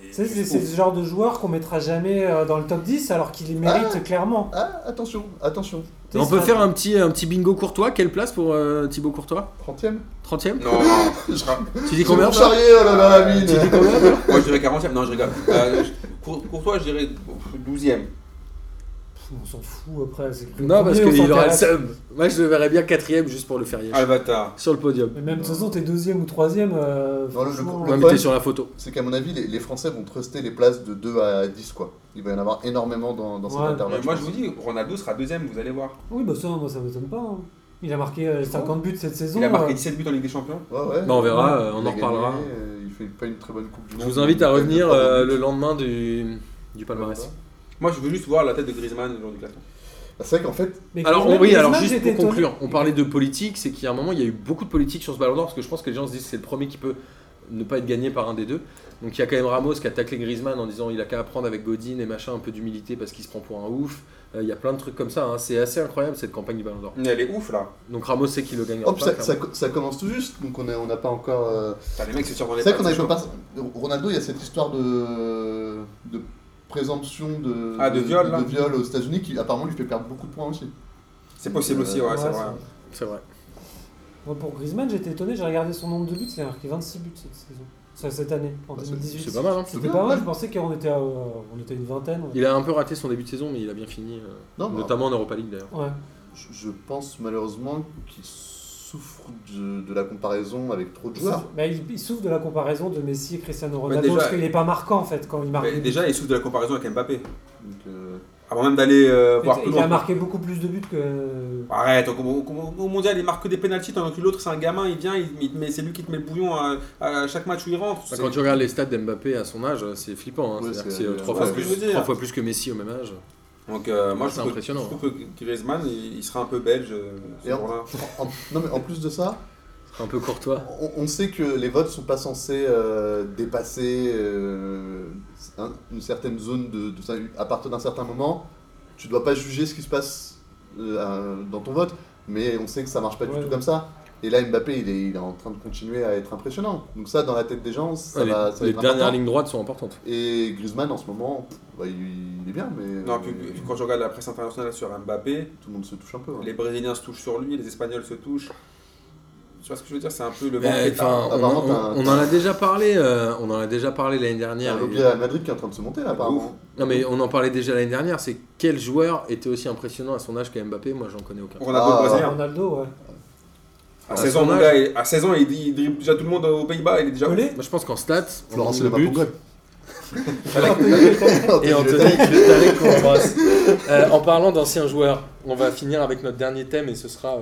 Speaker 4: Tu sais, C'est
Speaker 2: juste
Speaker 4: c'est
Speaker 2: ouf.
Speaker 4: ce genre de joueur qu'on mettra jamais euh, dans le top 10 alors qu'il les mérite
Speaker 3: Ah.
Speaker 4: clairement.
Speaker 3: Ah, attention, attention.
Speaker 1: Et on peut faire un petit, un petit bingo courtois. Quelle place pour euh, Thibaut Courtois
Speaker 3: 30ème
Speaker 1: 30ème
Speaker 2: Non, non, je ra-
Speaker 1: Tu dis combien
Speaker 3: Mon
Speaker 1: toi
Speaker 3: charrier, oh là là, la mine
Speaker 1: Tu dis combien toi
Speaker 2: Moi je dirais 40ème, non je rigole. Euh, je- pour, pour toi je dirais 12ème.
Speaker 4: Pff, On s'en fout après. c'est le
Speaker 1: Non, parce
Speaker 4: premier, on
Speaker 1: qu'il aura le
Speaker 4: s'intéresse.
Speaker 1: seum. Moi, je le verrais bien quatrième juste pour le faire yèche.
Speaker 2: Alvata.
Speaker 1: Sur le podium.
Speaker 4: Mais même de toute façon, t'es deuxième ou troisième.
Speaker 3: Non,
Speaker 4: euh,
Speaker 3: le-
Speaker 4: franchement,
Speaker 1: Ouais, mais
Speaker 3: problème-
Speaker 1: t'es sur la photo.
Speaker 3: C'est qu'à mon avis, les, les Français vont truster les places de 2 à 10, quoi. Il va y en avoir énormément dans, dans
Speaker 4: Ouais.
Speaker 3: cet intervalle.
Speaker 2: Euh, Moi je
Speaker 3: pense.
Speaker 2: vous dis, Ronaldo sera deuxième, vous allez voir.
Speaker 4: Oui, bah ça, moi, ça m'étonne pas. hein. Il a marqué euh, 50 buts cette saison.
Speaker 2: Il a marqué
Speaker 4: euh,
Speaker 2: 17 buts en Ligue des Champions.
Speaker 3: Ouais, ouais.
Speaker 1: Bah, on verra, euh,
Speaker 3: Il
Speaker 1: on
Speaker 3: a
Speaker 1: en reparlera.
Speaker 3: gagné, euh, il fait pas une très bonne Coupe du
Speaker 1: Je
Speaker 3: Monde.
Speaker 1: vous invite à
Speaker 3: Il fait
Speaker 1: revenir
Speaker 3: pas de
Speaker 1: euh,
Speaker 3: bonne
Speaker 1: le
Speaker 3: Coupe.
Speaker 1: lendemain du, du palmarès.
Speaker 2: Moi je veux juste voir la tête de Griezmann le jour du classement.
Speaker 3: Ah, C'est vrai qu'en fait,
Speaker 4: mais
Speaker 1: Alors
Speaker 4: Griezmann-
Speaker 1: oui, alors
Speaker 4: Griezmann,
Speaker 1: juste
Speaker 4: j'étais
Speaker 1: pour
Speaker 4: étonné.
Speaker 1: conclure, on parlait de politique, c'est qu'il y a un moment, il y a eu beaucoup de politique sur ce ballon d'or, parce que je pense que les gens se disent que c'est le premier qui peut ne pas être gagné par un des deux. Donc il y a quand même Ramos qui a taclé Griezmann en disant il a qu'à apprendre avec Godin et machin, un peu d'humilité parce qu'il se prend pour un ouf. Euh, il y a plein de trucs comme ça, hein. c'est assez incroyable cette campagne du ballon d'or.
Speaker 2: Mais Elle est ouf là.
Speaker 1: Donc Ramos sait qu'il le gagnera
Speaker 3: hop,
Speaker 1: pas,
Speaker 3: ça,
Speaker 1: clairement.
Speaker 3: ça, ça commence tout juste, donc on n'a on n'a pas encore. euh,
Speaker 2: Putain, les mecs se tirent dans les
Speaker 3: C'est vrai qu'on
Speaker 2: pattes,
Speaker 3: n'avait pas.
Speaker 2: chaud.
Speaker 3: Ronaldo, il y a cette histoire de, de présomption de,
Speaker 2: Ah, de viol, là.
Speaker 3: de viol aux États-Unis qui apparemment lui fait perdre beaucoup de points aussi.
Speaker 2: C'est possible aussi, ouais,
Speaker 4: Ouais,
Speaker 2: c'est vrai.
Speaker 4: c'est-
Speaker 1: C'est vrai.
Speaker 4: Moi, pour Griezmann, j'étais étonné. J'ai regardé son nombre de buts. Il a marqué 26 buts cette saison. Ça, cette année, en
Speaker 3: Bah, c'est-
Speaker 4: 2018.
Speaker 1: C'est pas mal. hein.
Speaker 4: C'était
Speaker 3: C'est
Speaker 4: pas
Speaker 3: bien,
Speaker 4: mal.
Speaker 3: ouais.
Speaker 4: Je pensais qu'on était, à- euh, on était une vingtaine.
Speaker 1: Il a un peu raté son début de saison, mais il a bien fini, euh,
Speaker 3: Non, mais
Speaker 1: notamment en Europa League d'ailleurs. Bah,
Speaker 4: Ouais.
Speaker 3: je, je pense malheureusement qu'il souffre de, de la comparaison avec trop de joueurs.
Speaker 4: Bah, il, il souffre de la comparaison de Messi et Cristiano Ronaldo
Speaker 2: déjà-
Speaker 4: parce qu'il n'est pas marquant en fait quand il marque.
Speaker 2: Mais déjà il souffre de la comparaison avec Mbappé.
Speaker 3: Donc, euh,
Speaker 2: Avant même d'aller euh,
Speaker 4: Mais
Speaker 2: voir
Speaker 4: t-
Speaker 2: plus
Speaker 4: il a
Speaker 2: loin.
Speaker 4: marqué beaucoup plus de buts que.
Speaker 2: Arrête, au, au- au mondial il marque des pénalties tandis que l'autre c'est un gamin, il vient, il, il te met- c'est lui qui te met le bouillon à, à chaque match où il
Speaker 1: Enfin,
Speaker 2: rentre. C'est-
Speaker 1: Bah, Quand tu regardes les stats d'Mbappé à son âge, c'est flippant. hein.
Speaker 3: Ouais,
Speaker 1: C'est-à-dire que
Speaker 3: c'est-
Speaker 1: c'est euh, trois
Speaker 3: ouais,
Speaker 1: fois
Speaker 3: c'est ce
Speaker 2: que je veux
Speaker 1: plus-
Speaker 2: dire.
Speaker 1: trois fois plus que Messi au même âge.
Speaker 2: Donc euh, moi je
Speaker 1: C'est
Speaker 2: trouve, que, je
Speaker 1: impressionnant, hein.
Speaker 2: trouve que Griezmann il, il sera un peu belge euh, ce
Speaker 3: Et en-
Speaker 2: jour-là.
Speaker 3: en- non mais en plus de ça,
Speaker 1: un peu courtois.
Speaker 3: On, on sait que les votes sont pas censés euh, dépasser euh, un- une certaine zone de, de ça. à partir d'un certain moment. Tu dois pas juger ce qui se passe euh, à- dans ton vote, mais on sait que ça marche pas du
Speaker 4: Ouais,
Speaker 3: tout
Speaker 4: ouais.
Speaker 3: comme ça. Et là, Mbappé, il est, il est en train de continuer à être impressionnant. Donc ça, dans la tête des gens, ça
Speaker 1: Ouais, les
Speaker 3: va, ça va
Speaker 1: les
Speaker 3: être
Speaker 1: dernières
Speaker 3: important.
Speaker 1: lignes droites sont importantes.
Speaker 3: Et Griezmann, en ce moment, pff, bah, il, il est bien, mais euh,
Speaker 2: Non, puis, puis quand je regarde la presse internationale sur Mbappé,
Speaker 3: tout le monde se touche un peu. hein.
Speaker 2: les Brésiliens se touchent sur lui, les Espagnols se touchent. Tu vois ce que je veux dire C'est un peu le
Speaker 1: Mais,
Speaker 2: vent qui
Speaker 1: enfin, on,
Speaker 3: apparemment,
Speaker 1: on-
Speaker 3: t'as-
Speaker 1: on en a déjà parlé, euh, on en a déjà parlé l'année
Speaker 3: T'as
Speaker 1: dernière.
Speaker 3: le Real Madrid qui est en train de se monter, là, apparemment.
Speaker 1: Non mais on en parlait déjà l'année dernière, c'est quel joueur était aussi impressionnant à son age que Mbappé Moi j'en connais aucun.
Speaker 2: Ronaldo
Speaker 3: Ah,
Speaker 2: le Brésilien.
Speaker 4: Ronaldo, ouais.
Speaker 2: À
Speaker 1: à
Speaker 2: 16
Speaker 1: Ah, son
Speaker 2: ans, mon
Speaker 1: âge.
Speaker 2: gars, il- à 16 ans, il, il dribble déjà tout le monde aux Pays-Bas, il est déjà.
Speaker 4: Pelé
Speaker 1: Moi je pense qu'en stats, on
Speaker 3: Florence
Speaker 1: le
Speaker 3: Lema
Speaker 1: but,
Speaker 3: Pongol.
Speaker 1: et Anthony Letalec qu'on embrasse. Euh, en parlant d'anciens joueurs, on va finir avec notre dernier thème et ce sera euh,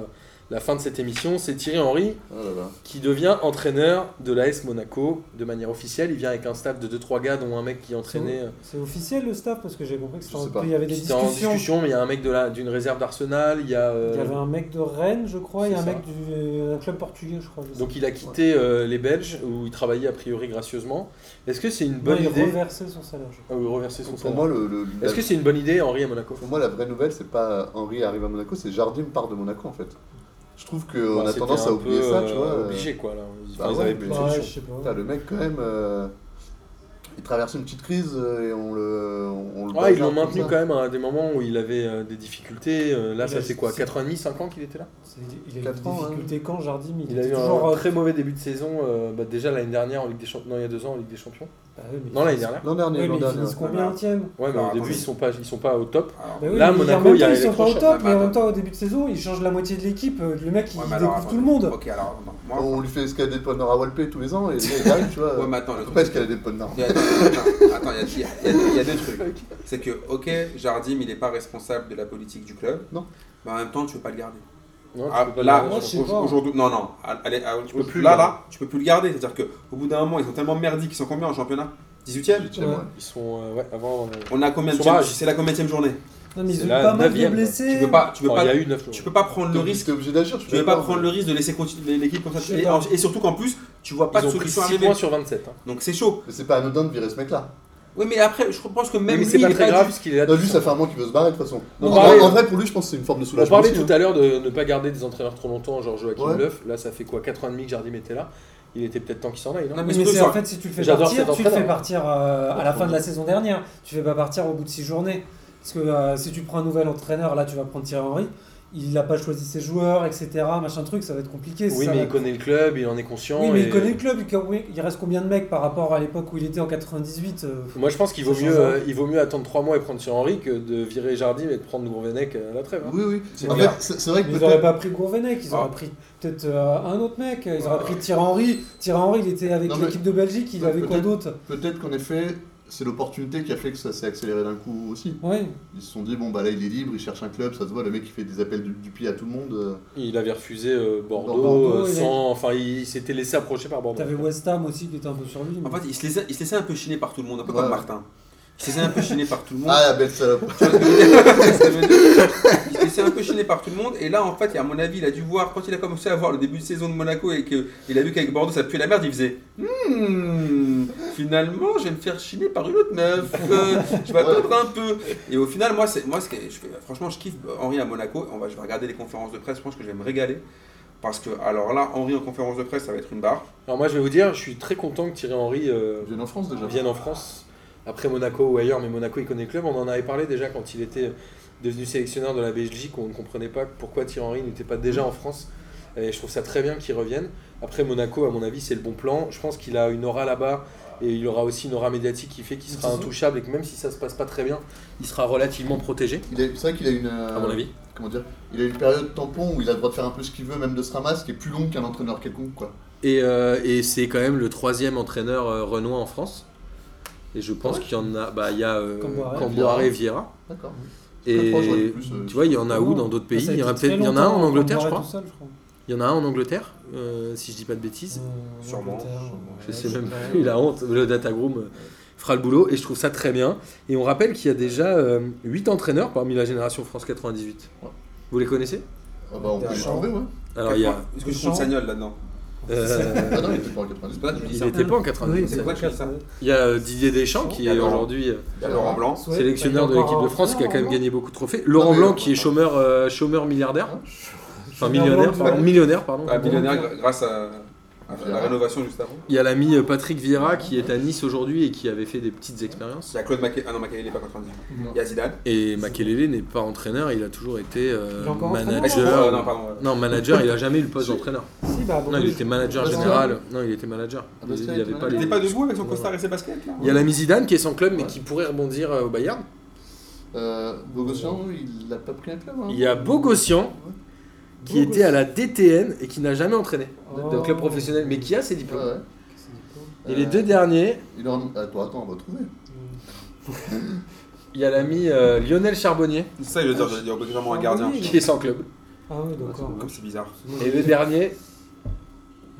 Speaker 1: la fin de cette émission. C'est Thierry Henry
Speaker 3: Oh là là.
Speaker 1: qui devient entraîneur de l'AS Monaco de manière officielle. Il vient avec un staff de 2-3 gars dont un mec qui entraînait... euh,
Speaker 4: C'est officiel le staff parce que j'ai compris que
Speaker 3: Je
Speaker 4: c'était en-
Speaker 3: sais pas.
Speaker 4: il y avait des
Speaker 1: qui était en
Speaker 4: discussions.
Speaker 1: discussion, mais il y a un mec de la- d'une réserve d'Arsenal, il y a... euh,
Speaker 4: Il y avait un mec de Rennes, je crois, et
Speaker 1: c'est
Speaker 4: un
Speaker 1: ça.
Speaker 4: mec du euh, un club portugais, je crois. je sais
Speaker 1: Donc il a quitté euh, les Belges où il travaillait a priori gracieusement. Est-ce que c'est une
Speaker 4: pas. Non,
Speaker 1: bonne
Speaker 4: il
Speaker 1: idée
Speaker 4: reversait son salaire. je
Speaker 1: Ah oui, reverser son
Speaker 3: Pour
Speaker 1: salaire.
Speaker 3: moi, le, le- la-
Speaker 1: Est-ce que c'est une bonne idée Henri à Monaco
Speaker 3: pour moi, la vraie nouvelle, c'est pas Henri arrive à Monaco, c'est Jardim part de Monaco, en fait. Je trouve qu'on
Speaker 1: Bah,
Speaker 3: a
Speaker 1: c'était
Speaker 3: tendance
Speaker 1: un
Speaker 3: à oublier
Speaker 1: peu,
Speaker 3: ça, tu
Speaker 1: euh,
Speaker 3: vois.
Speaker 1: Obligé quoi là. Ils,
Speaker 3: Bah
Speaker 1: Ah, ils
Speaker 3: ouais,
Speaker 1: avaient plus de
Speaker 3: mais-
Speaker 4: crois.
Speaker 3: Ouais,
Speaker 4: Ouais,
Speaker 1: solution.
Speaker 4: je sais pas.
Speaker 3: Putain, le mec, quand même, euh, il traverse une petite crise euh, et on le. On, on le
Speaker 1: Ouais, Ah, ils
Speaker 3: bazarde
Speaker 1: l'ont
Speaker 3: comme
Speaker 1: maintenu
Speaker 3: ça.
Speaker 1: quand même à des moments où il avait euh, des difficultés. Euh, là,
Speaker 4: Il
Speaker 1: ça
Speaker 4: a-
Speaker 1: fait quoi
Speaker 4: c'est-
Speaker 1: 85 ans qu'il était là
Speaker 4: C'est- Il a eu des
Speaker 3: Quatre ans, hein.
Speaker 4: difficultés quand Jardim
Speaker 1: Il a eu
Speaker 4: était
Speaker 1: un
Speaker 4: toujours. euh,
Speaker 1: très mauvais début de saison. euh, bah, déjà l'année dernière en Ligue des Champions. Non, il y a deux ans en Ligue des Champions.
Speaker 4: Bah oui, mais-
Speaker 1: Non, l'année dernière.
Speaker 3: L'an
Speaker 4: Oui,
Speaker 3: dernier,
Speaker 4: mais
Speaker 3: l'an
Speaker 4: ils
Speaker 3: dernier.
Speaker 1: hein.
Speaker 4: finissent combien tiennent
Speaker 1: Ouais, mais
Speaker 2: Alors,
Speaker 1: au début
Speaker 2: attendez.
Speaker 1: ils sont pas, ils sont pas au top.
Speaker 2: Alors,
Speaker 4: Bah oui,
Speaker 1: Là,
Speaker 4: mais en
Speaker 1: Monaco,
Speaker 4: même
Speaker 1: il y a
Speaker 4: temps,
Speaker 1: les
Speaker 4: ils sont pas au
Speaker 1: prochains-
Speaker 4: top, mais en
Speaker 2: Bah,
Speaker 4: même temps, au début de saison, ils changent la moitié de l'équipe. euh, Le mec, il
Speaker 2: ouais, mais alors,
Speaker 4: découvre tout le monde.
Speaker 2: Ok, alors. attends, moi,
Speaker 3: On lui fait escalader le Ponor à Walpé tous les ans et le mec, il arrive, tu vois.
Speaker 2: Ouais, mais attends, le
Speaker 3: on euh, peut pas
Speaker 2: truc.
Speaker 3: escalader le Ponor.
Speaker 2: Il y a- Attends, attends, attends, il y a- il y a- il y a deux trucs. C'est que, ok, Jardim, il n'est pas responsable de la politique du club.
Speaker 3: Non.
Speaker 2: Mais en même temps, tu ne peux pas le garder.
Speaker 1: Non, tu
Speaker 2: Ah,
Speaker 1: peux pas euh,
Speaker 2: là,
Speaker 1: le-
Speaker 4: moi, je sais pas.
Speaker 2: aujourd'hui, non, non. Allez, ah,
Speaker 1: peux plus
Speaker 2: là,
Speaker 1: le garder.
Speaker 2: là, tu peux plus le garder. C'est-à-dire qu'au bout d'un moment, ils sont tellement merdiques. Ils sont combien en championnat 18ème
Speaker 3: Huitième,
Speaker 4: Ouais.
Speaker 3: ouais.
Speaker 1: ils sont euh, ouais, avant. euh,
Speaker 2: On a combien de
Speaker 1: Chômage.
Speaker 2: C'est la combienième journée
Speaker 4: Non, mais
Speaker 1: C'est
Speaker 4: ils ont eu
Speaker 1: la
Speaker 4: pas mal de
Speaker 1: neuvième.
Speaker 4: blessés.
Speaker 2: Tu peux pas, tu peux
Speaker 1: enfin,
Speaker 2: pas,
Speaker 1: Oh, il y a eu 9
Speaker 2: tu peux pas prendre le
Speaker 3: Donc,
Speaker 2: risque.
Speaker 3: t'es obligé d'agir, tu
Speaker 2: Tu peux
Speaker 3: peux
Speaker 2: pas prendre le risque de laisser continuer l'équipe comme ça.
Speaker 4: Je sais
Speaker 2: Et,
Speaker 4: pas.
Speaker 2: en- et surtout qu'en plus, tu vois pas
Speaker 1: Ils
Speaker 2: de
Speaker 1: ont pris
Speaker 2: solution
Speaker 1: 6
Speaker 2: arriver.
Speaker 1: points sur 27. hein.
Speaker 2: Donc c'est chaud.
Speaker 3: Mais c'est pas anodin de virer ce mec-là.
Speaker 2: Oui, mais après, je pense que
Speaker 1: Oui,
Speaker 2: même
Speaker 1: Mais
Speaker 2: lui,
Speaker 1: c'est
Speaker 2: il
Speaker 1: pas
Speaker 2: est
Speaker 1: très
Speaker 2: pas
Speaker 1: grave puisqu'il est là.
Speaker 3: Non,
Speaker 1: depuis
Speaker 3: lui, ça fait un moment qu'il veut se barrer de toute façon.
Speaker 1: On
Speaker 3: En-
Speaker 1: parlait-
Speaker 3: en, en vrai, pour lui, je pense que c'est une forme de
Speaker 1: On
Speaker 3: soulagement.
Speaker 1: parlait
Speaker 3: aussi,
Speaker 1: tout à l'heure de ne pas garder des entraîneurs trop longtemps, genre Joachim
Speaker 3: Ouais.
Speaker 1: Löw. Là, ça fait quoi 4 ans et demi que Jardim était là. Il était peut-être temps qu'il s'en aille, non
Speaker 2: Non,
Speaker 4: Mais,
Speaker 2: Mais surtout,
Speaker 4: c'est
Speaker 2: ça-
Speaker 4: en fait, si tu le fais
Speaker 1: J'adore
Speaker 4: partir,
Speaker 1: cet
Speaker 4: tu le fais
Speaker 1: entraîneur.
Speaker 4: partir euh, à la fin de la saison dernière. Tu fais pas partir au bout de six journées. Parce que euh, si tu prends un nouvel entraîneur, là, tu vas prendre Thierry Henry. Il n'a pas choisi ses joueurs, etc. Machin truc, ça va être compliqué.
Speaker 1: Oui,
Speaker 4: ça
Speaker 1: mais
Speaker 4: va-
Speaker 1: il connaît le club, il en est conscient.
Speaker 4: Oui, mais
Speaker 1: et-
Speaker 4: il connaît le club. il- oui, Il reste combien de mecs par rapport à l'époque où il était en 98 euh,
Speaker 1: Moi, je pense qu'il vaut,
Speaker 4: Ça
Speaker 1: mieux,
Speaker 4: change rien.
Speaker 1: euh, il vaut mieux attendre 3 mois et prendre sur Henri que de virer Jardim et de prendre Gourvenec à la trêve. hein.
Speaker 3: Oui, oui.
Speaker 1: C'est
Speaker 3: En
Speaker 1: clair.
Speaker 3: fait, c'est c'est vrai que
Speaker 4: Mais Ils n'auraient
Speaker 3: peut-être.
Speaker 4: pas pris Gourvenec, ils
Speaker 2: Ah.
Speaker 4: auraient pris peut-être euh, un autre mec, ils auraient
Speaker 2: Ouais.
Speaker 4: pris Thierry Henry. Thierry Henry, il était avec
Speaker 3: Non, mais-
Speaker 4: l'équipe de Belgique, il
Speaker 3: Peut-
Speaker 4: avait quoi
Speaker 3: peut-être-
Speaker 4: d'autre
Speaker 3: Peut-être qu'en effet, c'est l'opportunité qui a fait que ça s'est accéléré d'un coup aussi.
Speaker 4: Oui,
Speaker 3: Ils se sont dit, bon, bah là, il est libre, il cherche un club, ça se voit, le mec, il fait des appels du, du pied à tout le monde. euh.
Speaker 1: Il avait refusé euh, Bordeaux,
Speaker 3: Bordeaux,
Speaker 1: euh,
Speaker 4: il est-
Speaker 1: sans... enfin, il s'était laissé approcher par Bordeaux.
Speaker 4: t'avais West Ham aussi qui était un peu sur lui.
Speaker 2: En
Speaker 4: mais-
Speaker 2: fait, il se laissait, il se laissait un peu chiner par tout le monde, un peu
Speaker 3: Ouais.
Speaker 2: comme Martin. Il se laissait un peu chiner par tout le monde.
Speaker 3: Ah, la belle salope.
Speaker 2: Tu vois ce que je veux dire Ce que je veux dire Il s'est un peu chiné par tout le monde. Et là, en fait, à mon avis, il a dû voir, quand il a commencé à voir le début de saison de Monaco et qu'il a vu qu'avec Bordeaux, ça puait la merde, il faisait Hmm, finalement, je vais me faire chiner par une autre meuf. Euh, je vais attendre un peu. Et au final, moi, c'est, moi ce que je fais, franchement, je kiffe Henri à Monaco. On va, je vais regarder les conférences de presse. Je pense que je vais me régaler. Parce que, alors là, Henri en conférence de presse, ça va être une barre.
Speaker 1: Alors, moi, je vais vous dire, je suis très content que Thierry Henry euh,
Speaker 3: Ils viennent en France déjà.
Speaker 1: vienne en France. Après Monaco ou ailleurs, mais Monaco, il connaît le club. On en avait parlé déjà quand il était devenu sélectionneur de la Belgique, où on ne comprenait pas pourquoi Thierry Henry n'était pas déjà en France. Et je trouve ça très bien qu'il revienne. Après Monaco, à mon avis, c'est le bon plan. Je pense qu'il a une aura là-bas et il aura aussi une aura médiatique qui fait qu'il sera intouchable et que même si ça se passe pas très bien, il sera relativement protégé,
Speaker 3: Il a- C'est vrai qu'il a une. euh,
Speaker 1: à mon avis.
Speaker 3: Comment dire Il a une période tampon où il a le droit de faire un peu ce qu'il veut, même de se ramasser, qui est plus longue qu'un entraîneur quelconque, quoi.
Speaker 1: Et, euh, et c'est quand même le troisième entraîneur euh, renois en France. Et je pense qu'il y en a. Bah, il y a euh,
Speaker 4: Camboire.
Speaker 1: Camboire et Vieira.
Speaker 3: D'accord.
Speaker 1: Et
Speaker 3: Très proche, ouais, plus, euh,
Speaker 1: tu vois, il y en a où dans d'autres pays
Speaker 4: Bah, Ça a
Speaker 1: Il y en a
Speaker 4: été très
Speaker 1: peut-être- il y en a un en
Speaker 4: longtemps, hein.
Speaker 1: Angleterre, je
Speaker 4: Comboiré
Speaker 1: crois.
Speaker 4: tout seul, je crois.
Speaker 1: Il y en a un en Angleterre, euh, si je dis pas de bêtises.
Speaker 4: Euh,
Speaker 2: Sûrement,
Speaker 4: Angleterre,
Speaker 2: sûrement.
Speaker 1: Je sais même
Speaker 4: pas.
Speaker 1: plus, il a honte. Le Datagroom euh, fera le boulot et je trouve ça très bien. Et on rappelle qu'il y a déjà 8 entraîneurs parmi la génération France 98.
Speaker 3: Ouais.
Speaker 1: Vous les connaissez
Speaker 3: Ah bah, on peut les
Speaker 4: Deschamps.
Speaker 3: trouver, ouais.
Speaker 1: Alors il y a
Speaker 2: Est-ce que je
Speaker 4: Deschamps.
Speaker 2: compte Sagnol là-dedans
Speaker 1: Euh,
Speaker 3: Ah non, il était pas en 90.
Speaker 2: C'est pas toi qui dis
Speaker 1: il
Speaker 2: ça.
Speaker 1: n'était pas en
Speaker 4: Oui,
Speaker 1: 90.
Speaker 2: c'est quoi qui a ça
Speaker 1: Il y a euh, Didier Deschamps qui est
Speaker 2: Alors.
Speaker 1: aujourd'hui euh,
Speaker 2: Il y a Laurent Blanc.
Speaker 4: Ouais,
Speaker 1: sélectionneur
Speaker 4: bah,
Speaker 1: de
Speaker 4: il est
Speaker 1: l'équipe
Speaker 4: encore
Speaker 1: de France qui a quand même
Speaker 4: en-
Speaker 1: gagné beaucoup de trophées. Laurent
Speaker 3: mais-
Speaker 1: Blanc qui est chômeur, euh, chômeur milliardaire, enfin millionnaire,
Speaker 4: Blanc,
Speaker 1: pardon,
Speaker 4: ouais.
Speaker 1: millionnaire, pardon.
Speaker 2: Ah, millionnaire gr- grâce à, à la
Speaker 3: Vieira.
Speaker 2: rénovation juste avant.
Speaker 1: Il y a l'ami euh, Patrick Vieira qui est à Nice aujourd'hui et qui avait fait des petites expériences.
Speaker 2: Il y a Claude Maquet. Ah non, Maquet, il est pas 90.
Speaker 3: Non.
Speaker 2: Il y a Zidane.
Speaker 1: Et Makelele n'est pas entraîneur, il a toujours été euh,
Speaker 4: Il est encore entraîneur
Speaker 1: manager.
Speaker 2: Euh, non, pardon. euh,
Speaker 1: Non, manager, il a jamais eu le poste d'entraîneur.
Speaker 4: Si, bah,
Speaker 1: Non, il était manager
Speaker 4: Bastia.
Speaker 1: général. Non, il était manager.
Speaker 3: Ah,
Speaker 1: Il,
Speaker 3: Bastia
Speaker 1: il avait
Speaker 3: était
Speaker 1: pas
Speaker 2: Il
Speaker 1: les...
Speaker 2: était pas debout avec son
Speaker 1: Ouais.
Speaker 2: costard et ses baskets là
Speaker 1: Il y a l'ami Zidane qui est sans club mais qui pourrait rebondir euh, au Bayern.
Speaker 3: Euh, Bogossian, il a pas pris un club. hein.
Speaker 1: Il y a Bogossian qui était à la DTN et qui n'a jamais entraîné
Speaker 4: Oh.
Speaker 1: de, de club professionnel mais qui a ses
Speaker 3: Ouais,
Speaker 1: diplômes.
Speaker 3: ouais.
Speaker 4: Ah
Speaker 3: Euh,
Speaker 1: Et les deux derniers,
Speaker 3: Il aura... Attends, attends, on va trouver.
Speaker 1: il y a l'ami euh, Lionel Charbonnier
Speaker 2: C'est ça, il veut dire, j'ai dit obligatoirement un gardien.
Speaker 1: qui est sans club.
Speaker 4: Ah oui,
Speaker 3: hein.
Speaker 4: d'accord.
Speaker 2: Comme c'est bizarre.
Speaker 1: Et le dernier,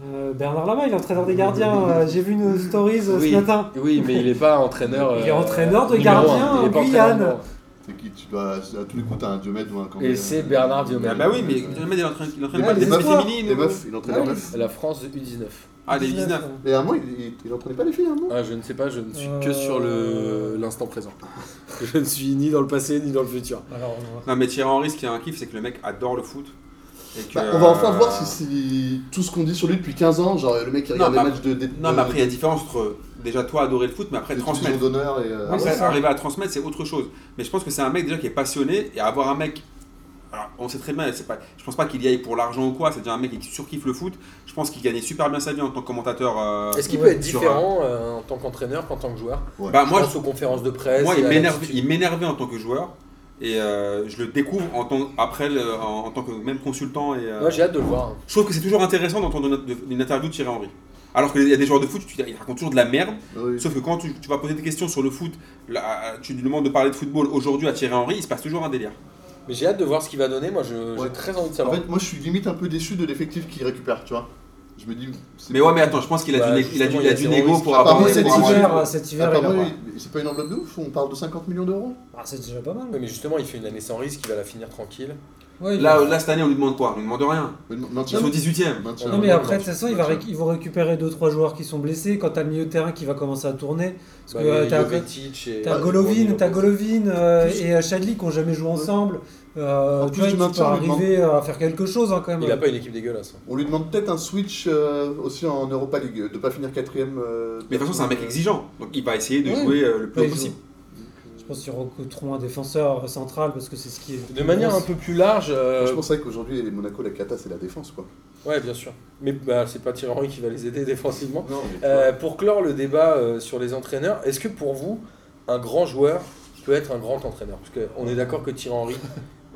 Speaker 4: Euh, Bernard Lama, il est entraîneur des gardiens. euh, J'ai vu une stories euh,
Speaker 1: Oui.
Speaker 4: ce matin.
Speaker 1: oui, mais il n'est pas entraîneur. euh,
Speaker 4: Il est entraîneur de
Speaker 1: numéro un.
Speaker 4: gardien
Speaker 1: Il est
Speaker 4: en
Speaker 1: pas entraîneur
Speaker 4: Guyane.
Speaker 1: numéro un.
Speaker 3: C'est qui tu dois, à tous les coups, t'as un Diomède ou un Cambé.
Speaker 1: Et c'est Bernard Diomède.
Speaker 2: Ah bah oui, mais jamais il entraîne il entraîne
Speaker 3: Ah,
Speaker 2: pas
Speaker 3: des
Speaker 2: les
Speaker 3: meufs.
Speaker 2: féminines.
Speaker 3: Les
Speaker 2: ou-
Speaker 3: meufs, il entraînait
Speaker 4: Ah
Speaker 3: les
Speaker 4: oui.
Speaker 3: meufs.
Speaker 1: La France U19.
Speaker 2: Ah, les 19.
Speaker 3: Et à un moment, il, il, il entraînait pas les filles, à un moment
Speaker 1: Ah, je ne sais pas, je ne suis que
Speaker 4: Euh.
Speaker 1: sur le l'instant présent. je ne suis ni dans le passé ni dans le futur.
Speaker 4: Alors, on va-
Speaker 2: Non, mais Thierry Henry, ce qui est un kiff, c'est que le mec adore le foot. et que- euh,
Speaker 3: Bah, On va enfin voir si, si tout ce qu'on dit sur lui depuis 15 ans, genre le mec qui
Speaker 2: Non,
Speaker 3: regarde les
Speaker 2: mais-
Speaker 3: matchs de. de-
Speaker 2: Non, mais
Speaker 3: de-
Speaker 2: après, il y a la différence entre déjà toi adorer le foot, mais après
Speaker 3: de diffusion
Speaker 2: transmettre.
Speaker 3: d'honneur et. euh,
Speaker 2: Après,
Speaker 3: ouais.
Speaker 2: Ah arriver à transmettre, c'est autre chose. Mais je pense que c'est un mec déjà qui est passionné et avoir un mec. Alors, on sait très bien, c'est pas, je pense pas qu'il y aille pour l'argent ou quoi, c'est déjà un mec qui surkiffe le foot. Je pense qu'il gagnait super bien sa vie en tant que commentateur. euh,
Speaker 1: Est-ce qu'il
Speaker 4: Ouais.
Speaker 1: peut être
Speaker 2: Sur
Speaker 1: différent euh, en tant qu'entraîneur qu'en tant que joueur
Speaker 2: Bah,
Speaker 1: Moi,
Speaker 2: moi,
Speaker 1: je pense aux conférences de
Speaker 2: je-
Speaker 1: presse.
Speaker 2: moi
Speaker 1: et
Speaker 2: il,
Speaker 1: à
Speaker 2: m'énerve-
Speaker 1: l'attitude.
Speaker 2: il m'énervait en tant que joueur et euh, je le découvre en tant, après le- en, en tant que même consultant. Et, euh,
Speaker 1: Moi, j'ai hâte de le voir.
Speaker 2: je trouve que c'est toujours intéressant d'entendre une, de- une interview de Thierry Henry. Alors qu'il y a des joueurs de foot, tu, te dis, ils racontent toujours de la merde.
Speaker 3: Oui.
Speaker 2: Sauf que quand tu, tu vas poser des questions sur le foot, là, tu lui demandes de parler de football aujourd'hui à Thierry Henry, il se passe toujours un délire.
Speaker 1: Mais j'ai hâte de voir ce qu'il va donner. Moi, je- j'ai
Speaker 3: Ouais.
Speaker 1: très envie de
Speaker 3: En
Speaker 1: savoir.
Speaker 3: fait, moi, je suis limite un peu déçu de l'effectif qu'il récupère, tu vois. Je me dis. c'est-
Speaker 2: Mais ouais, mais attends, je pense qu'il a,
Speaker 1: Bah,
Speaker 2: dû, né- il a,
Speaker 1: justement,
Speaker 2: dû, il a
Speaker 1: il y a
Speaker 2: dû
Speaker 1: zéro
Speaker 2: négo
Speaker 1: risque.
Speaker 2: pour
Speaker 3: Ah, par
Speaker 2: avoir.
Speaker 3: contre,
Speaker 2: pour
Speaker 3: c'est
Speaker 4: cet
Speaker 2: avoir-
Speaker 3: difficile.
Speaker 4: hiver, euh, cet hiver, il
Speaker 3: Apparemment,
Speaker 4: aura-
Speaker 3: il- c'est pas une enveloppe de ouf, on parle de 50 millions d'euros.
Speaker 4: Ah, c'est déjà pas mal.
Speaker 1: Ouais, Mais justement, il fait une année sans risque, il va la finir tranquille.
Speaker 4: Ouais, il-
Speaker 2: Là, là, cette année, on lui demande quoi On lui demande rien.
Speaker 3: Mais non,
Speaker 2: Ils
Speaker 3: Maintien
Speaker 2: sont 18 e
Speaker 3: Maintien.
Speaker 4: Non mais après,
Speaker 1: Ouais.
Speaker 4: de toute façon, il va réc- ils vont récupérer 2-3 joueurs qui sont blessés. Quand t'as le milieu de terrain qui va commencer à tourner, parce
Speaker 1: Bah,
Speaker 4: que euh,
Speaker 1: mais
Speaker 4: t'as-
Speaker 1: Jovetic et-
Speaker 4: t'as
Speaker 1: et
Speaker 4: Golovin,
Speaker 1: Lopez.
Speaker 4: t'as Golovin euh,
Speaker 3: Plus-
Speaker 4: et euh, Chadli qui ont jamais joué ensemble.
Speaker 3: En
Speaker 4: Euh,
Speaker 3: plus
Speaker 4: tu vois,
Speaker 3: du
Speaker 4: ils
Speaker 3: maintien,
Speaker 4: peuvent
Speaker 3: on lui demande-
Speaker 4: arriver à faire quelque chose hein, quand même.
Speaker 1: Il a pas une équipe dégueulasse. hein.
Speaker 3: On lui demande peut-être un switch euh, aussi en Europa League, de pas finir quatrième. euh,
Speaker 2: Mais de toute façon, c'est un mec
Speaker 3: euh,
Speaker 2: exigeant. Donc il va essayer de
Speaker 4: Ouais.
Speaker 2: jouer euh, le plus haut
Speaker 4: Ouais,
Speaker 2: possible.
Speaker 4: Je pense qu'ils recruteront un défenseur euh, central parce que c'est ce qui est.
Speaker 1: De manière un peu plus large. euh,
Speaker 3: Je pensais qu'aujourd'hui, les Monaco, la cata, c'est la défense, quoi.
Speaker 1: Ouais, bien sûr. Mais bah, c'est pas Thierry Henry qui va les aider défensivement.
Speaker 3: Non,
Speaker 1: Euh, pour clore le débat euh, sur les entraîneurs, est-ce que pour vous, un grand joueur peut être un grand entraîneur Parce qu'on est d'accord que Thierry Henry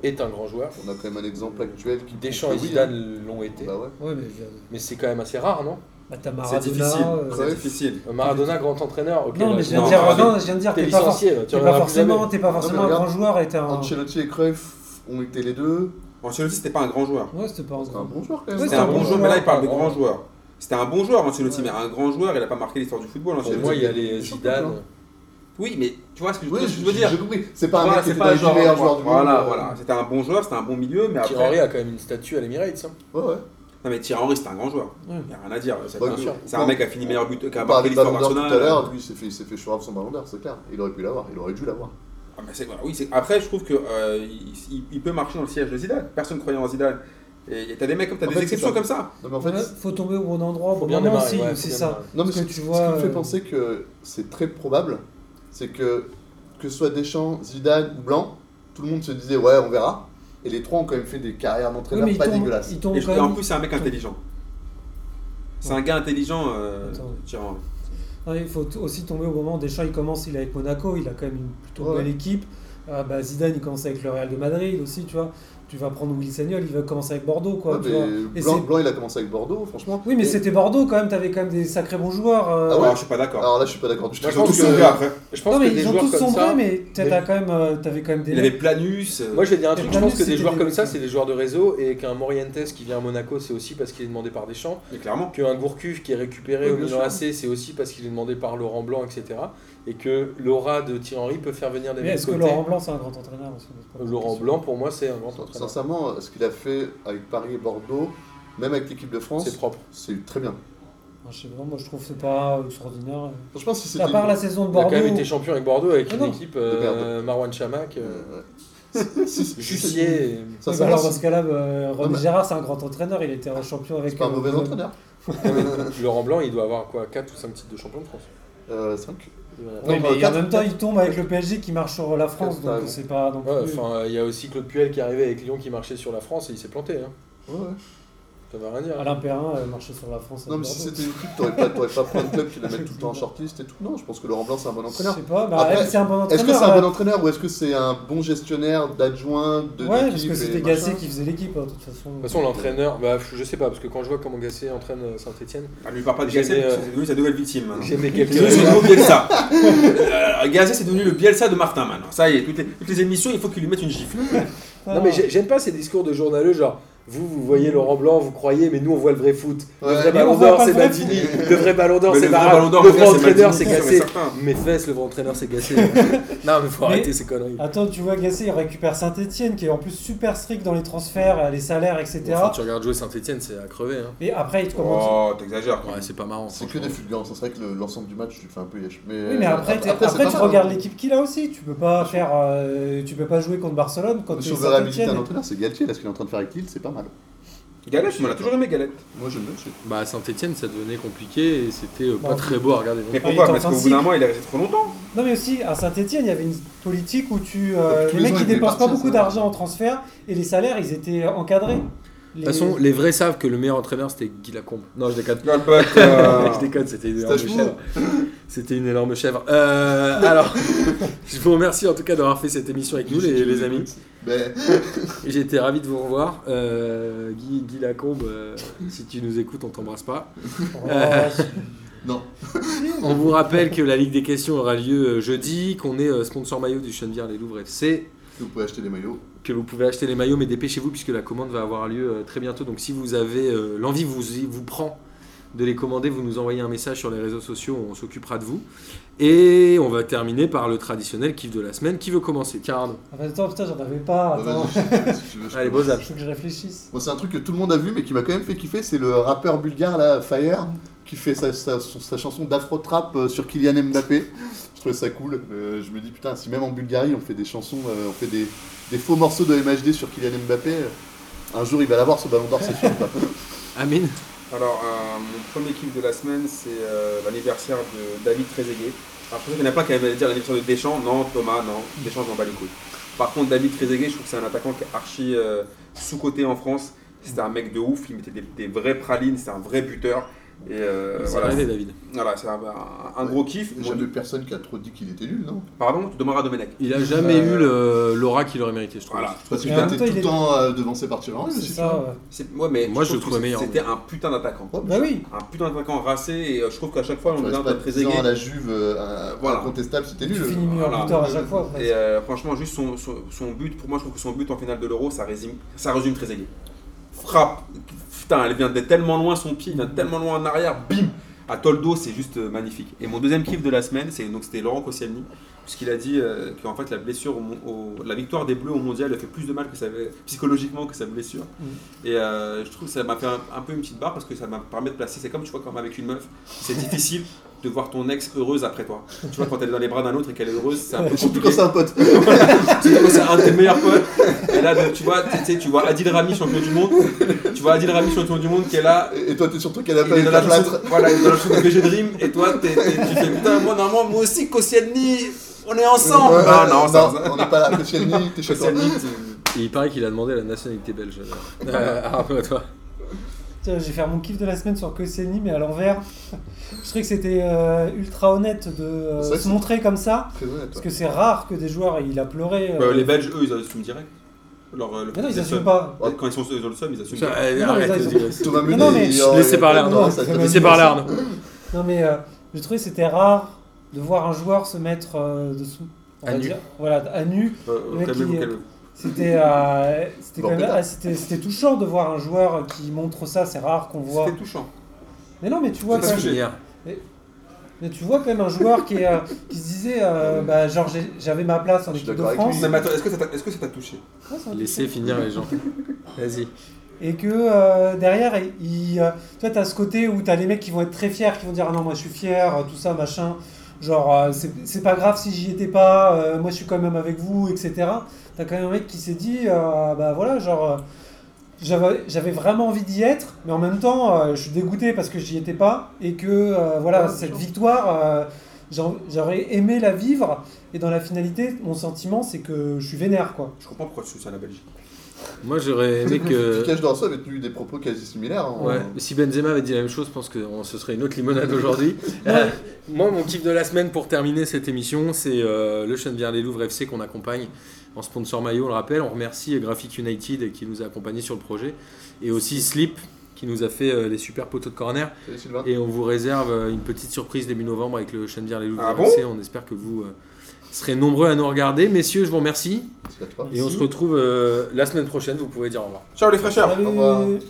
Speaker 1: est un grand joueur.
Speaker 3: On a quand même un exemple actuel qui.
Speaker 1: Deschamps et
Speaker 3: prouve que oui,
Speaker 1: Zidane l'ont
Speaker 3: hein.
Speaker 1: été.
Speaker 3: Bah ouais.
Speaker 4: Ouais, mais euh,
Speaker 1: Mais c'est quand même assez rare, non
Speaker 4: bah, t'as
Speaker 2: C'est
Speaker 4: Maradona.
Speaker 2: difficile.
Speaker 4: euh,
Speaker 2: C'est
Speaker 3: Cruyff.
Speaker 2: difficile.
Speaker 1: Maradona, grand entraîneur, ok.
Speaker 4: Non,
Speaker 1: là,
Speaker 4: mais je viens
Speaker 2: non,
Speaker 4: de dire,
Speaker 2: Maradona,
Speaker 4: non, je viens de dire,
Speaker 1: T'es
Speaker 4: t'es pas, for-
Speaker 1: licencié, là, tu
Speaker 4: t'es
Speaker 1: en
Speaker 4: pas
Speaker 1: auras plus
Speaker 4: forcément,
Speaker 1: jamais.
Speaker 4: t'es pas
Speaker 3: mais
Speaker 4: forcément un
Speaker 3: regarde,
Speaker 4: grand joueur et t'es un.
Speaker 3: Ancelotti et Cruyff ont été les deux.
Speaker 2: Ancelotti, c'était pas un grand joueur.
Speaker 4: Ouais, c'était pas un
Speaker 3: C'est un
Speaker 4: grand.
Speaker 3: bon joueur quand même.
Speaker 4: Ouais,
Speaker 2: C'était un bon joueur, mais là, il parle de
Speaker 1: un
Speaker 2: grand
Speaker 1: grand-
Speaker 2: joueur. C'était un bon joueur, Ancelotti, mais un grand joueur, il a pas marqué l'histoire du football.
Speaker 1: Pour
Speaker 2: Ancelotti.
Speaker 1: moi, il y a les
Speaker 3: Surtout,
Speaker 1: Zidane.
Speaker 3: hein.
Speaker 2: Oui, mais tu vois ce que je,
Speaker 3: Oui,
Speaker 2: ce que je veux
Speaker 3: j'ai-
Speaker 2: dire
Speaker 3: J'ai compris. C'est pas un
Speaker 2: Voilà,
Speaker 3: mec qui
Speaker 2: c'est
Speaker 3: était
Speaker 2: pas
Speaker 3: dans
Speaker 2: un
Speaker 3: les
Speaker 2: genre-
Speaker 3: dix meilleurs joueurs du monde.
Speaker 2: Voilà,
Speaker 3: euh,
Speaker 2: voilà. C'était un bon joueur, c'était un bon milieu, mais
Speaker 1: Thierry Henry
Speaker 2: après.
Speaker 1: a quand même une statue à l'Emirates. hein.
Speaker 3: Ouais, ouais.
Speaker 2: Non, mais Thierry Henry, c'était un grand joueur.
Speaker 4: Ouais.
Speaker 2: Il n'y a rien à dire. C'est
Speaker 3: Bah,
Speaker 2: un-
Speaker 1: sûr.
Speaker 2: c'est un mec qui a fini meilleur buteur, qui a
Speaker 3: On
Speaker 2: marqué
Speaker 3: parlait de
Speaker 2: l'histoire
Speaker 3: Ballon d'Or tout à
Speaker 2: d'Arsenal.
Speaker 3: l'heure, lui, il s'est fait, il s'est fait chourave son Ballon d'Or, c'est clair. Il aurait pu l'avoir, il aurait dû l'avoir.
Speaker 2: Ah, mais c'est- voilà, oui, c'est- Après, je trouve que euh, il, il- il peut marcher dans le siège de Zidane. Personne ne croyait en Zidane. Et t'as des mecs comme t'as
Speaker 3: En
Speaker 2: des
Speaker 3: fait, c'est
Speaker 2: exceptions
Speaker 3: ça.
Speaker 2: comme ça.
Speaker 3: Non, mais en fait,
Speaker 4: Ouais, faut tomber au bon endroit, au
Speaker 1: Faut
Speaker 4: bon
Speaker 1: bien
Speaker 4: moment
Speaker 1: démarrer,
Speaker 4: aussi,
Speaker 1: ouais, faut
Speaker 4: c'est
Speaker 1: bien
Speaker 4: ça.
Speaker 1: démarrer.
Speaker 3: Non, mais
Speaker 4: Parce
Speaker 3: ce,
Speaker 4: que
Speaker 3: qui-
Speaker 4: tu
Speaker 3: ce
Speaker 4: vois,
Speaker 3: qui me fait
Speaker 4: euh,
Speaker 3: penser que c'est très probable, c'est que que ce soit Deschamps, Zidane ou Blanc, tout le monde se disait ouais, on verra. Et les trois ont quand même fait des carrières
Speaker 4: Ouais,
Speaker 3: d'entraîneur
Speaker 4: mais il
Speaker 3: pas
Speaker 4: tombe,
Speaker 3: dégueulasses.
Speaker 4: il tombe
Speaker 2: Et je-
Speaker 4: quand
Speaker 2: et en
Speaker 4: même.
Speaker 2: plus, c'est un mec intelligent. C'est un gars intelligent, euh,
Speaker 4: Attends.
Speaker 2: Thierry Henry.
Speaker 4: Ouais, il faut t- aussi tomber au moment où Deschamps il commence il est avec Monaco, il a quand même une plutôt
Speaker 3: Ouais.
Speaker 4: belle équipe. Ah, bah, Zidane il commence avec le Real de Madrid aussi, tu vois. Tu vas prendre Will Sagnol, il va commencer avec Bordeaux quoi.
Speaker 3: Ouais,
Speaker 4: tu
Speaker 3: mais
Speaker 4: vois. Et
Speaker 3: Blanc,
Speaker 4: c'est-
Speaker 3: Blanc, il a commencé avec Bordeaux, franchement.
Speaker 4: Oui mais
Speaker 3: Et-
Speaker 4: c'était Bordeaux quand même, t'avais quand même des sacrés bons joueurs. euh,
Speaker 3: Ah ouais,
Speaker 2: Alors, je suis pas d'accord.
Speaker 3: Alors là, je suis pas d'accord. du tout.
Speaker 1: Moi,
Speaker 2: Ils
Speaker 1: je
Speaker 2: ont
Speaker 1: pense
Speaker 2: tous
Speaker 1: que-
Speaker 2: sombré après.
Speaker 1: Je pense
Speaker 4: Non mais
Speaker 1: que des
Speaker 4: ils ont
Speaker 1: joueurs
Speaker 4: tous
Speaker 1: comme
Speaker 4: sombré
Speaker 1: ça-
Speaker 4: mais t'as
Speaker 1: des-
Speaker 4: t'as quand même, euh, t'avais quand même des.
Speaker 2: Il avait Planus. euh,
Speaker 1: Moi je vais dire un truc, je pense que
Speaker 4: Planus,
Speaker 1: des joueurs
Speaker 4: c'était
Speaker 1: comme ça,
Speaker 4: des-
Speaker 1: c'est des joueurs de réseau et qu'un Morientes qui vient à Monaco, c'est aussi parce qu'il est demandé par Deschamps.
Speaker 2: mais clairement.
Speaker 1: Qu'un Gourcuff qui est récupéré
Speaker 3: Oui,
Speaker 1: au
Speaker 3: bien
Speaker 1: Milan
Speaker 3: sûr.
Speaker 1: AC, c'est aussi parce qu'il est demandé par Laurent Blanc, etc. Et que l'aura de Thierry Henry peut faire venir des
Speaker 4: Mais
Speaker 1: mecs
Speaker 4: est-ce que
Speaker 1: côtés. Euh,
Speaker 4: Laurent Blanc c'est un grand entraîneur aussi, on se pose pas la
Speaker 1: Laurent
Speaker 4: question.
Speaker 1: Blanc, pour moi, c'est un grand entraîneur.
Speaker 3: Sincèrement, ce qu'il a fait avec Paris et Bordeaux, même avec l'équipe de France,
Speaker 1: C'est propre.
Speaker 3: c'est très bien.
Speaker 4: Enfin, je sais pas, moi je trouve que c'est pas extraordinaire.
Speaker 3: Franchement, si c'était.
Speaker 4: À part la saison de
Speaker 1: On a quand
Speaker 4: Bordeaux.
Speaker 1: même été champion avec Bordeaux avec
Speaker 4: Ah
Speaker 1: une
Speaker 4: non.
Speaker 1: équipe euh, Marwan Chamak, euh,
Speaker 3: Euh, ouais. Si- si-
Speaker 1: Jussier. et-
Speaker 3: Ça,
Speaker 4: Oui,
Speaker 3: ça
Speaker 4: bah
Speaker 3: va,
Speaker 4: alors dans
Speaker 3: si-
Speaker 4: ce cas-là, bah,
Speaker 3: Non,
Speaker 4: René
Speaker 3: mais-
Speaker 4: Gérard, c'est un grand entraîneur. Il était un champion avec.
Speaker 3: C'est pas un
Speaker 4: euh,
Speaker 3: mauvais entraîneur.
Speaker 1: Laurent Blanc, il doit avoir quoi 4 ou 5 titres de champion de France.
Speaker 3: Euh, 5.
Speaker 1: Voilà.
Speaker 4: Oui,
Speaker 3: Non,
Speaker 4: mais
Speaker 3: bah,
Speaker 4: en
Speaker 3: quatre-
Speaker 4: même temps, il tombe avec le PSG qui marche sur la France,
Speaker 3: Quatre, t'as
Speaker 4: donc
Speaker 3: raison.
Speaker 4: c'est pas non plus.
Speaker 1: Ouais, enfin, euh, il y a aussi Claude Puel qui est arrivé avec Lyon qui marchait sur la France et il s'est planté. Hein. Ça veut rien dire.
Speaker 4: Alain Perrin euh, marchait sur la France. à
Speaker 3: Non, mais
Speaker 4: Bordeaux.
Speaker 3: si c'était une équipe, t'aurais pas, t'aurais pas pris un club qui la mette tout le temps en shortlist et tout. Non, je pense que Laurent Blanc, c'est un bon
Speaker 4: Je
Speaker 3: entraîneur.
Speaker 4: sais pas, bah,
Speaker 3: Après,
Speaker 4: elle, c'est un bon entraîneur.
Speaker 3: Est-ce que c'est un
Speaker 4: euh,
Speaker 3: bon entraîneur ou est-ce que c'est un bon gestionnaire d'adjoint de
Speaker 4: Ouais, parce
Speaker 3: d'équipe
Speaker 4: que
Speaker 3: et
Speaker 4: c'était
Speaker 3: machin
Speaker 4: Gassé qui faisait l'équipe, hein, de toute façon.
Speaker 1: De toute façon, l'entraîneur, bah, je sais pas, parce que quand je vois comment Gasset entraîne euh, Saint-Etienne,
Speaker 2: Ah, lui, parle pas de
Speaker 1: J'ai
Speaker 2: Gazet,
Speaker 1: des, euh,
Speaker 2: c'est devenu sa nouvelle victime. maintenant.
Speaker 1: j'aimais
Speaker 2: C'est devenu son
Speaker 1: quelques.
Speaker 2: nouveau Bielsa. Euh, Gazet, c'est devenu le Bielsa de Martin maintenant. Ça y est, toutes les, toutes les émissions, il faut qu'il lui mette une gifle.
Speaker 1: Non, mais j'ai- j'aime pas ces discours de journaleux, genre vous, vous voyez Laurent Blanc, vous croyez, mais nous on voit le vrai foot. Le
Speaker 3: Ouais,
Speaker 1: vrai
Speaker 4: mais on
Speaker 1: ballon
Speaker 4: voit
Speaker 1: d'or,
Speaker 4: pas
Speaker 1: c'est
Speaker 4: le vrai
Speaker 1: Maldini. Le vrai ballon d'or,
Speaker 2: Mais
Speaker 1: c'est
Speaker 2: le vrai
Speaker 1: Barral.
Speaker 2: ballon d'or,
Speaker 1: Le
Speaker 2: frère,
Speaker 1: vrai
Speaker 2: c'est
Speaker 1: entraîneur, c'est
Speaker 2: Maldini, sûr et
Speaker 1: Gasset.
Speaker 2: certain.
Speaker 1: Mes fesses, le vrai entraîneur, c'est Gasset. non, mais faut
Speaker 4: Mais-
Speaker 1: arrêter ces conneries.
Speaker 4: Attends, tu vois, Gassé, il récupère Saint-Etienne, qui est en plus super strict dans les transferts, les salaires, etc.
Speaker 1: Enfin, tu regardes jouer Saint-Etienne, c'est à crever. Hein.
Speaker 4: Et après, il te commence.
Speaker 2: Oh, t'exagères.
Speaker 1: Ouais, c'est pas marrant.
Speaker 3: C'est que des fulgurances, c'est vrai que le- l'ensemble du match, tu fais un peu yesh. Mais,
Speaker 4: Oui, mais après, t'es- après,
Speaker 3: Euh, c'est pas
Speaker 4: tu
Speaker 3: mal.
Speaker 4: regardes l'équipe qu'il a aussi. Tu peux pas faire, euh, tu peux pas jouer contre Barcelone quand
Speaker 3: Mais
Speaker 4: tu
Speaker 3: Si
Speaker 4: es
Speaker 3: on veut réhabiliter un
Speaker 4: Saint-Etienne.
Speaker 3: entraîneur, c'est Galtier, là, ce qu'il est en train de faire avec Lille, c'est pas mal.
Speaker 2: Galette, on l'a toujours aimé, Galette.
Speaker 3: Moi, j'aime bien, je sais.
Speaker 1: Bah, Saint-Etienne, ça devenait compliqué et c'était euh, pas
Speaker 4: Bon.
Speaker 1: très beau à regarder. non
Speaker 2: Mais
Speaker 1: plus.
Speaker 4: Ah, il
Speaker 2: pourquoi
Speaker 4: est en
Speaker 2: Parce
Speaker 4: fin de
Speaker 2: qu'au bout d'un
Speaker 4: cycle.
Speaker 2: moment, il est resté trop longtemps.
Speaker 4: Non, mais aussi à Saint-Etienne, il y avait une politique où tu, euh,
Speaker 3: Donc, Bah, tous
Speaker 4: les
Speaker 3: les
Speaker 4: mecs
Speaker 3: ans,
Speaker 4: ils
Speaker 3: ils devaient
Speaker 4: dépensent pas
Speaker 3: partir,
Speaker 4: beaucoup
Speaker 3: ça.
Speaker 4: d'argent en transfert et les salaires ils étaient encadrés.
Speaker 1: De toute façon, les vrais savent que le meilleur entraîneur c'était Guy Lacombe. Non, je déconne.
Speaker 2: Là, le pote, euh,
Speaker 1: je déconne, c'était une
Speaker 3: C'était
Speaker 1: énorme
Speaker 3: chaud.
Speaker 1: chèvre. C'était une énorme chèvre. Euh, alors, je vous remercie en tout cas d'avoir fait cette émission avec nous, les, les amis.
Speaker 3: Mais
Speaker 1: J'ai été ravi de vous revoir. Euh, Guy, Guy Lacombe, euh, si tu nous écoutes, on t'embrasse pas.
Speaker 4: Euh,
Speaker 3: non.
Speaker 1: On vous rappelle que la Ligue des questions aura lieu euh, jeudi, qu'on est euh, sponsor maillot du Chenevière Les Louvres FC,
Speaker 3: Vous pouvez acheter des maillots.
Speaker 1: que vous pouvez acheter les maillots, mais dépêchez-vous puisque la commande va avoir lieu euh, très bientôt. Donc si vous avez euh, l'envie, vous vous prend de les commander, vous nous envoyez un message sur les réseaux sociaux, on s'occupera de vous. Et on va terminer par le traditionnel kiff de la semaine. Qui veut commencer Tiens, Arnaud.
Speaker 4: Attends, Ah, bah, attends, putain, j'en avais pas.
Speaker 3: Bah,
Speaker 4: Attends,
Speaker 3: vas-y, je- si tu veux, je
Speaker 1: Allez,
Speaker 3: peux.
Speaker 1: beaux
Speaker 4: il faut que je réfléchisse.
Speaker 3: Bon, c'est un truc que tout le monde a vu, mais qui m'a quand même fait kiffer, c'est le rappeur bulgare, là, Fire, qui fait sa, sa- son- sa chanson d'Afro Trap euh, sur Kylian Mbappé. Je trouvais ça cool. Euh, je me dis, putain, si même en Bulgarie, on fait des chansons, euh, on fait des, des faux morceaux de MHD sur Kylian Mbappé, euh, un jour, il va l'avoir, ce ballon d'or, c'est sûr. quoi.
Speaker 1: Amine
Speaker 2: Alors, euh, mon premier kiff de la semaine, c'est euh, l'anniversaire de David Trezeguet. Alors, je pense qu'il y en a plein qui avaient dire l'anniversaire de Deschamps. Non, Thomas, non, Deschamps, je m'en bats les couilles. Par contre, David Trezeguet, je trouve que c'est un attaquant qui est archi euh, sous-coté en France. C'était un mec de ouf, il mettait des, des vraies pralines, c'était un vrai buteur. Et euh,
Speaker 1: C'est
Speaker 2: voilà,
Speaker 1: arrivé, David.
Speaker 2: Voilà, c'est un, un- un gros kiff.
Speaker 3: J'ai jamais personne qui a trop dit qu'il était nul, non
Speaker 2: Pardon, tu demanderas à Domenech.
Speaker 1: Il a jamais
Speaker 2: Euh,
Speaker 1: eu le- l'aura qu'il aurait mérité, je trouve.
Speaker 2: Voilà.
Speaker 3: Parce que
Speaker 4: Mais en même
Speaker 3: j'étais
Speaker 4: temps,
Speaker 3: tout
Speaker 4: il est-
Speaker 3: le temps euh, devancé par Thierry Henry,
Speaker 4: C'est
Speaker 3: aussi, tu
Speaker 4: ça.
Speaker 3: vois.
Speaker 4: ouais.
Speaker 2: C'est- ouais, mais
Speaker 1: Moi, je le
Speaker 2: trouve
Speaker 1: trouvais
Speaker 2: que
Speaker 1: meilleur,
Speaker 2: C'était un putain d'attaquant.
Speaker 3: Oh,
Speaker 4: Bah oui.
Speaker 2: Un putain d'attaquant racé. Et euh, je trouve qu'à chaque fois, on
Speaker 3: Tu
Speaker 2: vient
Speaker 3: restes
Speaker 2: de
Speaker 3: pas 10 ans à
Speaker 2: Trezeguet.
Speaker 3: la Juve, euh, euh,
Speaker 2: Voilà.
Speaker 3: incontestable, c'était
Speaker 4: Tu
Speaker 3: nul.
Speaker 4: finis meilleur
Speaker 2: voilà.
Speaker 4: buteur à chaque fois.
Speaker 2: Et
Speaker 4: après.
Speaker 2: euh, franchement, juste son, son, son but, pour moi, je trouve que son but en finale de l'Euro, ça résume, ça résume Trezeguet. Frappe, putain, elle vient de tellement loin, son pied il vient de tellement loin en arrière, bim À Toldo, c'est juste euh, magnifique. Et mon deuxième kiff de la semaine, c'est donc c'était Laurent Koscielny, puisqu'il a dit euh, qu'en fait la blessure, au mon- au- la victoire des Bleus au Mondial, a fait plus de mal que ça avait- psychologiquement que sa blessure. Et euh, je trouve que ça m'a fait un, un peu une petite barre parce que ça m'a permis de placer. C'est comme tu vois quand avec une meuf, c'est difficile de voir ton ex heureuse après toi. Tu vois quand elle est dans les bras d'un autre et qu'elle est heureuse, c'est un peu
Speaker 3: Surtout
Speaker 2: compliqué.
Speaker 3: quand c'est un pote.
Speaker 2: Surtout quand c'est un de tes meilleurs potes. Et là, donc, tu vois, tu sais, tu vois Adil Rami, champion du monde. Tu vois Adil Rami, champion du monde, qui est là.
Speaker 3: Et et toi, t'es surtout qu'elle a
Speaker 2: Il
Speaker 3: pas
Speaker 2: est
Speaker 3: eu
Speaker 2: dans
Speaker 3: la
Speaker 2: la
Speaker 3: plâtre.
Speaker 2: chanson, voilà, il est dans la chanson de BG Dream. Et toi, t'es- t'es- tu fais putain, moi, normalement, moi aussi, Koscielny, on est ensemble.
Speaker 3: Ouais,
Speaker 2: Ah
Speaker 3: ouais,
Speaker 2: non, ça, ça-
Speaker 3: on n'est pas là. Koscielny, t'es chez toi.
Speaker 2: Koscielny, tu-
Speaker 1: Et il paraît qu'il a demandé la nationalité belge. alors. Euh, Arnaud, à toi.
Speaker 4: Tiens, je vais faire mon kiff de la semaine sur Koscielny, mais à l'envers. je trouvais que c'était euh, ultra honnête de euh,
Speaker 3: C'est vrai
Speaker 4: se
Speaker 3: que-
Speaker 4: montrer comme ça,
Speaker 3: Très honnête,
Speaker 4: parce
Speaker 3: toi.
Speaker 4: que c'est rare que des joueurs, il a pleuré. euh,
Speaker 2: Bah, les Belges, eux, ils assument direct. Leur, euh, le-
Speaker 4: Mais non, ils
Speaker 2: le
Speaker 4: assument
Speaker 2: seum.
Speaker 4: pas.
Speaker 2: Quand ils sont ils ont le seum, ils assument
Speaker 1: Ça,
Speaker 2: direct.
Speaker 1: euh,
Speaker 4: Non,
Speaker 1: arrête,
Speaker 4: mais ça, ils ont-
Speaker 1: dégueulasse.
Speaker 3: Thomas Meunier,
Speaker 4: Non, mais-
Speaker 3: il y a-
Speaker 1: Laissez
Speaker 3: il y a
Speaker 1: parler
Speaker 3: pas de-
Speaker 1: Arnaud.
Speaker 3: non, ça- ça-
Speaker 1: Laissez parler Arnaud.
Speaker 4: Non mais euh, je trouvais que c'était rare de voir un joueur se mettre euh, dessous. On
Speaker 1: À
Speaker 4: va
Speaker 1: nu.
Speaker 4: dire. Voilà, à nu.
Speaker 2: Euh,
Speaker 4: Le mec,
Speaker 2: calmez-vous,
Speaker 4: il est-
Speaker 2: calmez-vous.
Speaker 4: C'était euh, c'était quand
Speaker 3: Bon,
Speaker 4: même-
Speaker 3: pétard.
Speaker 4: ah, c'était- c'était touchant de voir un joueur qui montre ça. C'est rare qu'on voit.
Speaker 2: C'était touchant.
Speaker 4: Mais non, mais tu vois
Speaker 2: C'est
Speaker 4: quand
Speaker 1: Parce
Speaker 2: parce
Speaker 1: que
Speaker 4: même,
Speaker 2: que-
Speaker 1: hier,
Speaker 4: mais tu vois quand même un joueur qui, est, euh, qui se disait euh, bah, genre j'ai- j'avais ma place en
Speaker 3: Je suis
Speaker 4: équipe de
Speaker 3: d'accord avec
Speaker 4: France.
Speaker 2: Non, mais attends, est-ce que ça t'a est-ce que ça t'a touché
Speaker 4: Ouais, c'est un
Speaker 1: laissez finir les gens. Vas-y.
Speaker 4: truc. Et que euh, derrière, il, il, toi, tu as ce côté où tu as les mecs qui vont être très fiers, qui vont dire Ah non, moi je suis fier, tout ça, machin. Genre, euh, c'est c'est pas grave si j'y étais pas, euh, moi je suis quand même avec vous, etc. T'as quand même un mec qui s'est dit euh, Bah voilà, genre, euh, j'avais j'avais vraiment envie d'y être, mais en même temps, euh, je suis dégoûté parce que j'y étais pas et que euh, voilà,
Speaker 5: Ouais,
Speaker 4: cette
Speaker 5: genre.
Speaker 4: victoire. euh, j'en- J'aurais aimé la vivre, et dans la finalité, mon sentiment, c'est que je suis vénère, quoi.
Speaker 2: Je comprends pourquoi tu soutiens la Belgique.
Speaker 1: Moi, j'aurais aimé que.
Speaker 3: Tikash Dorso avait tenu des propos quasi similaires. hein.
Speaker 1: Ouais, si Benzema avait dit la même chose, je pense que on- ce serait une autre limonade aujourd'hui. Euh, moi, mon kiff de la semaine pour terminer cette émission, c'est euh, le Chenevière des Louvres FC qu'on accompagne en sponsor maillot, on le rappelle. On remercie euh, Graphic United qui nous a accompagnés sur le projet et aussi Slip qui nous a fait euh, les super poteaux de corner.
Speaker 3: Salut Sylvain.
Speaker 1: Et on vous réserve euh, une petite surprise début novembre avec le Chenevière des Louvres
Speaker 2: Ah bon
Speaker 1: FC. on espère que vous euh, serez nombreux à nous regarder. Messieurs, je vous remercie
Speaker 3: C'est à toi.
Speaker 1: et on
Speaker 4: Merci.
Speaker 1: se retrouve euh, la semaine prochaine. Vous pouvez dire au revoir.
Speaker 2: Ciao les fraîcheurs
Speaker 4: Salut.
Speaker 3: au revoir.